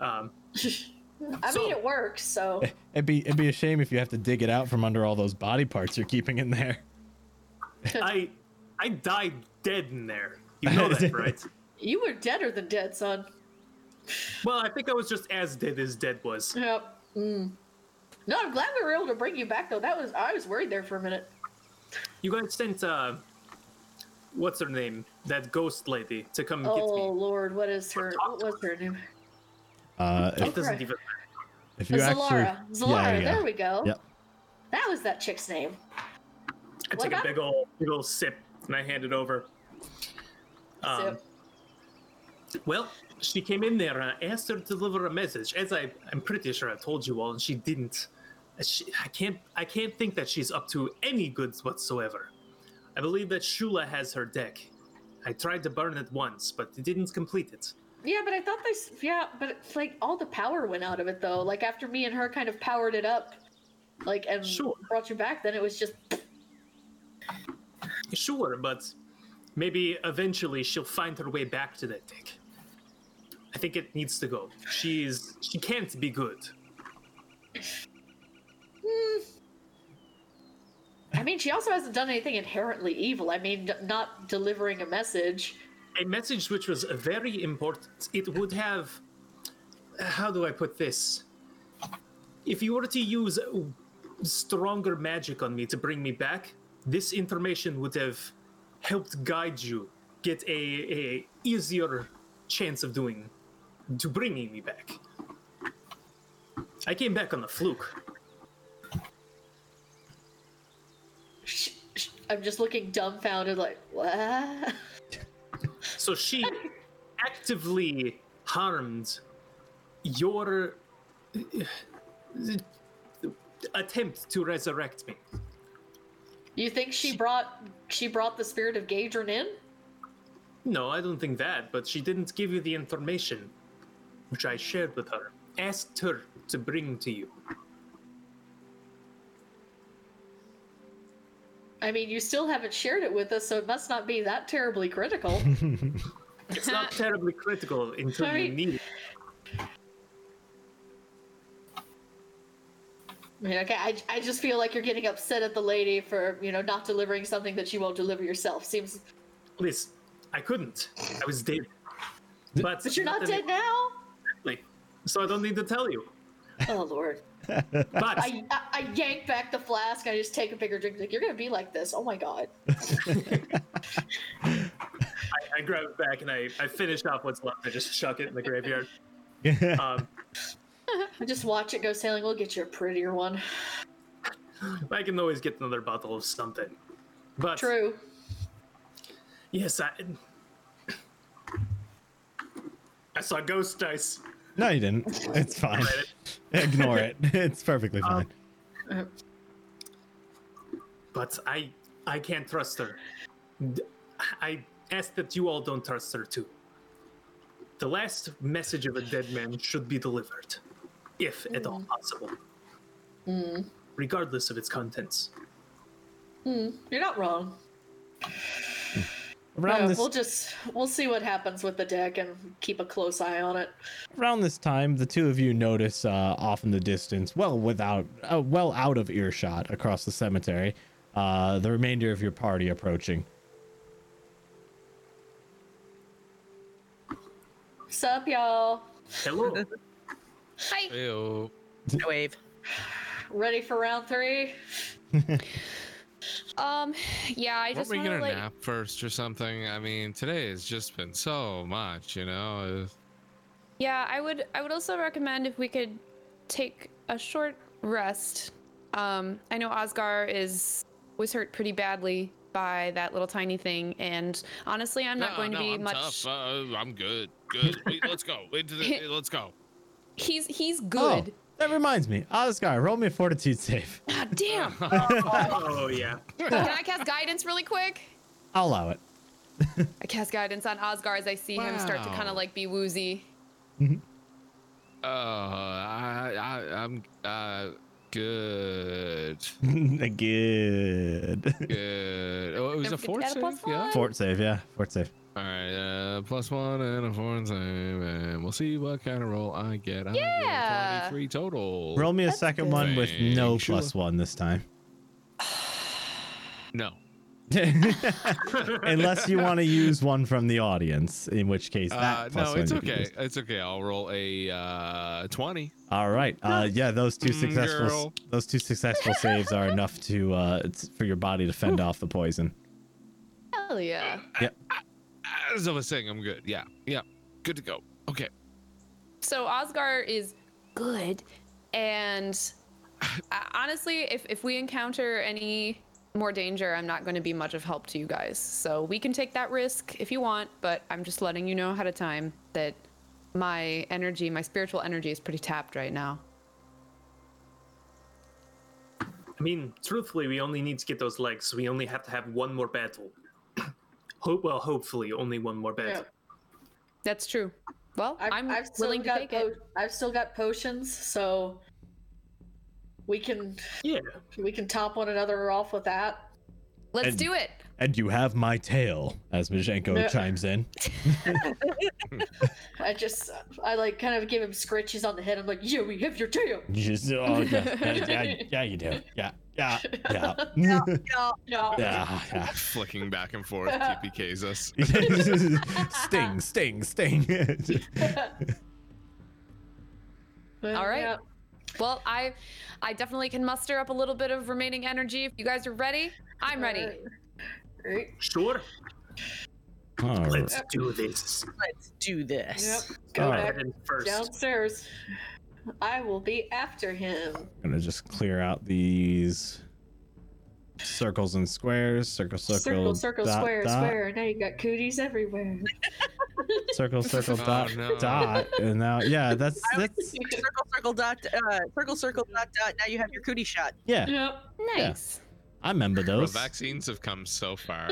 Um, I So- mean, it works. So It'd be it'd be a shame if you have to dig it out from under all those body parts you're keeping in there. I I died dead in there. You know that, right? you were deader than dead, son. Well, I think I was just as dead as dead was. Yep. Mm. No, I'm glad we were able to bring you back though. That was I was worried there for a minute. You guys sent uh, what's her name? That ghost lady to come and oh get me. Lord, what is her? Talk What to was her name? Uh, if, It doesn't right. even if you Zalara. actually, Zalara. Yeah, yeah. There we go. Yep. That was that chick's name. I What take a about- big old big old sip and I hand it over. Um, Sip. Well, she came in there and I asked her to deliver a message. As I, I'm pretty sure I told you all, and she didn't. She, I can't, I can't think that she's up to any goods whatsoever. I believe that Shula has her deck. I tried to burn it once, but it didn't complete it. Yeah, but I thought they. s- Yeah, but it's like all the power went out of it though. Like after me and her kind of powered it up, like and Sure. brought you back, then it was just. Sure, but maybe eventually she'll find her way back to that deck. I think it needs to go. She's, she can't be good. I mean, she also hasn't done anything inherently evil. I mean, d- not delivering a message. a message which was very important. It would have. How do I put this? If you were to use uh, stronger magic on me to bring me back, this information would have helped guide you get a, a easier chance of doing to bringing me back. I came back on a fluke. Sh- sh- I'm just looking dumbfounded, like what? So she actively harmed your uh, attempt to resurrect me. You think she brought she brought the spirit of Gadron in? No, I don't think that, but she didn't give you the information which I shared with her. Asked her to bring to you. I mean, you still haven't shared it with us, so it must not be that terribly critical. It's not terribly critical until Sorry. you need it. I mean, okay, I, I just feel like you're getting upset at the lady for you know not delivering something that you won't deliver yourself. Seems, Liz, I couldn't. I was dead. But, but you're not dead Exactly. now. So I don't need to tell you. Oh Lord! But I, I I yank back the flask. I just take a bigger drink. Like you're gonna be like this. Oh my God! I grab it back and I, I finish off what's left. I just chuck it in the graveyard. Um, I just watch it go sailing. We'll get you a prettier one. I can always get another bottle of something. But True. yes, I I saw ghost dice. no, you didn't. It's fine. Ignore it. It's perfectly Um, fine. But I I can't trust her. D- I ask that you all don't trust her too. The last message of a dead man should be delivered, if at all possible. Regardless of its contents. You're not wrong. around Uh, this We'll just we'll see what happens with the deck and keep a close eye on it. around this time, the two of you notice uh, off in the distance, well without, uh, well out of earshot across the cemetery, uh, the remainder of your party approaching. Sup, y'all? Hello. Hi. Ew. Wave. Ready for round three? Um, yeah, I Weren't just we want gonna to like. nap first or something? I mean, today has just been so much, you know. Yeah, I would. I would also recommend if we could take a short rest. Um, I know Osgar is was hurt pretty badly by that little tiny thing, and honestly, I'm not No, going to no, be I'm much. Tough. Uh, I'm good. Good. Wait, let's go. Wait to the, let's go. He's he's good. Oh, that reminds me, Oscar, roll me a fortitude save. God damn! oh yeah. Can I cast guidance really quick? I'll allow it. I cast guidance on Osgar as I see him start to kind Wow. of like be woozy. Uh, I, I, I'm uh, good. Good. Good. Oh, it was Don't a forget fort to add a save. plus Yeah. one. Fort save, yeah, fort save. All right. Uh, plus one and a foreign save, and we'll see what kind of roll I get. I get a Yeah. Twenty-three total. Roll me a second good. one with no Thank you. plus one this time. No. Unless you want to use one from the audience, in which case that Uh, plus no, one it's you can okay. use. It's okay. I'll roll a uh, twenty. All right. Uh, yeah, those two Mm, successful girl. those two successful saves are enough to uh, it's for your body to fend off the poison. Hell yeah! As I was saying, I'm good. Yeah. Yeah. Good to go. Okay. So Osgar is good, and I- honestly, if if we encounter any more danger, I'm not going to be much of help to you guys. So we can take that risk if you want, but I'm just letting you know ahead of time that my energy, my spiritual energy, is pretty tapped right now. I mean, truthfully, we only need to get those legs. So we only have to have one more battle. Hope well, hopefully, only one more Yeah. battle. That's true. Well, i I've, am I've still willing to got take po- it. I've still got potions, so we can Yeah. we can top one another off with that. Let's And- do it. And you have my tail, as Majenko Yeah. chimes in. I just I like kind of give him scritches on the head. I'm like, yeah, we have your tail. Just- oh, yeah, yeah, yeah, yeah, you do. Yeah, yeah, Uh, yeah. No, No. yeah, yeah. Flicking back and forth, TPKs us. sting, sting, sting. But, All right. yeah. Well, I, I definitely can muster up a little bit of remaining energy. If you guys are ready, I'm ready. All right. Sure. All right. Let's do this. let's do Yep. this. Go All Go right. back ahead and first. downstairs. I will be after him. I'm gonna just clear out these circles and squares. Circle, circle, Circle, circle, dot, square, dot, square. Now you got cooties everywhere. Circle, circle, Oh, dot, no. dot, and now yeah, that's I was that's thinking circle, circle, dot, uh, circle, circle, dot, dot. Now you have your cootie shot. yeah. Yep. Yeah. Nice. I remember The those. vaccines have come so far.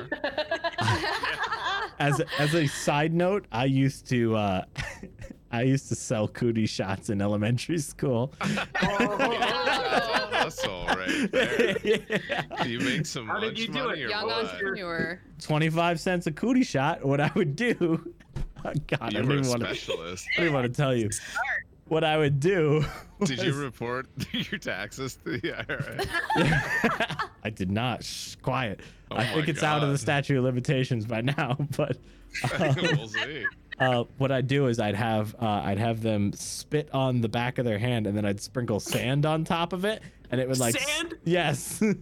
As as a side note, I used to uh, I used to sell cootie shots in elementary school. That's all right. There. You make some How did lunch you do money it? or Young what? entrepreneur. 25 cents a cootie shot, what I would do. Oh, God, I You don't were a even want to, specialist. I don't even want to tell you. What I would do. Did you was- report your taxes to the IRS? I did not. Shh, quiet. Oh I my think it's out of the God. statute of limitations by now. But we'll see. uh, what I'd do is I'd have uh, I'd have them spit on the back of their hand, and then I'd sprinkle sand on top of it, and it would like s- Sand? yes, and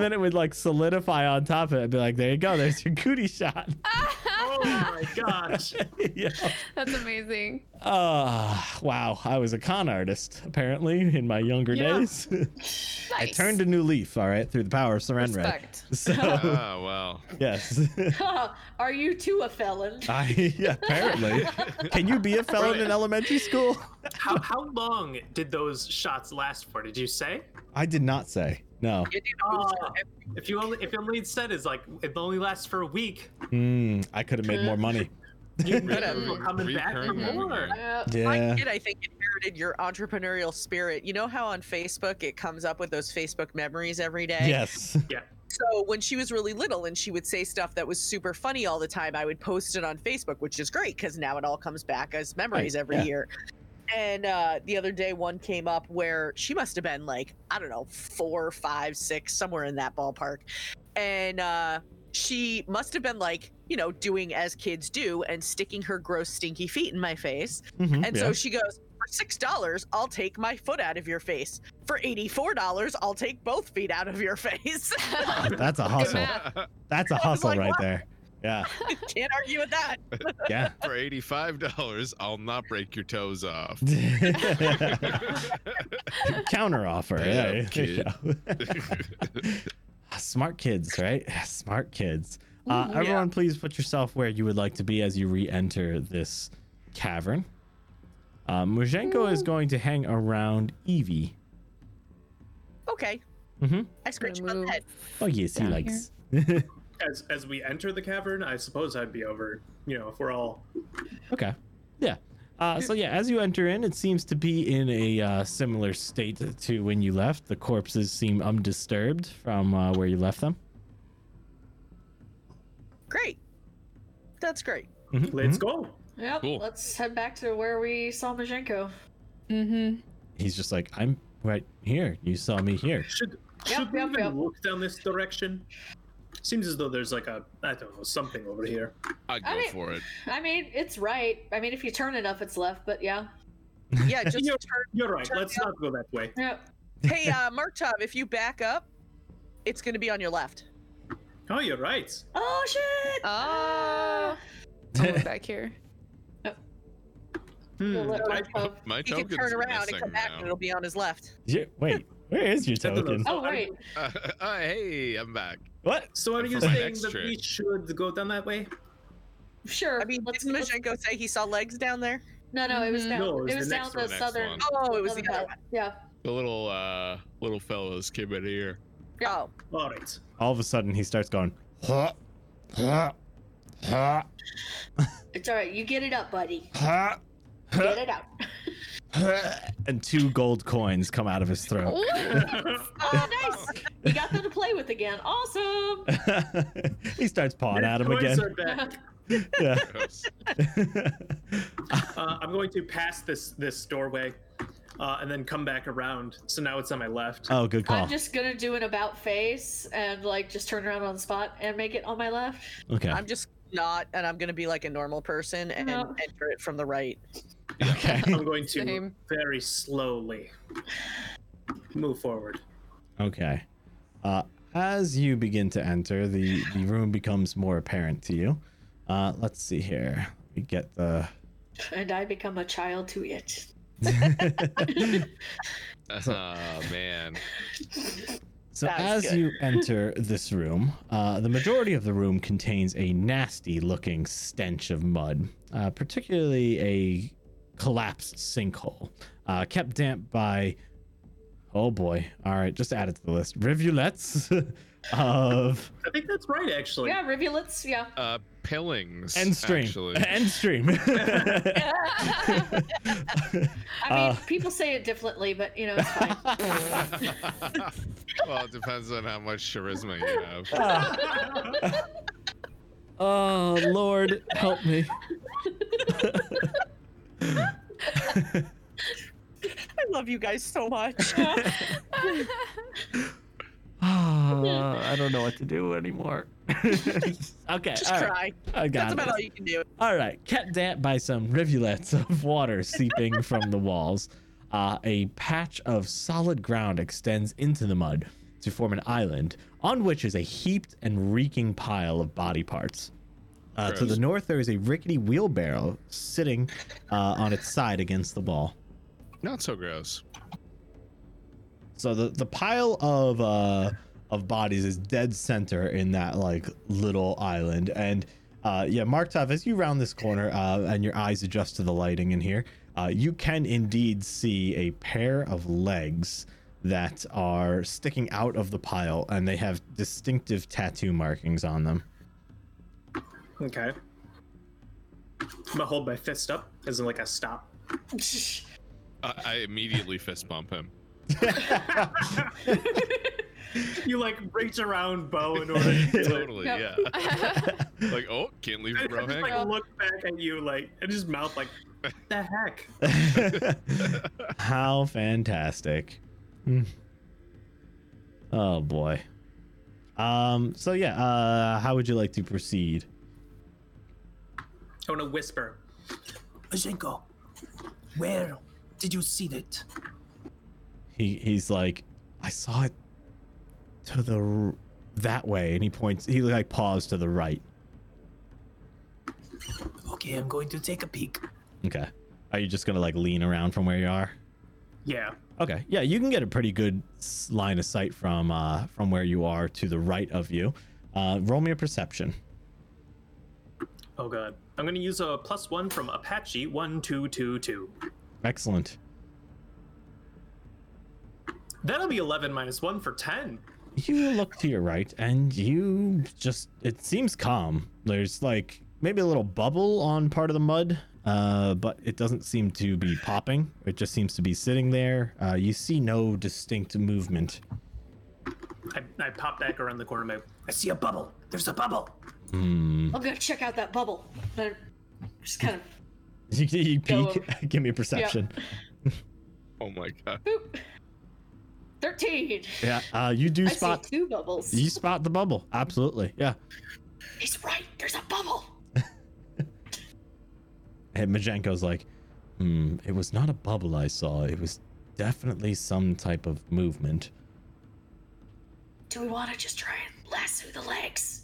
then it would like solidify on top of it. and be like, there you go, there's your cootie shot. Oh my gosh. yeah. That's amazing. Uh, wow, I was a con artist apparently in my younger Yeah. days. Nice. I turned a new leaf, all right, through the power of Serenred. Respect. So Oh, well. yes. Are you too a felon? I yeah, apparently. Can you be a felon in elementary school? How, how long did those shots last for? Did you say? I did not say. No. You do Oh. cootie shot every- If you only if your lead said is like it only lasts for a week, Hmm. I could have made more money. you know Recurring- people coming back for recurring more. revenue. Yeah. My Yeah. kid, I think, inherited your entrepreneurial spirit. You know how on Facebook it comes up with those Facebook memories every day? Yes. So when she was really little and she would say stuff that was super funny all the time, I would post it on Facebook, which is great because now it all comes back as memories Right, every yeah. year. And uh, the other day, one came up where she must have been like, I don't know, four, five, six, somewhere in that ballpark. And uh, she must have been like, you know, doing as kids do and sticking her gross, stinky feet in my face. Mhm, Mm-hmm, And so she goes, For six dollars, I'll take my foot out of your face. For eighty-four dollars, I'll take both feet out of your face. yeah. that's a hustle. math. That's a hustle like, right "Wow." there. Yeah, Can't argue with that. yeah. For eighty-five dollars, I'll not break your toes off. Counter offer. Pay Yeah, up, yeah, kid. yeah. Ah, Smart kids, right? Smart kids. Uh, Everyone, please put yourself where you would like to be as you re-enter this cavern. Uh, Mujenko is going to hang around Evie. Okay. Mm-hmm. hmm I scratch Gonna my move head. Oh yes, he Down likes. As as we enter the cavern, I suppose I'd be over. You know, if we're all Okay. Yeah. Uh, so yeah, as you enter in, it seems to be in a uh, similar state to when you left. The corpses seem undisturbed from uh, where you left them. Great. That's great. Mhm, let's mhm. go. Yep. Cool. Let's head back to where we saw Majenko. Mm-hmm. He's just like, I'm right here. You saw me here. Should Yep, should we yep, even yep. look down this direction? Seems as though there's like a I don't know something over here. I'd go I mean- for it. I mean, it's right. I mean, if you turn enough, it's left. But yeah. Yeah, just You're- turn. You're right. Turn Let's the- not go that way. Yep. Hey, uh, Markov, if you back up, it's going to be on your left. Oh, you're right. Oh shit! Ah. Oh, I'll move back here. Hmm. We'll let I- Markov- My He can token's turn around and missing come back and now. it'll be on his left. Yeah, Wait, where is your I don't know. token? So Oh are wait. you- Uh, uh, hey, I'm back. What? So are And you for my saying next that we trick. should go down that way? Sure. I mean, let's- didn't let's- Majenko say he saw legs down there? No, no, it was Mhm. down. No, it was it the was down next one. the Next southern. one. Oh, it was the southern other part. Yeah. The little uh little fellows came in here. one. Oh, All right. All of a sudden, he starts going, huh, huh, huh, It's all right. You get it up, buddy. huh, Get it out. huh, and two gold coins come out of his throat. Oh, nice. You got them to play with again. Awesome. he starts pawing at him Toys again. are back. Yeah. Gross. Uh, I'm going to pass this this doorway, uh, and then come back around. So now it's on my left. oh, good call. I'm just gonna do an about face and like just turn around on the spot and make it on my left. okay. I'm just not, and I'm going to be like a normal person and No. enter it from the right. okay. I'm going to Same. very slowly move forward. Okay. Uh, as you begin to enter, the, the room becomes more apparent to you. Uh, let's see here. We get the. And I become a child to it. Oh man. So That as was good. you enter this room, uh, the majority of the room contains a nasty-looking stench of mud, uh, particularly a collapsed sinkhole, uh, kept damp by. Oh boy! All right, just add it to the list. Rivulets of I think that's right, actually. Yeah, rivulets. Yeah. Uh pillings. end stream, Actually. end stream. I mean, Uh. people say it differently, but you know, it's fine. well, it depends on how much charisma you have. oh Lord, help me! I love you guys so much. I don't know what to do anymore. okay, Just all right. cry. I got That's about it. all you can do. All right, kept damp by some rivulets of water seeping from the walls. Uh, a patch of solid ground extends into the mud to form an island, on which is a heaped and reeking pile of body parts. Uh, to Gross. the north, there is a rickety wheelbarrow sitting uh, on its side against the wall. Not so gross. So the the pile of uh of bodies is dead center in that like little island, and uh yeah, Markov, as you round this corner uh and your eyes adjust to the lighting in here, uh you can indeed see a pair of legs that are sticking out of the pile, and they have distinctive tattoo markings on them. Okay. I'm gonna hold my fist up as in like a stop. I, I immediately fist bump him. You like reach around Bo in order to totally, Yep. yeah. like, oh, can't leave I the bro just hanging. like look back at you like and just mouth like the heck. How fantastic. Hmm. Oh boy. Um so yeah, uh how would you like to proceed? I want to whisper. Ajenko, where did you see it? He he's like I saw it to the r- that way and he points he like paused to the right. Okay, I'm going to take a peek. Okay. Are you just going to like lean around from where you are? Yeah. Okay. Yeah, you can get a pretty good s- line of sight from uh from where you are to the right of you. Uh roll me a perception. Oh god. I'm gonna use a plus one from Apache one two two two. Excellent. That'll be eleven minus one for ten. you look to your right and you just it seems calm there's like maybe a little bubble on part of the mud uh, but it doesn't seem to be popping it just seems to be sitting there uh, you see no distinct movement I, I pop back around the corner. My, I see a bubble. There's a bubble. Hmm. I'm gonna check out that bubble. Then just kind of you, you Go peek give me a perception Oh my god. boop. Thirteen. yeah, uh, you do I spot see two bubbles. you spot the bubble absolutely yeah He's right. There's a bubble. And Majenko's like, hmm, it was not a bubble I saw. It was definitely some type of movement. Do we want to just try and lasso the legs?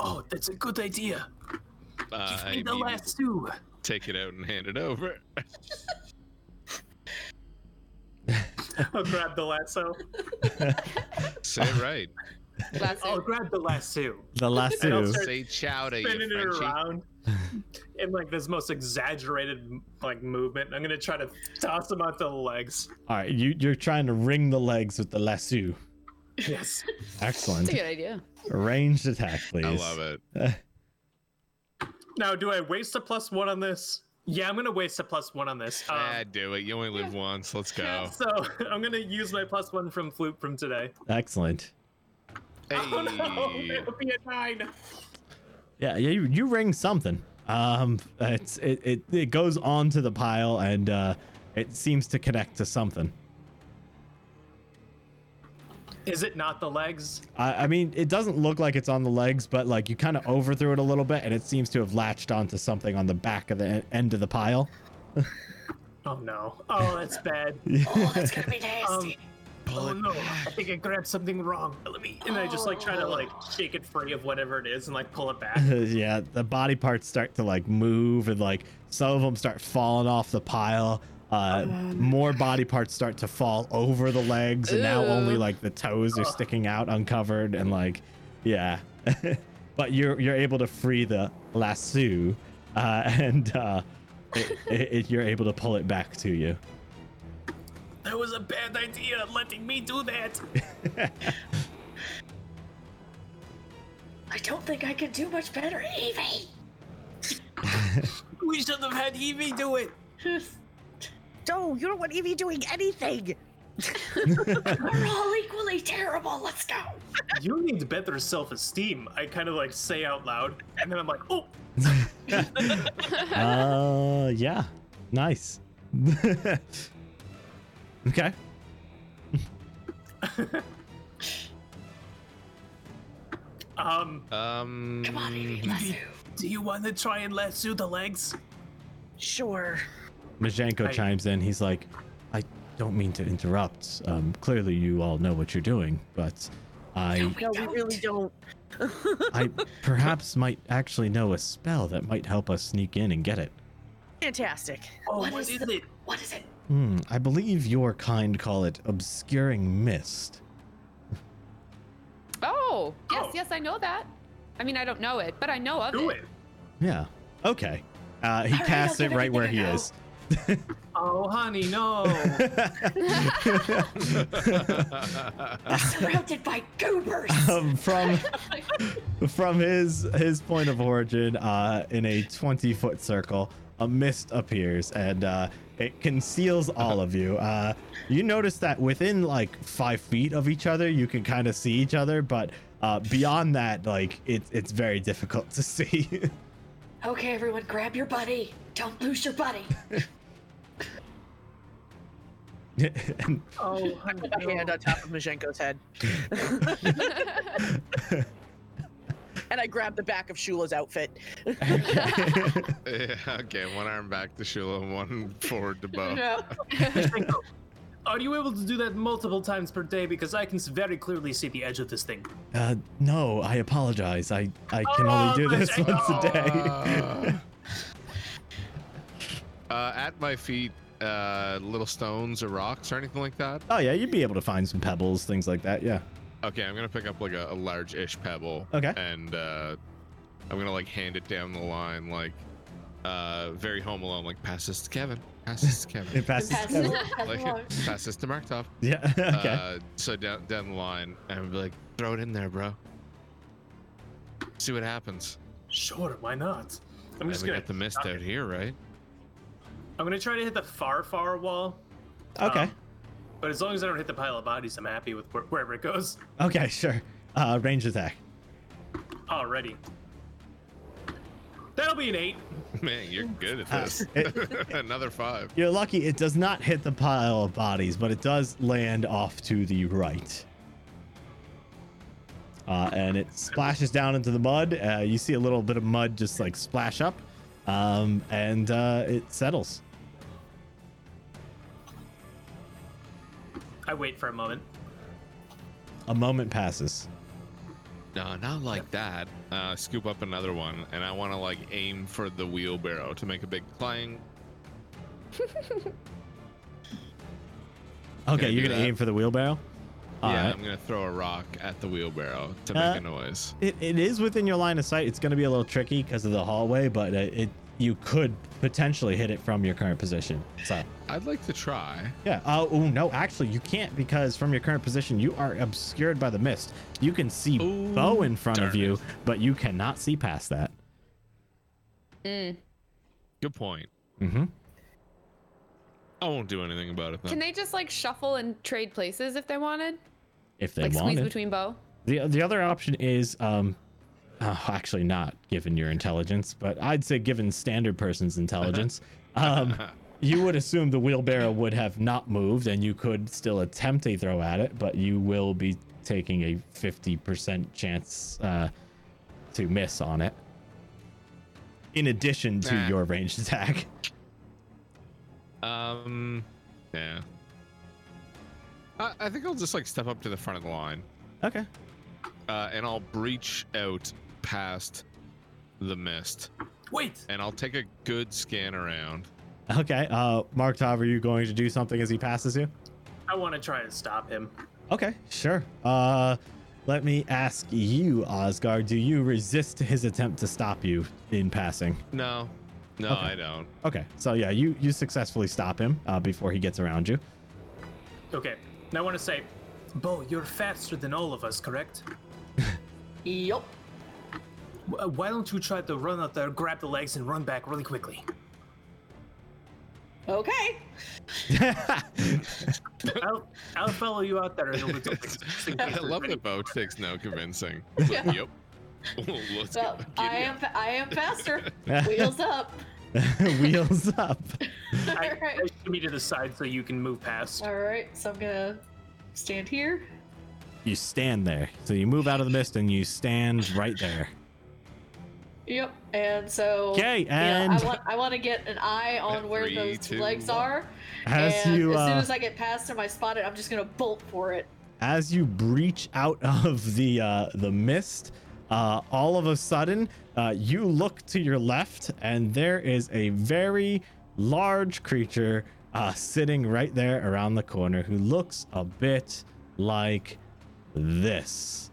Oh, that's a good idea. Uh, I Give me the mean, last two. Take it out and hand it over. I'll grab the lasso. Say it right. That's I'll it. grab the lasso. The lasso. I'll start Say chow to you, spinning it Frenchie. around in like this most exaggerated like movement. I'm gonna try to toss him out to the legs. All right, you, you're trying to ring the legs with the lasso. Yes. Excellent. That's a good idea. Ranged attack, please. I love it. Now, do I waste a plus one on this? Yeah, I'm gonna waste a plus one on this. Um, ah, do it. You only live once. Let's go. So I'm gonna use my plus one from flute from today. Excellent. Hey. Oh no, it'll be a nine. Yeah, yeah, you, you ring something. Um, it's it, it it goes onto the pile and uh, it seems to connect to something. Is it not the legs? I, I mean, it doesn't look like it's on the legs, but like you kind of overthrew it a little bit, and it seems to have latched onto something on the back of the e- end of the pile. Oh no. Oh, that's bad. Oh, that's gonna Um, be nasty. oh no, I think I grabbed something wrong. Let me. And I just like try to like shake it free of whatever it is and like pull it back. yeah, the body parts start to like move, and like some of them start falling off the pile. Uh, more body parts start to fall over the legs, and now only Ew. like the toes are sticking out uncovered, and like, yeah. but you're you're able to free the lasso, uh, and uh, it, it, it, you're able to pull it back to you. That was a bad idea, letting me do that. I don't think I can do much better, Evie. We should have had Evie do it. We're No, you don't want Evie doing anything. all equally terrible. Let's go. You need better self-esteem. I kind of like say out loud, and then I'm like, oh, uh, yeah. Nice. okay. um, Um. Come on, Evie. Lasso. do you want to try and lasso the legs? Sure. Majenko I- chimes in. He's like, I don't mean to interrupt. Um, clearly, you all know what you're doing, but I, No, we really don't. I perhaps might actually know a spell that might help us sneak in and get it. Fantastic. Oh, What what is is the- it? What is it? Hmm, I believe your kind call it obscuring mist. Oh, yes, Oh. yes, I know that. I mean, I don't know it, but I know of Do it. Yeah. Okay. Uh, he All right, I'll casts give it right where he everything a go. is. Oh, honey, no. We're surrounded by goobers. Um, from from his his point of origin uh, in a 20 foot circle a mist appears and uh, It conceals all of you. Uh, you notice that within like five feet of each other, you can kind of see each other, but uh, beyond that, like it's it's very difficult to see. Okay, everyone, grab your buddy. Don't lose your buddy. And Oh, My hand on top of Majenko's head. and I grab the back of Shula's outfit. Yeah, okay, one arm back to Shula, one forward to Bo. No. Are you able to do that multiple times per day? Because I can s- very clearly see the edge of this thing. uh, no, I apologize. I I can Oh, only do my this God. once a day. Uh, uh, at my feet, uh, little stones or rocks or anything like that. Oh yeah, you'd be able to find some pebbles, things like that. Yeah. Okay, I'm gonna pick up like a, a large-ish pebble. Okay. And uh, I'm gonna like hand it down the line, like uh, very Home Alone, like pass this to Kevin, pass this to Kevin, It passes. Pass it along, pass it like, along. pass this to Marktop. Yeah. okay. Uh, so down down the line, and be like, throw it in there, bro. See what happens. Sure, why not? I'm And just we gonna got the mist knock out it. here, right? I'm gonna try to hit the far, far wall. okay. um, but as long as I don't hit the pile of bodies, I'm happy with where, wherever it goes. okay. Sure. Uh, range attack. Already. That'll be an eight. Man, you're good at Uh, this. it- Another five. You're lucky it does not hit the pile of bodies, but it does land off to the right. Uh, and it splashes down into the mud. Uh, you see a little bit of mud just like splash up, um, and uh, it settles. I wait for a moment. A moment passes. No, not like that. Uh, scoop up another one, and I want to like aim for the wheelbarrow to make a big clang. Okay, I you're do gonna that? aim for the wheelbarrow. All yeah, right. I'm gonna throw a rock at the wheelbarrow to Uh, make a noise. It, it is within your line of sight. It's gonna be a little tricky because of the hallway, but uh, it you could potentially hit it from your current position. So. I'd like to try. Yeah. Oh, oh, no, actually, you can't because from your current position, you are obscured by the mist. You can see Ooh, Bo in front of darn you, it. but you cannot see past that. Mm. Good point. Mm-hmm. I won't do anything about it. Can Then. they just like shuffle and trade places if they wanted? If they like wanted. squeeze between bow? the the other option is um, oh, actually not given your intelligence, but I'd say given standard person's intelligence, um, you would assume the wheelbarrow would have not moved, and you could still attempt a throw at it, but you will be taking a fifty percent chance uh, to miss on it. In addition to Nah. your ranged attack, um, yeah. I, I think I'll just like step up to the front of the line, okay, uh, and I'll breach out past the mist, Wait! and I'll take a good scan around. okay. Uh, Mark Tov, are you going to do something as he passes you? I want to try and stop him. Okay, sure. Uh, let me ask you, Osgar, do you resist his attempt to stop you in passing? No, no, Okay. I don't. Okay, so yeah, you you successfully stop him uh, before he gets around you. Okay. Now I want to say, Bo, you're faster than all of us, correct? Yup. W- uh, Why don't you try to run out there, grab the legs, and run back really quickly? Okay. I'll, I'll follow you out there in a little bit. just in case I we're love ready. that Bo takes no convincing. It's like, yep. Let's go. Well, I Giddy am. up. I am faster. Wheels up. Wheels up. All I, I right. should be to the side so you can move past. All right. So I'm gonna stand here. You stand there. So you move out of the mist and you stand right there. Yep. And so. Okay, Oh, Yeah, and I want. I want to get an eye on where Three, those two, legs one. are. as and you as soon uh, as I get past him, I spot it. I'm just gonna bolt for it. as you breach out of the uh, the mist, uh, all of a sudden uh, you look to your left, and there is a very large creature uh, sitting right there around the corner, who looks a bit like this.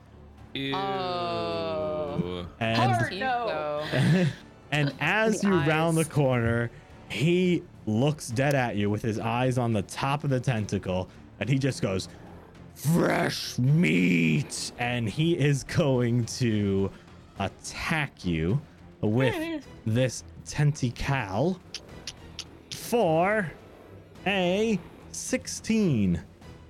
uh, Ew. Oh. And Hard no. and as The you round the eyes. corner, he looks dead at you with his eyes on the top of the tentacle, and he just goes, "Fresh meat!" And he is going to attack you with this tentacle for a 16.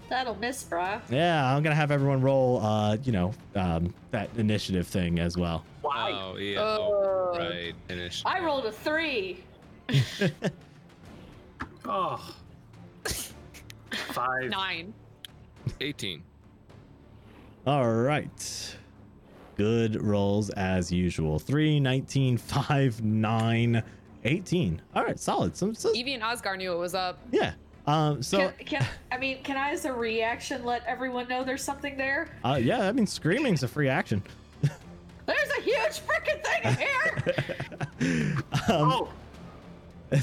That'll miss, brah. Yeah, I'm gonna have everyone roll, uh, you know, um, that initiative thing as well. Why? Oh yeah. Oh. right. Initiative. I rolled a three. Oh. Five. Nine. 18. All right, good rolls as usual. Three, 19, five, nine, 18. All right, solid. Some, some Evie and Osgar knew it was up. yeah. Um, so Can, can, I mean, can I, as a reaction, let everyone know there's something there? uh, yeah, I mean, screaming's a free action. There's a huge freaking thing in here! Oh.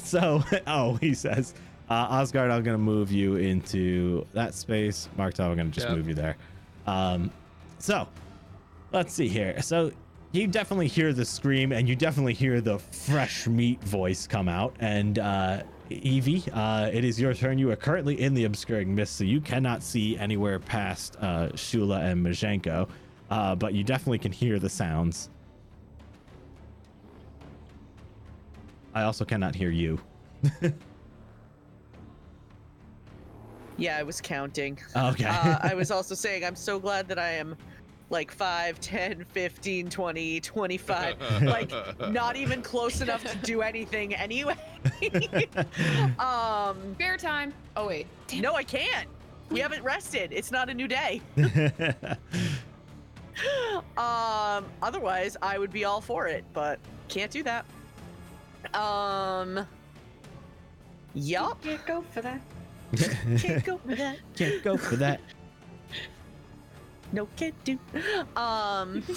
So, oh, he says, uh, Osgard, I'm going to move you into that space. Markto, I'm going to just Yeah. move you there. Um, so, let's see here. So, you definitely hear the scream and you definitely hear the fresh meat voice come out. And, uh, Evie, uh, it is your turn. You are currently in the obscuring mist, so you cannot see anywhere past uh, Shula and Majenko, uh, but you definitely can hear the sounds. I also cannot hear you. Yeah, I was counting. Okay. Uh, I was also saying I'm so glad that I am like 5, 10, 15, 20, 25. like not even close enough to do anything anyway. um Fair time. Oh wait. no, I can't. We haven't rested. It's not a new day. Um otherwise I would be all for it, but can't do that. Um Yup. Can't go for that. Can't go for that. Can't go for that. No can't do. Um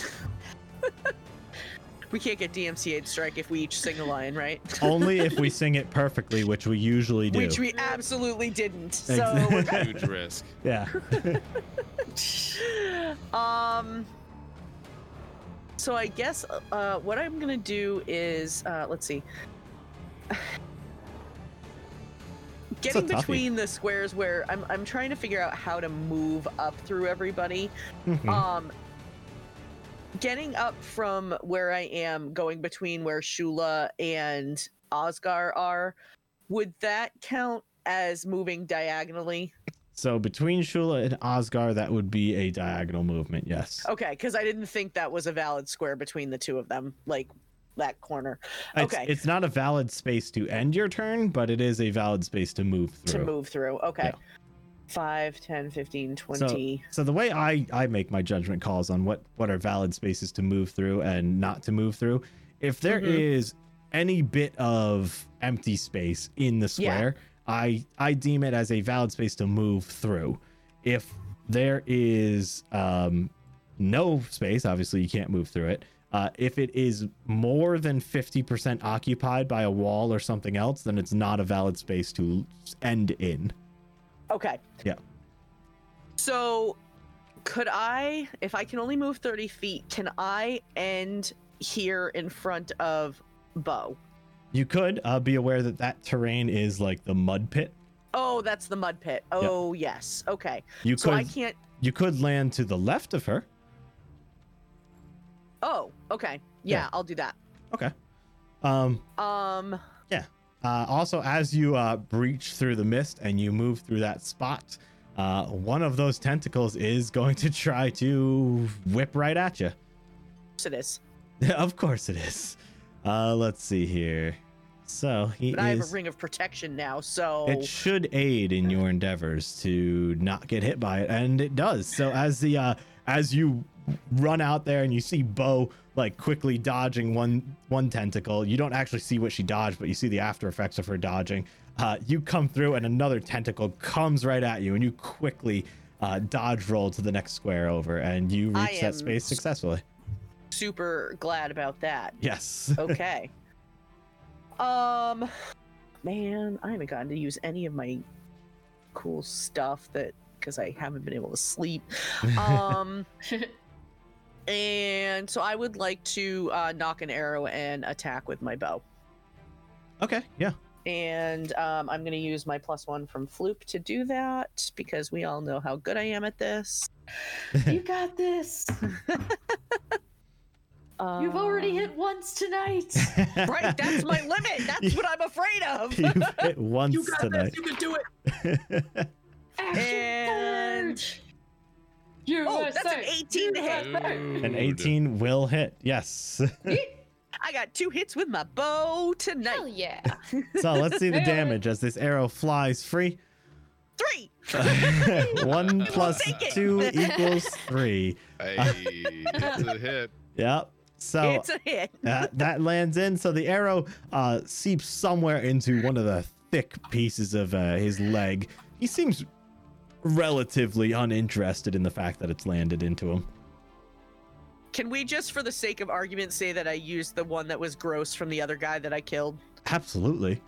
We can't get DMCA'd strike if we each sing a line, right? Only if we sing it perfectly, which we usually do. Which we absolutely didn't. So Ex- Huge risk. yeah. um so i guess uh what i'm gonna do is uh let's see getting toughie. between the squares where i'm i'm trying to figure out how to move up through everybody Mhm. um getting up from where i am going between where shula and osgar are would that count as moving diagonally so between Shula and Osgar, that would be a diagonal movement. Yes. Okay, because I didn't think that was a valid square between the two of them, like that corner It's, okay. It's not a valid space to end your turn, but it is a valid space to move through. to move through. Okay. Yeah. five, ten, fifteen, twenty. So the way I I make my judgment calls on what what are valid spaces to move through and not to move through, if there is Mhm. any bit of empty space in the Yeah. square, I I deem it as a valid space to move through. If there is um no space, obviously you can't move through it. Uh, if it is more than 50% occupied by a wall or something else, then it's not a valid space to end in. Okay. Yeah. So, could I, if I can only move 30 feet, can I end here in front of Bo? You could uh, be aware that that terrain is like the mud pit. Oh, that's the mud pit. Oh, yes. Okay. You So I could can't. you could land to the left of her. Oh, okay. yeah. Yeah. I'll do that. Um, Um, uh, also, as you uh, breach through the mist and you move through that spot, uh, one of those tentacles is going to try to whip right at you. so it is. of course, it is. Uh, let's see here. So he But I have a is- ring of protection now, so. It should aid in your endeavors to not get hit by it, and it does. So as the uh, as you run out there and you see Bo like quickly dodging one one tentacle, you don't actually see what she dodged, but you see the after effects of her dodging. Uh, you come through, and another tentacle comes right at you, and you quickly uh, dodge roll to the next square over, and you I reach that am space s- successfully. super glad about that. Yes. Okay. um, man, I haven't gotten to use any of my cool stuff that because I haven't been able to sleep. Um, and so I would like to uh, knock an arrow and attack with my bow. okay. Yeah. And um, I'm going to use my plus one from Floop to do that because we all know how good I am at this. you got this. You've Um. already hit once tonight. Right, that's my limit. That's what I'm afraid of. You've hit once You got tonight. this. You can do it. And- and... You're Oh, my that's an saint. 18 to hit. You're my saint. An 18 will hit. Yes. I got two hits with my bow Hell tonight. yeah. so let's see the Yeah. damage as this arrow flies free. Three. One plus take it. two equals three. Hey, it's a hit. Yep. So It's a hit. Uh, that lands in. So the arrow uh, seeps somewhere into one of the thick pieces of uh, his leg. He seems relatively uninterested in the fact that it's landed into him. Can we just, for the sake of argument, say that I used the one that was gross from the other guy that I killed? Absolutely.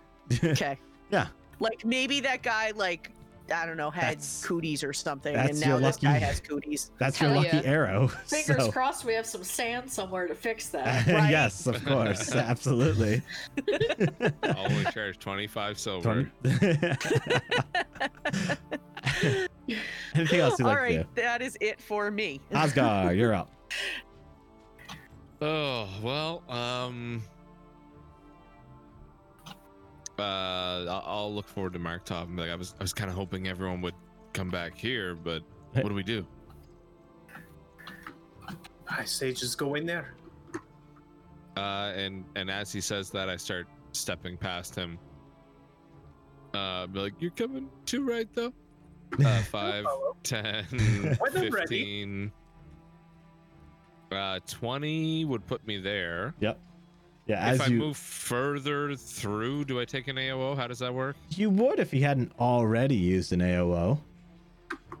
Okay. Yeah. Like maybe that guy, like I don't know, had That's- cooties or something, that's and now your this lucky- guy has cooties. That's your Hell lucky yeah. arrow. Fingers so. crossed we have some sand somewhere to fix that. right? yes, of course. Absolutely. I'll only charge 25 silver. Twenty- Anything else you'd All like right, to do? that is it for me. Uh, Asgar, you're up. Oh, well, um. Uh, I'll, I'll look forward to Mark Top and be like, I was, I was kind of hoping everyone would come back here, but what do we do? I say just go in there. Uh, and and as he says that, I start stepping past him. Uh, be like, you're coming too right though. Uh, five, follow. 10, When I'm ready. 15, uh, 20 would put me there. Yeah, as if I you move further through, do I take an AOO? How does that work? you would if he hadn't already used an AOO.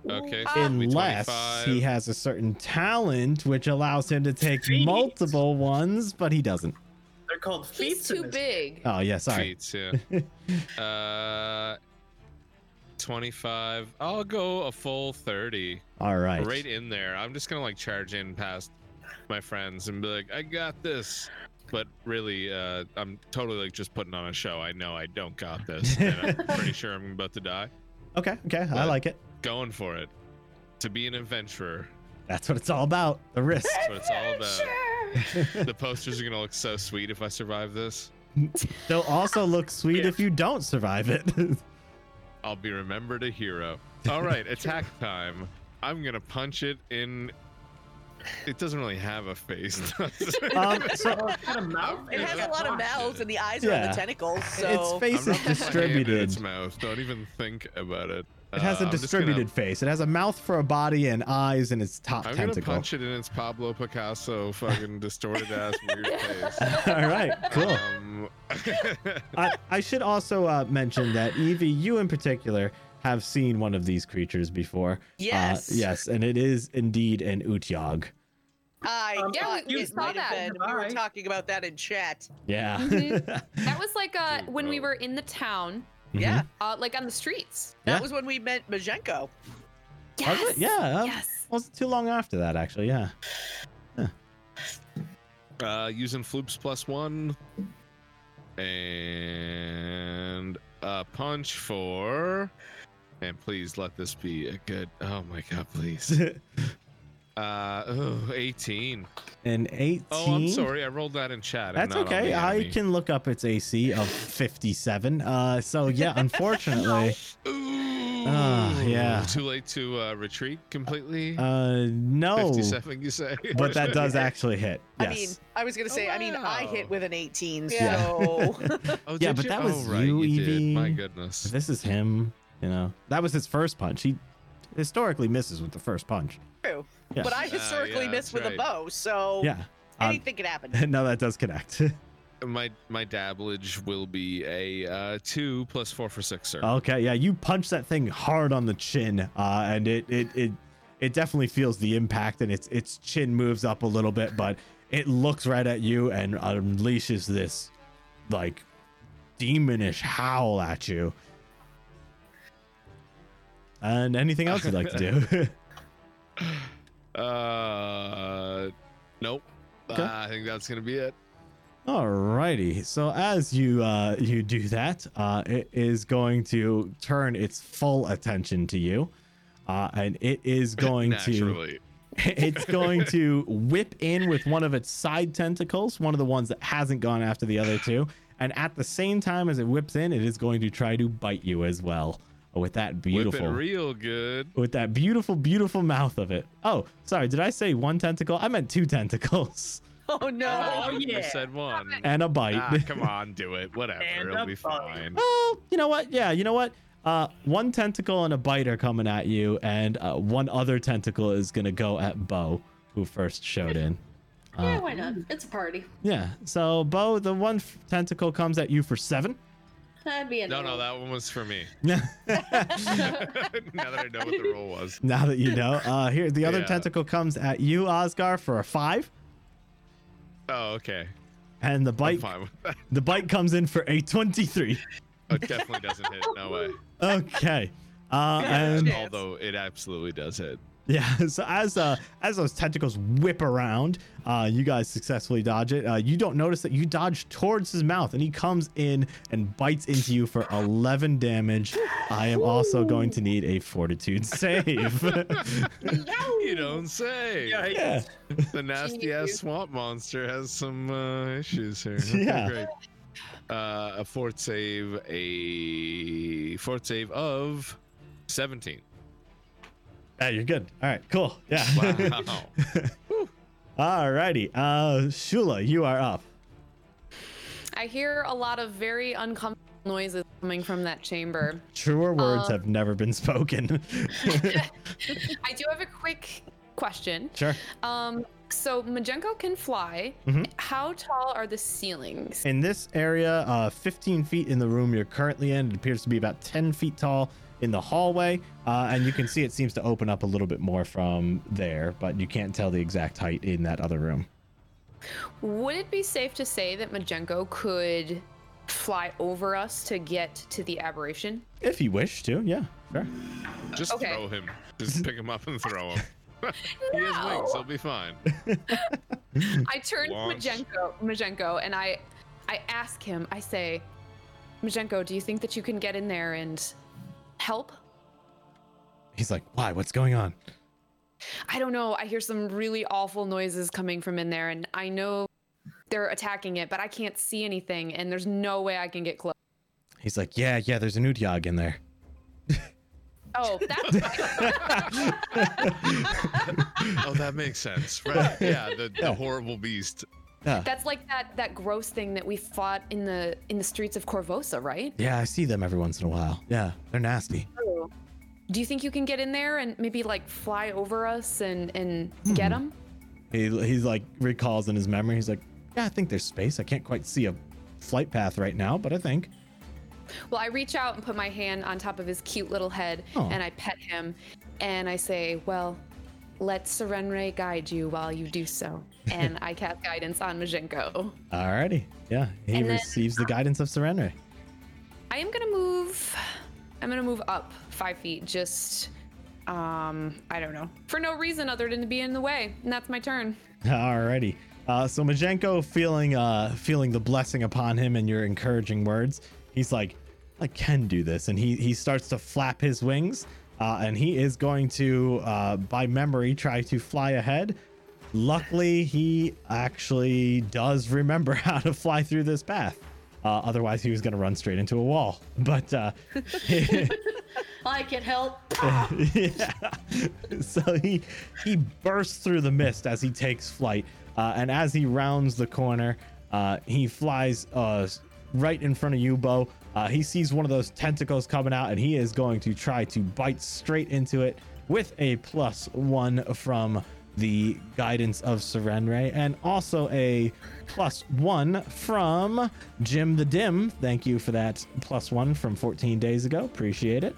Okay. Ah. so it'll be unless 25. he has a certain talent which allows him to take multiple ones, but he doesn't. They're called He's feats. in too this- big. Oh yeah, sorry. Feats, yeah. uh, 25. I'll go a full 30. All right. right in there. I'm just gonna like charge in past my friends and be like, I got this. But really, uh, I'm totally like just putting on a show. I know I don't got this. And I'm pretty sure I'm about to die. Okay, okay, I But- like it. Going for it. To be an adventurer. That's what it's all about. The risk. That's what it's all about. Sure. The posters are gonna look so sweet if I survive this. They'll also look sweet if you don't survive it. Um, I'll be remembered a hero. All right, attack time. I'm gonna punch it in. It doesn't really have a face. does it? um, so Oh, it's got a mouth. It has a lot of mouths, and the eyes are on Yeah. the tentacles. its So face I'm is not putting my hand in distributed. Its mouth. Don't even think about it. It has a Uh, I'm just distributed face. It has a mouth for a body and eyes and its top Gonna, I'm tentacle. gonna punch it in its Pablo Picasso fucking distorted ass weird face. all right, cool. Um, I, I should also uh, mention that Evie, you in particular, have seen one of these creatures before. Uh, Yes. yes, and it is indeed an Utyog. I Um, yeah, yeah, we- we it saw might have that. been. We were Alright. talking about that in chat. Yeah. Mhm. That was like uh, Dude, when we no. were in the town, Mm-hmm. Mm-hmm. Yeah, uh, like on the streets. that Yeah. was when we met Majenko. Was Yes. it? Yeah. um, Yes. Wasn't too long after that, actually. Yeah. uh, using floops plus one, and a punch for. And please let this be a good. Oh my god, please. Uh, oh, 18. An 18. Oh, I'm sorry. I rolled that in chat. and That's not on okay. the I enemy. can look up its AC of 57. Uh, so yeah, unfortunately, Ooh, Ah, yeah. Too late to uh, retreat completely. uh, no. 57, you say? But that does actually hit. Yes. I mean, I was gonna Oh, say, I mean, I hit wow. with an 18, Yeah. so Oh, Yeah, did but you? that Oh, was right, you, did. Evie. My goodness. this is him. You know, that was his first punch. He historically misses with the first punch. true. Yeah. But I Ah, historically yeah, miss that's with a right. bow, so Yeah. Um, anything could happen. no, that does connect. My my dabblage will be a uh, two plus four for six, sir. Okay, yeah, you punch that thing hard on the chin, uh, and it it it it definitely feels the impact, and its its chin moves up a little bit, but it looks right at you and unleashes this like demonish howl at you. And anything else you'd like to do? Uh, nope. Okay. Uh, I think that's gonna be it. Alrighty. So as you uh, you do that, uh, it is going to turn its full attention to you, uh, and it is going to. Naturally. it's going to whip in with one of its side tentacles, one of the ones that hasn't gone after the other two. And at the same time as it whips in, it is going to try to bite you as well Oh, with that Whip it beautiful real good. with that beautiful beautiful mouth of it. Oh, sorry, did I say one tentacle? I meant two tentacles Oh no! I said one. and a bite. Ah, come on, do it. Whatever, And it'll a be bite. fine. Well, Oh, you know what? Yeah, you know what? Uh, one tentacle and a bite are coming at you, and uh, one other tentacle is gonna go at Bo, who first showed in. Uh, yeah, why not? It's a party. Yeah. So Bo, the one f- tentacle comes at you for seven. That'd be a No, no, that one was for me. now now that I know what the rule was. that you know, uh, here the other Yeah. tentacle comes at you, Osgar, for a five, Oh, okay. and the I'm bite fine with that. the bite comes in for a twenty-three. It definitely doesn't hit. No way. Okay. Uh, and Yes. Although it absolutely does hit. Yeah, so as uh, as those tentacles whip around, uh, you guys successfully dodge it. Uh, you don't notice that you dodge towards his mouth, and he comes in and bites into you for 11 damage. I am also going to need a fortitude save. You don't say. Yeah, yeah, The nasty ass swamp monster has some uh, issues here. Okay, Yeah. Great. Uh, a fort save, a fort save of 17. Yeah, you're good. All right, cool. Yeah. Wow. All righty. Uh, Shula, you are up. I hear a lot of very uncomfortable noises coming from that chamber. Truer words Um, have never been spoken. I do have a quick question. sure. Um, so Majenko can fly. Mhm. How tall are the ceilings? In this area, uh, 15 feet in the room you're currently in, it appears to be about 10 feet tall in the hallway, uh, and you can see it seems to open up a little bit more from there, but you can't tell the exact height in that other room. Would it be safe to say that Majenko could fly over us to get to the aberration? If you wish to, yeah, sure. Just Okay. throw him. Just pick him up and throw him. he has wings. He'll be fine. I turn to Launch. Majenko, Majenko, and I, I ask him. I say, Majenko, do you think that you can get in there and help? He's like, why? What's going on? I don't know. I hear some really awful noises coming from in there, and I know they're attacking it, but I can't see anything, and there's no way I can get close. He's like, yeah, yeah, there's an Udyag in there. Oh, that's fine. Oh, that makes sense. Right. Yeah, the, the horrible beast. that's like that that gross thing that we fought in the in the streets of Corvosa, right? Yeah, I see them every once in a while. Yeah, they're nasty. Do you think you can get in there and maybe like fly over us and and get 'em? get them? He, he's like, recalls in his memory, he's like, yeah, I think there's space. I can't quite see a flight path right now, but I think. Well, I reach out and put my hand on top of his cute little head Oh. and I pet him and I say, Well, let Serenre guide you while you do so. And I cast guidance on Majenko. Alrighty. Yeah, he And then- receives the guidance of Surrender. I am gonna move I'm gonna move up five feet just um I don't know. For no reason other than to be in the way. And that's my turn. Alrighty. Uh, so Majenko, feeling uh, feeling the blessing upon him and your encouraging words, he's like, "I can do this," and he he starts to flap his wings, uh, and he is going to, uh, by memory, try to fly ahead. Luckily, he actually does remember how to fly through this path. Uh, otherwise, he was going to run straight into a wall. But uh, I can help. yeah. So he he bursts through the mist as he takes flight, uh, and as he rounds the corner, uh, he flies uh, right in front of you, Bo. Uh, he sees one of those tentacles coming out, and he is going to try to bite straight into it with a plus one from the guidance of Serenre, and also a plus one from Jim the Dim. Thank you for that plus one from 14 days ago. Appreciate it.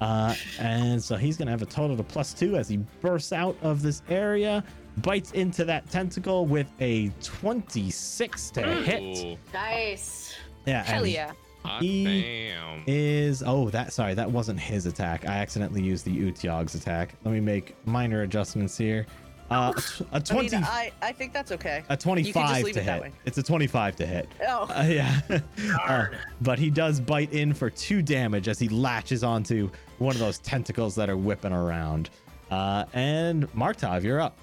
Uh, and so he's going to have a total of plus two as he bursts out of this area, bites into that tentacle with a 26 to hit. Ooh, Nice. Yeah, Hell and he yeah. hot He- damn. Is oh that sorry that wasn't his attack. I accidentally used the Utiog's attack. Let me make minor adjustments here. Uh, a I mean, twenty, I I think that's okay. a twenty-five leave to it that hit. way. It's a twenty-five to hit. Oh, Uh, yeah. Uh, but he does bite in for two damage as he latches onto one of those tentacles that are whipping around. Uh, and Martov, you're up.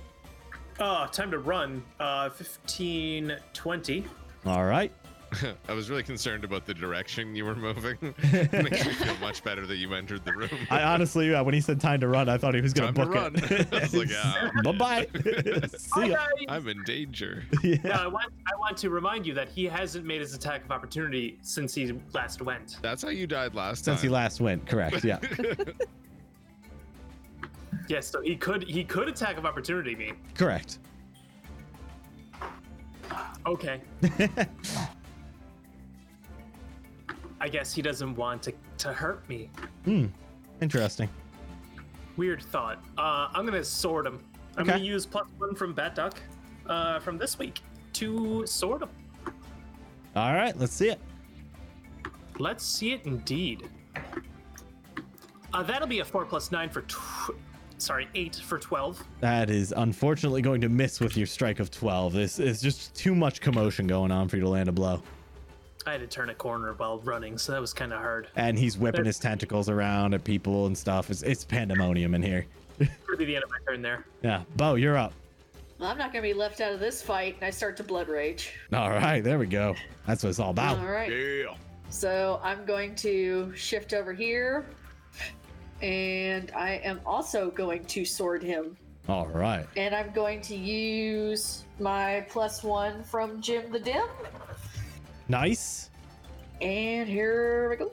Oh, time to run. Uh, 15, 20. All right. I was really concerned about the direction you were moving. Makes me feel much better that you entered the room. I honestly, uh, when he said time to run, I thought he was going Time to book run. I was like, "Ah, it. Bye bye. See ya. I'm in danger. No, I want I want to remind you that he hasn't made his attack of opportunity since he last went. That's how you died last Since he time. last went, correct? Yeah. Yes, so he could he could attack of opportunity me. Correct. Okay. I guess he doesn't want to, to hurt me. Interesting. Weird thought. Uh, I'm gonna sword him. I'm Okay. gonna use plus one from Bat Duck uh, from this week to sword him. All right, let's see it. Let's see it indeed. Uh, that'll be a four plus nine for, tw- sorry, eight for twelve. That is unfortunately going to miss with your strike of 12. This is just too much commotion going on for you to land a blow. I had to turn a corner while running, so that was kind of hard. And he's whipping his tentacles around at people and stuff. It's, it's pandemonium in here. That'll be the end of my turn there. Yeah. Bo, you're up. Well, I'm not gonna be left out of this fight, and I start to blood rage. All right, there we go. That's what it's all about. All right. Yeah. So I'm going to shift over here, and I am also going to sword him. All right. And I'm going to use my plus one from Jim the Dim. Nice. And here we go.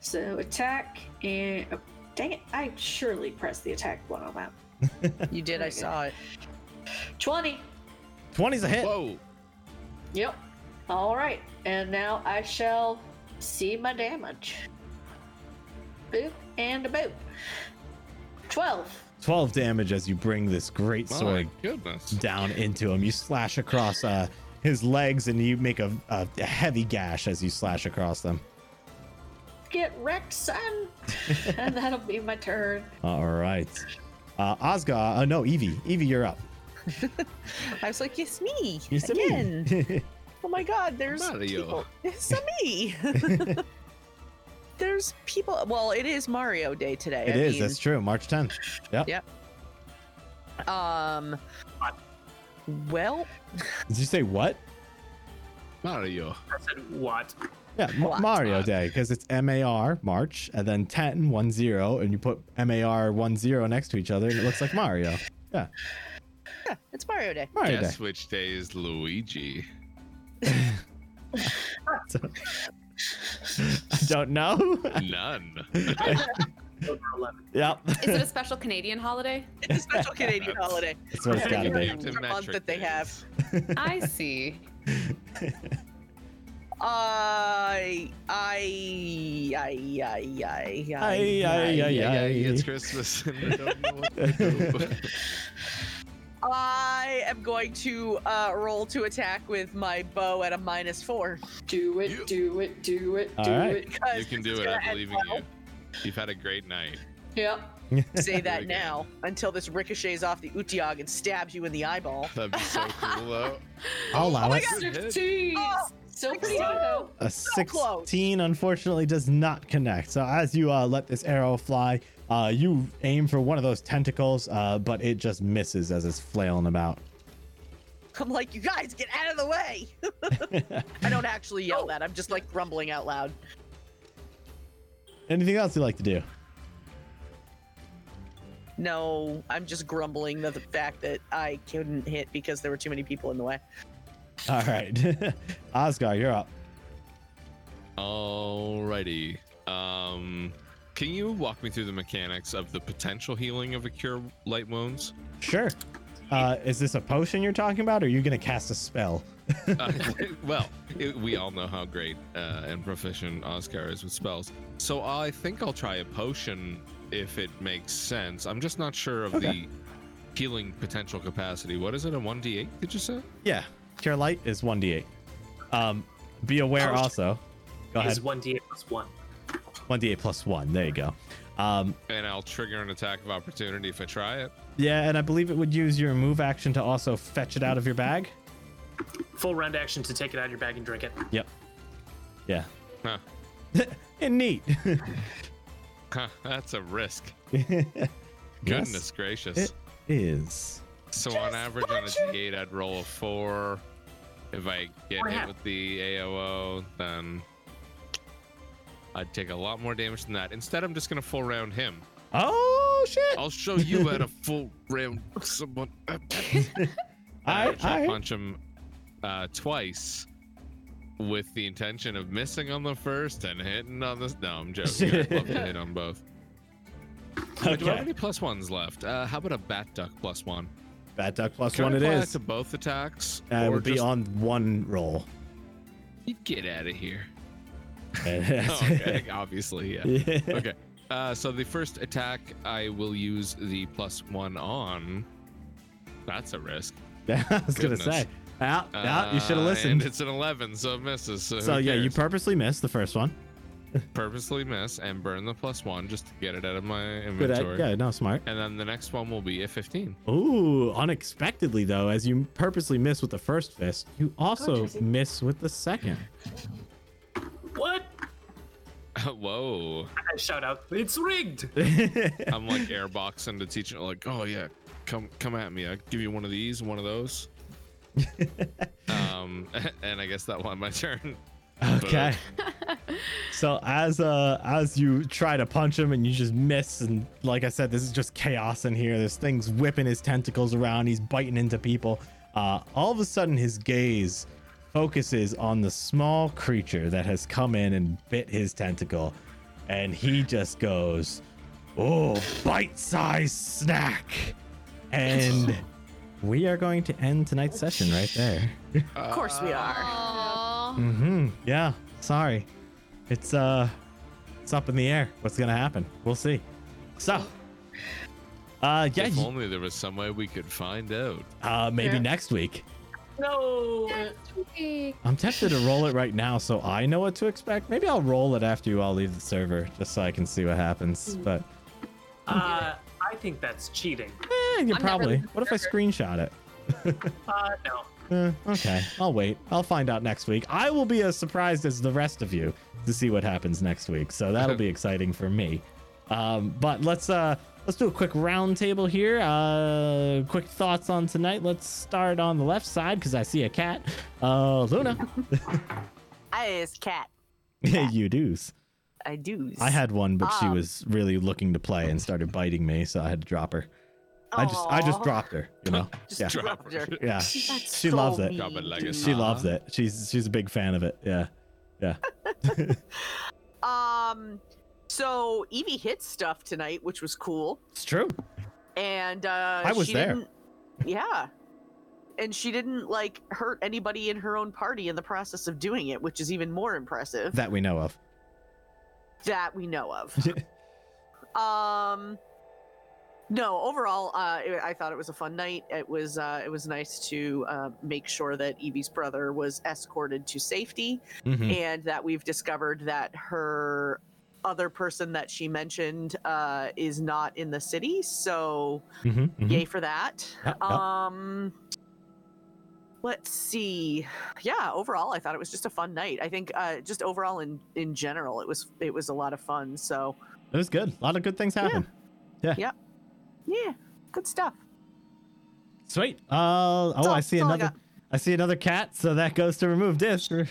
So attack and oh, dang it, I surely pressed the attack one on that. You did. I saw it. Twenty. 20's a hit. Whoa. Yep. All right. And now I shall see my damage. Boop and a boop. Twelve. 12 damage as you bring this great My sword goodness. down into him. You slash across uh, his legs and you make a, a, a heavy gash as you slash across them. Get wrecked, son. and that'll be my turn. All right. Uh, Ozga, uh, no, Evie. Evie, you're up. I was like, yes, me Yes, to me. again. Oh my God, there's Mario. people. It's me. there's people. Well, it is Mario Day today. It I is. mean, That's true. March 10th. Um. Well, Did you say what? Mario. I said what? Yeah, Ma- What? Mario Day, because it's M A R March, and then 10, 1 0, and you put M A R 1 0 next to each other, and it looks like Mario. yeah, it's Mario Day. Mario Guess which day is Luigi? Day. I don't know. None. Over 11. yep. Is it a special Canadian holiday? It's a special Canadian holiday. That's what it's got to be. Back to The month metric that they have. days. I see. I, I, I, I, I, Ay, ay, ay, Yeah, yeah, ay. it's Christmas and we don't know what to do. I am going to uh, roll to attack with my bow at a minus four. Do it, You- do it, do it, All do right. it. Because You can it's do it. gonna end I believe in you. You've had a great night. Yep. Say that Very good. now until this ricochets off the Utiag and stabs you in the eyeball. That'd be so cool, though. I'll allow it. God. Good hit. Sixteen. Oh, Still pretty sixteen. high though. A close. 16, unfortunately, does not connect. So as you uh, let this arrow fly, uh, you aim for one of those tentacles, uh, but it just misses as it's flailing about. I'm like, you guys, get out of the way. I don't actually yell that. I'm just like grumbling out loud. Anything else you'd like to do? No, I'm just grumbling the, the fact that I couldn't hit because there were too many people in the way. All right. Osgar, you're up. Alrighty. Um, can you walk me through the mechanics of the potential healing of a cure light wounds? Sure. Uh, is this a potion you're talking about, or are you going to cast a spell? Uh, well, it, we all know how great uh, and proficient Oscar is with spells, so I think I'll try a potion if it makes sense. I'm just not sure of Okay. the healing potential capacity. What is it? A one d8? Did you say? Yeah. Cure light is 1d8. Um, be aware also. Go ahead. Is one d8 plus one. 1d8 plus 1. There you go. Um, And I'll trigger an attack of opportunity if I try it. yeah, and I believe it would use your move action to also fetch it out of your bag. Full round action to take it out of your bag and drink it. Yep. Yeah. Huh. And neat. Huh, that's a risk. Goodness Yes, gracious. It is. so Just on average on a punch him. D8, I'd roll a four. If I get What hit happened? with the AOO, then I'd take a lot more damage than that. Instead, I'm just gonna full round him. Oh shit! I'll show you how to full round someone. I, try to I, punch him uh, twice with the intention of missing on the first and hitting on this. No, I'm joking. I'd love to hit on both. Do I have okay. any plus ones left? Uh, how about a bat duck plus one? Bat duck plus Can one. I It apply that is. to both attacks. Uh, it or would be just- on one roll. Get out of here. Yes. Oh, okay, obviously, yeah. Yeah. Okay. Uh, so the first attack, I will use the plus one on. That's a risk. I was gonna Goodness. say. Out, out. You should have Uh, And listened. it's an eleven, so it misses. So, who So yeah, you cares? purposely missed the first one. purposely miss and burn the plus one just to get it out of my Good. at- inventory. yeah. No, smart. And then the next one will be a 15. Ooh, unexpectedly though, as you purposely miss with the first fist, you also Tracy. miss with the second. What? Whoa. I shout out. It's rigged. I'm like airboxing to teach it like, oh yeah, come come at me. I give you one of these, one of those. um and I guess that one my turn. Okay. so as uh as you try to punch him and you just miss and like I said, this is just chaos in here. This thing's whipping his tentacles around. He's biting into people. Uh, all of a sudden, his gaze focuses on the small creature that has come in and bit his tentacle, and he just goes, "Oh, bite-sized snack!" And we are going to end tonight's session right there. uh, Of course we Ah. are. Aw. Mm-hmm. Yeah. Sorry. It's uh it's up in the air. What's gonna happen? We'll see. So uh yeah, if you- only there was some way we could find out. uh maybe Yeah. next week. No. I'm tempted to roll it right now so I know what to expect. Maybe I'll roll it after you all leave the server just so I can see what happens. Hmm. But Uh, I think that's cheating. eh, you never probably. leaving the What if I server. screenshot it? Uh, no. Eh, okay, I'll wait. I'll find out next week. I will be as surprised as the rest of you to see what happens next week. So that'll be exciting for me. Um, but let's uh let's do a quick roundtable here. Uh, quick thoughts on tonight. Let's start on the left side because I see a cat. Uh, Luna, I is cat. you do's. I do. I had one, but she Um. was really looking to play and started biting me, so I had to drop her. I just I just Aw. dropped her. You know. Just yeah. dropped her. yeah. That's She so loves it. Drop it mean, like dude. it's She Aw. loves it. She's she's a big fan of it. Yeah. Um, so Evie hit stuff tonight, which was cool, It's true. and uh, I was she there. Didn't, yeah, and she didn't like hurt anybody in her own party in the process of doing it, which is even more impressive That we know of. that we know of. um, no, overall, uh, it, I thought it was a fun night. It was uh, it was nice to uh, make sure that Evie's brother was escorted to safety. Mhm. and that we've discovered that her other person that she mentioned uh, is not in the city. So Mhm, mhm. yay for that. Yep, yep. Um, let's see. Yeah, overall, I thought it was just a fun night. I think uh, just overall in in general, it was it was a lot of fun. So It was good. A lot of good things Yeah. happened. yeah, good stuff. Sweet. Uh, That's oh, I all- see that's all I another. got. I, see another cat. So that goes to remove disc. oh,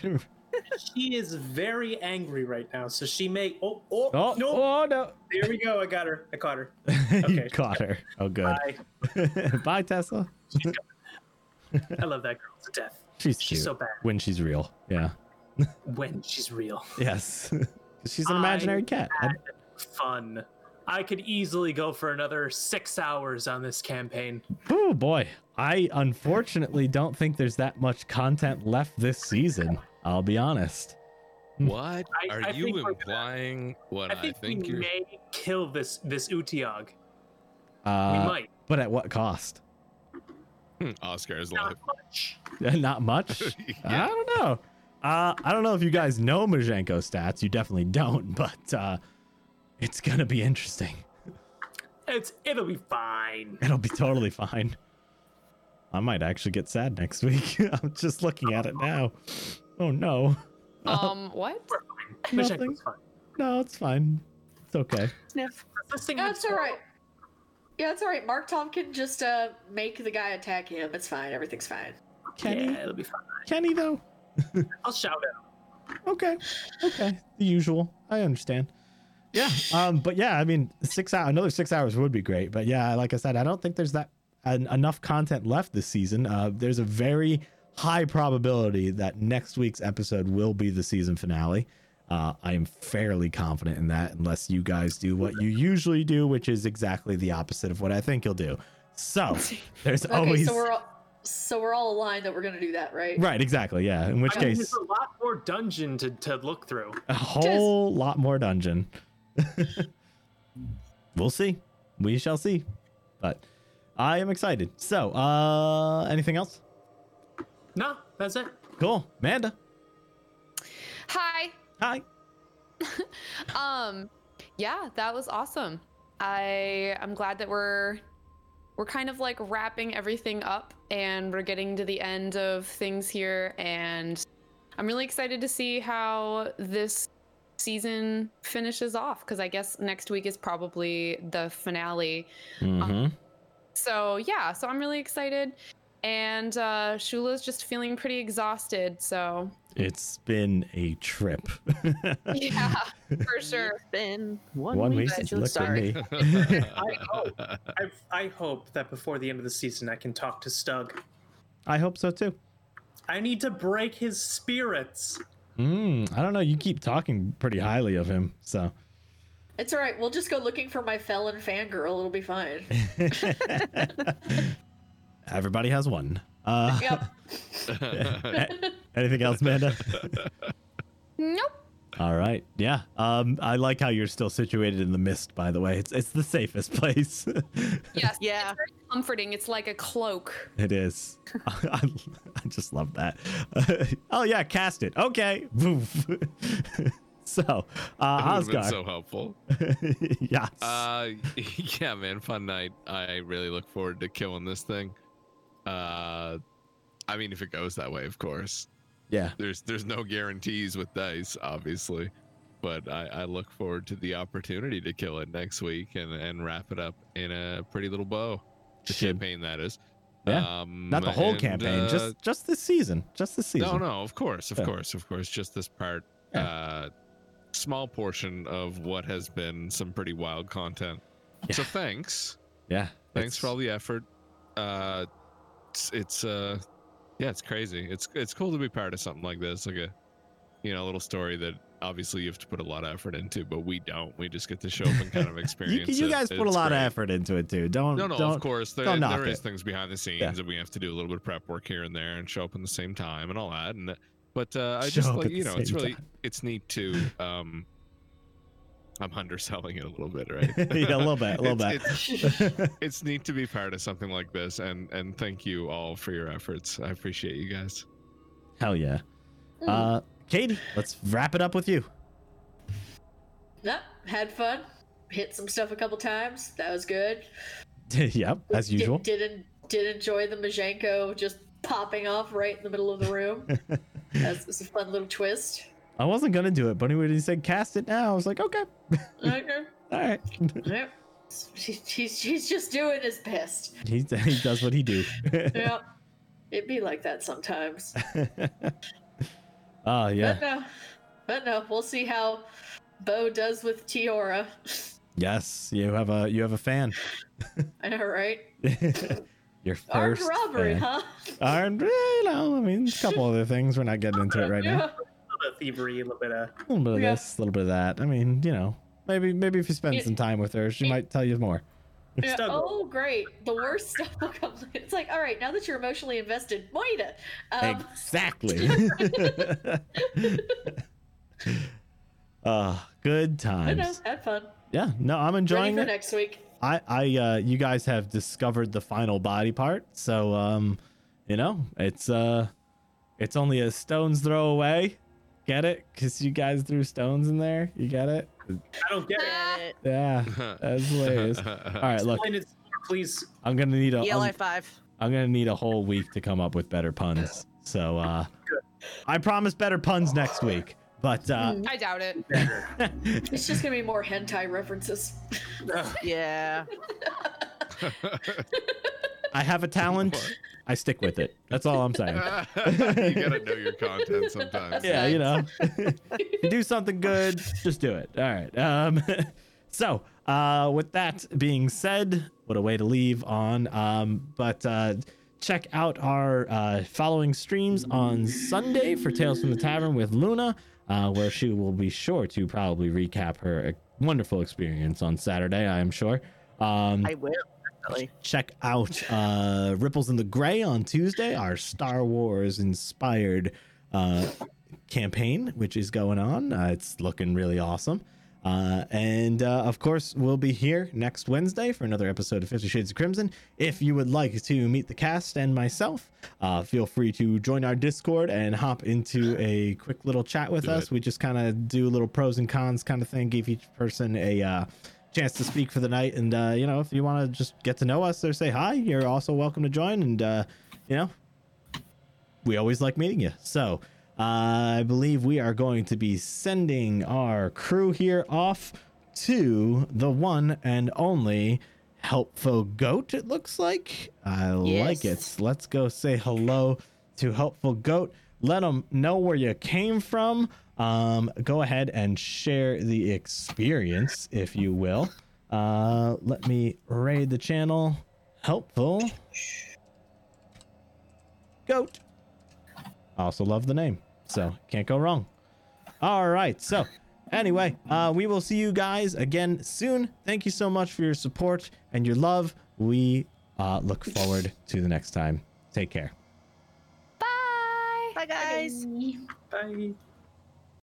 She is very angry right now, so she may. Oh, oh, oh no! no! There we go. I got her. I caught her. you Okay. caught her. Oh, good. I, Bye, Tesla. I love that girl to death. She's cute She's so bad when she's real. Yeah. when she's real. Yes. she's an I- imaginary cat. I- Fun. I could easily go for another six hours on this campaign. oh boy. I unfortunately don't think there's that much content left this season. I'll be honest. Hmm. What I- are I you think we're gonna- implying? What I think, we you're. may kill this this Utiog. We Uh, might. but at what cost? Hmm, Oscar is Not live. much. Not much. I don't know. Uh, I don't know if you guys know Majenko stats. You definitely don't, but uh, it's gonna be interesting. It's it'll be fine. It'll be totally fine. I might actually get sad next week. I'm just looking at it now. Oh no, um, what? Which I Nothing. think is fine. no, it's fine. It's okay. Sniff. This thing had That's all right. Yeah, it's all right. Mark Tom can just uh, make the guy attack him. It's fine. Everything's fine. Kenny, it'll be fine. Kenny though. I'll shout out. Okay, okay, the usual. I understand. Yeah. Um. But yeah, I mean, six hours. Another six hours would be great. But yeah, like I said, I don't think there's that en- enough content left this season. Uh, there's a very high probability that next week's episode will be the season finale. Uh, I am fairly confident in that, unless you guys do what you usually do, which is exactly the opposite of what I think you'll do. So there's Okay, always so we're all, so we're all aligned that we're gonna do that, right? right. Exactly. Yeah. In which I mean, case, there's a lot more dungeon to, to look through. a whole lot more dungeon. we'll see. We shall see. But I am excited. So, uh anything else? No, that's it. Cool. Amanda. Hi. Hi. Um, yeah, that was awesome. I I'm glad that we're we're kind of like wrapping everything up and we're getting to the end of things here and I'm really excited to see how this season finishes off cuz I guess next week is probably the finale. Mm-hmm. So, yeah, so I'm really excited and uh Shula's just feeling pretty exhausted, so It's been a trip. yeah, for sure. It's been one, One week since since you you looked at started. me. I, I hope that before the end of the season, I can talk to Stug. I hope so too. I need to break his spirits. Mm, I don't know. You keep talking pretty highly of him, so It's all right. We'll just go looking for my felon fangirl. It'll be fine. everybody has one. Uh, Yep. anything else, Amanda? Nope. All right. Yeah. Um, I like how you're still situated in the mist. By the way, it's it's the safest place. Yes. Yeah. comforting. It's like a cloak. It is. I, I just love that. oh yeah, cast it. Okay. Woof. so, uh, That would've been Oscar. so helpful. yes. Uh, yeah, man, fun night. I really look forward to killing this thing. Uh, I mean, if it goes that way, of course. yeah. There's there's no guarantees with dice, obviously, but I, I look forward to the opportunity to kill it next week and, and wrap it up in a pretty little bow. The Should- campaign that is. Yeah, Um, Not the whole and, campaign. uh, just just this season. Just this season. no, no, of course, of Yeah. course, of course. Just this part, Yeah. uh, small portion of what has been some pretty wild content. So thanks, Yeah. thanks for it's- all the effort. Uh, it's, it's uh, yeah, it's crazy. It's it's cool to be part of something like this, like a, you know, a little story that obviously you have to put a lot of effort into, but we don't. We just get to show up and kind of You, experience. you it. guys put a It's lot great. of effort into it too. Don't No, no, don't. of course. There, don't knock there is it. things behind the scenes, Yeah. and we have to do a little bit of prep work here and there, and show up in the same time and all that. And but uh, Show I just up like at the you know, it's same really time. it's neat to. Um, I'm underselling it a little bit, right? yeah, a little bit, a little bit. It's- It's, it's neat to be part of something like this, and and thank you all for your efforts. I appreciate you guys. Hell yeah. Uh, Katie, let's wrap it up with you. Yep. Had fun. Hit some stuff a couple times. That was good. yep, as Did- usual. Did, en- did enjoy the Majenko just popping off right in the middle of the room. That's was a fun little twist. I wasn't gonna do it, but when he said cast it now, I was like, okay, Okay. all right. Yep. He's, he's, he's just doing his best. He, he does what he do. Yep. It'd be like that sometimes. oh yeah. But no. But no, we'll see how Bo does with Tiora. Yes, you have a you have a fan. I know, right? Your Armed first robbery, fan. huh? Armed, eh, you know, I mean, a couple other things. We're not getting into it right now. A little bit of thievery, a little bit of. A little bit of Yeah. this, a little bit of that. I mean, you know, maybe maybe if you spend Yeah. some time with her, she might tell you more. Yeah, Stubble. Oh, great. The worst stuff will come. later. It's like, all right, now that you're emotionally invested, Moida. Um, exactly. uh, good I know. times. Had fun. Yeah, no, I'm enjoying Ready for it. next week. I, I, uh, you guys have discovered the final body part, so um, you know, it's uh, it's only a stone's throw away. Get it? Cause you guys threw stones in there. You get it? I don't get it. Get it. Yeah, that's hilarious. All right, look, Explain it please. I'm gonna need a. Yell I'm- at E five. I'm gonna need a whole week to come up with better puns. So uh I promise better puns next week. But uh I doubt it. It's just going to be more hentai references. Yeah. I have a talent. I stick with it. That's all I'm saying. you gotta know your content sometimes. yeah, you know, You do something good, just do it. All right. Um, so, uh, with that being said, what a way to leave on. Um, but uh, check out our uh, following streams on Sunday for Tales from the Tavern with Luna, uh, where she will be sure to probably recap her e-, wonderful experience on Saturday. I am sure. Um, I will definitely. check out uh, Ripples in the Gray on Tuesday, our Star Wars inspired uh, campaign, which is going on. Uh, it's looking really awesome. Uh, and uh, of course, we'll be here next Wednesday for another episode of Fifty Shades of Crimson. If you would like to meet the cast and myself, uh, feel free to join our Discord and hop into a quick little chat with Do us. it. We just kind of do little pros and cons kind of thing, give each person a uh, chance to speak for the night. And, uh, you know, if you want to just get to know us or say hi, you're also welcome to join. And, uh, you know, we always like meeting you. So uh, I believe we are going to be sending our crew here off to the one and only Helpful Goat, it looks like. I like it. Yes. Let's go say hello to Helpful Goat. Let them know where you came from. Um, go ahead and share the experience, if you will. Uh, let me raid the channel. Helpful Goat. I also love the name, so can't go wrong. All right, so anyway, uh, we will see you guys again soon. Thank you so much for your support and your love. We uh, look forward to the next time. Take care. Bye guys. Bye. Bye.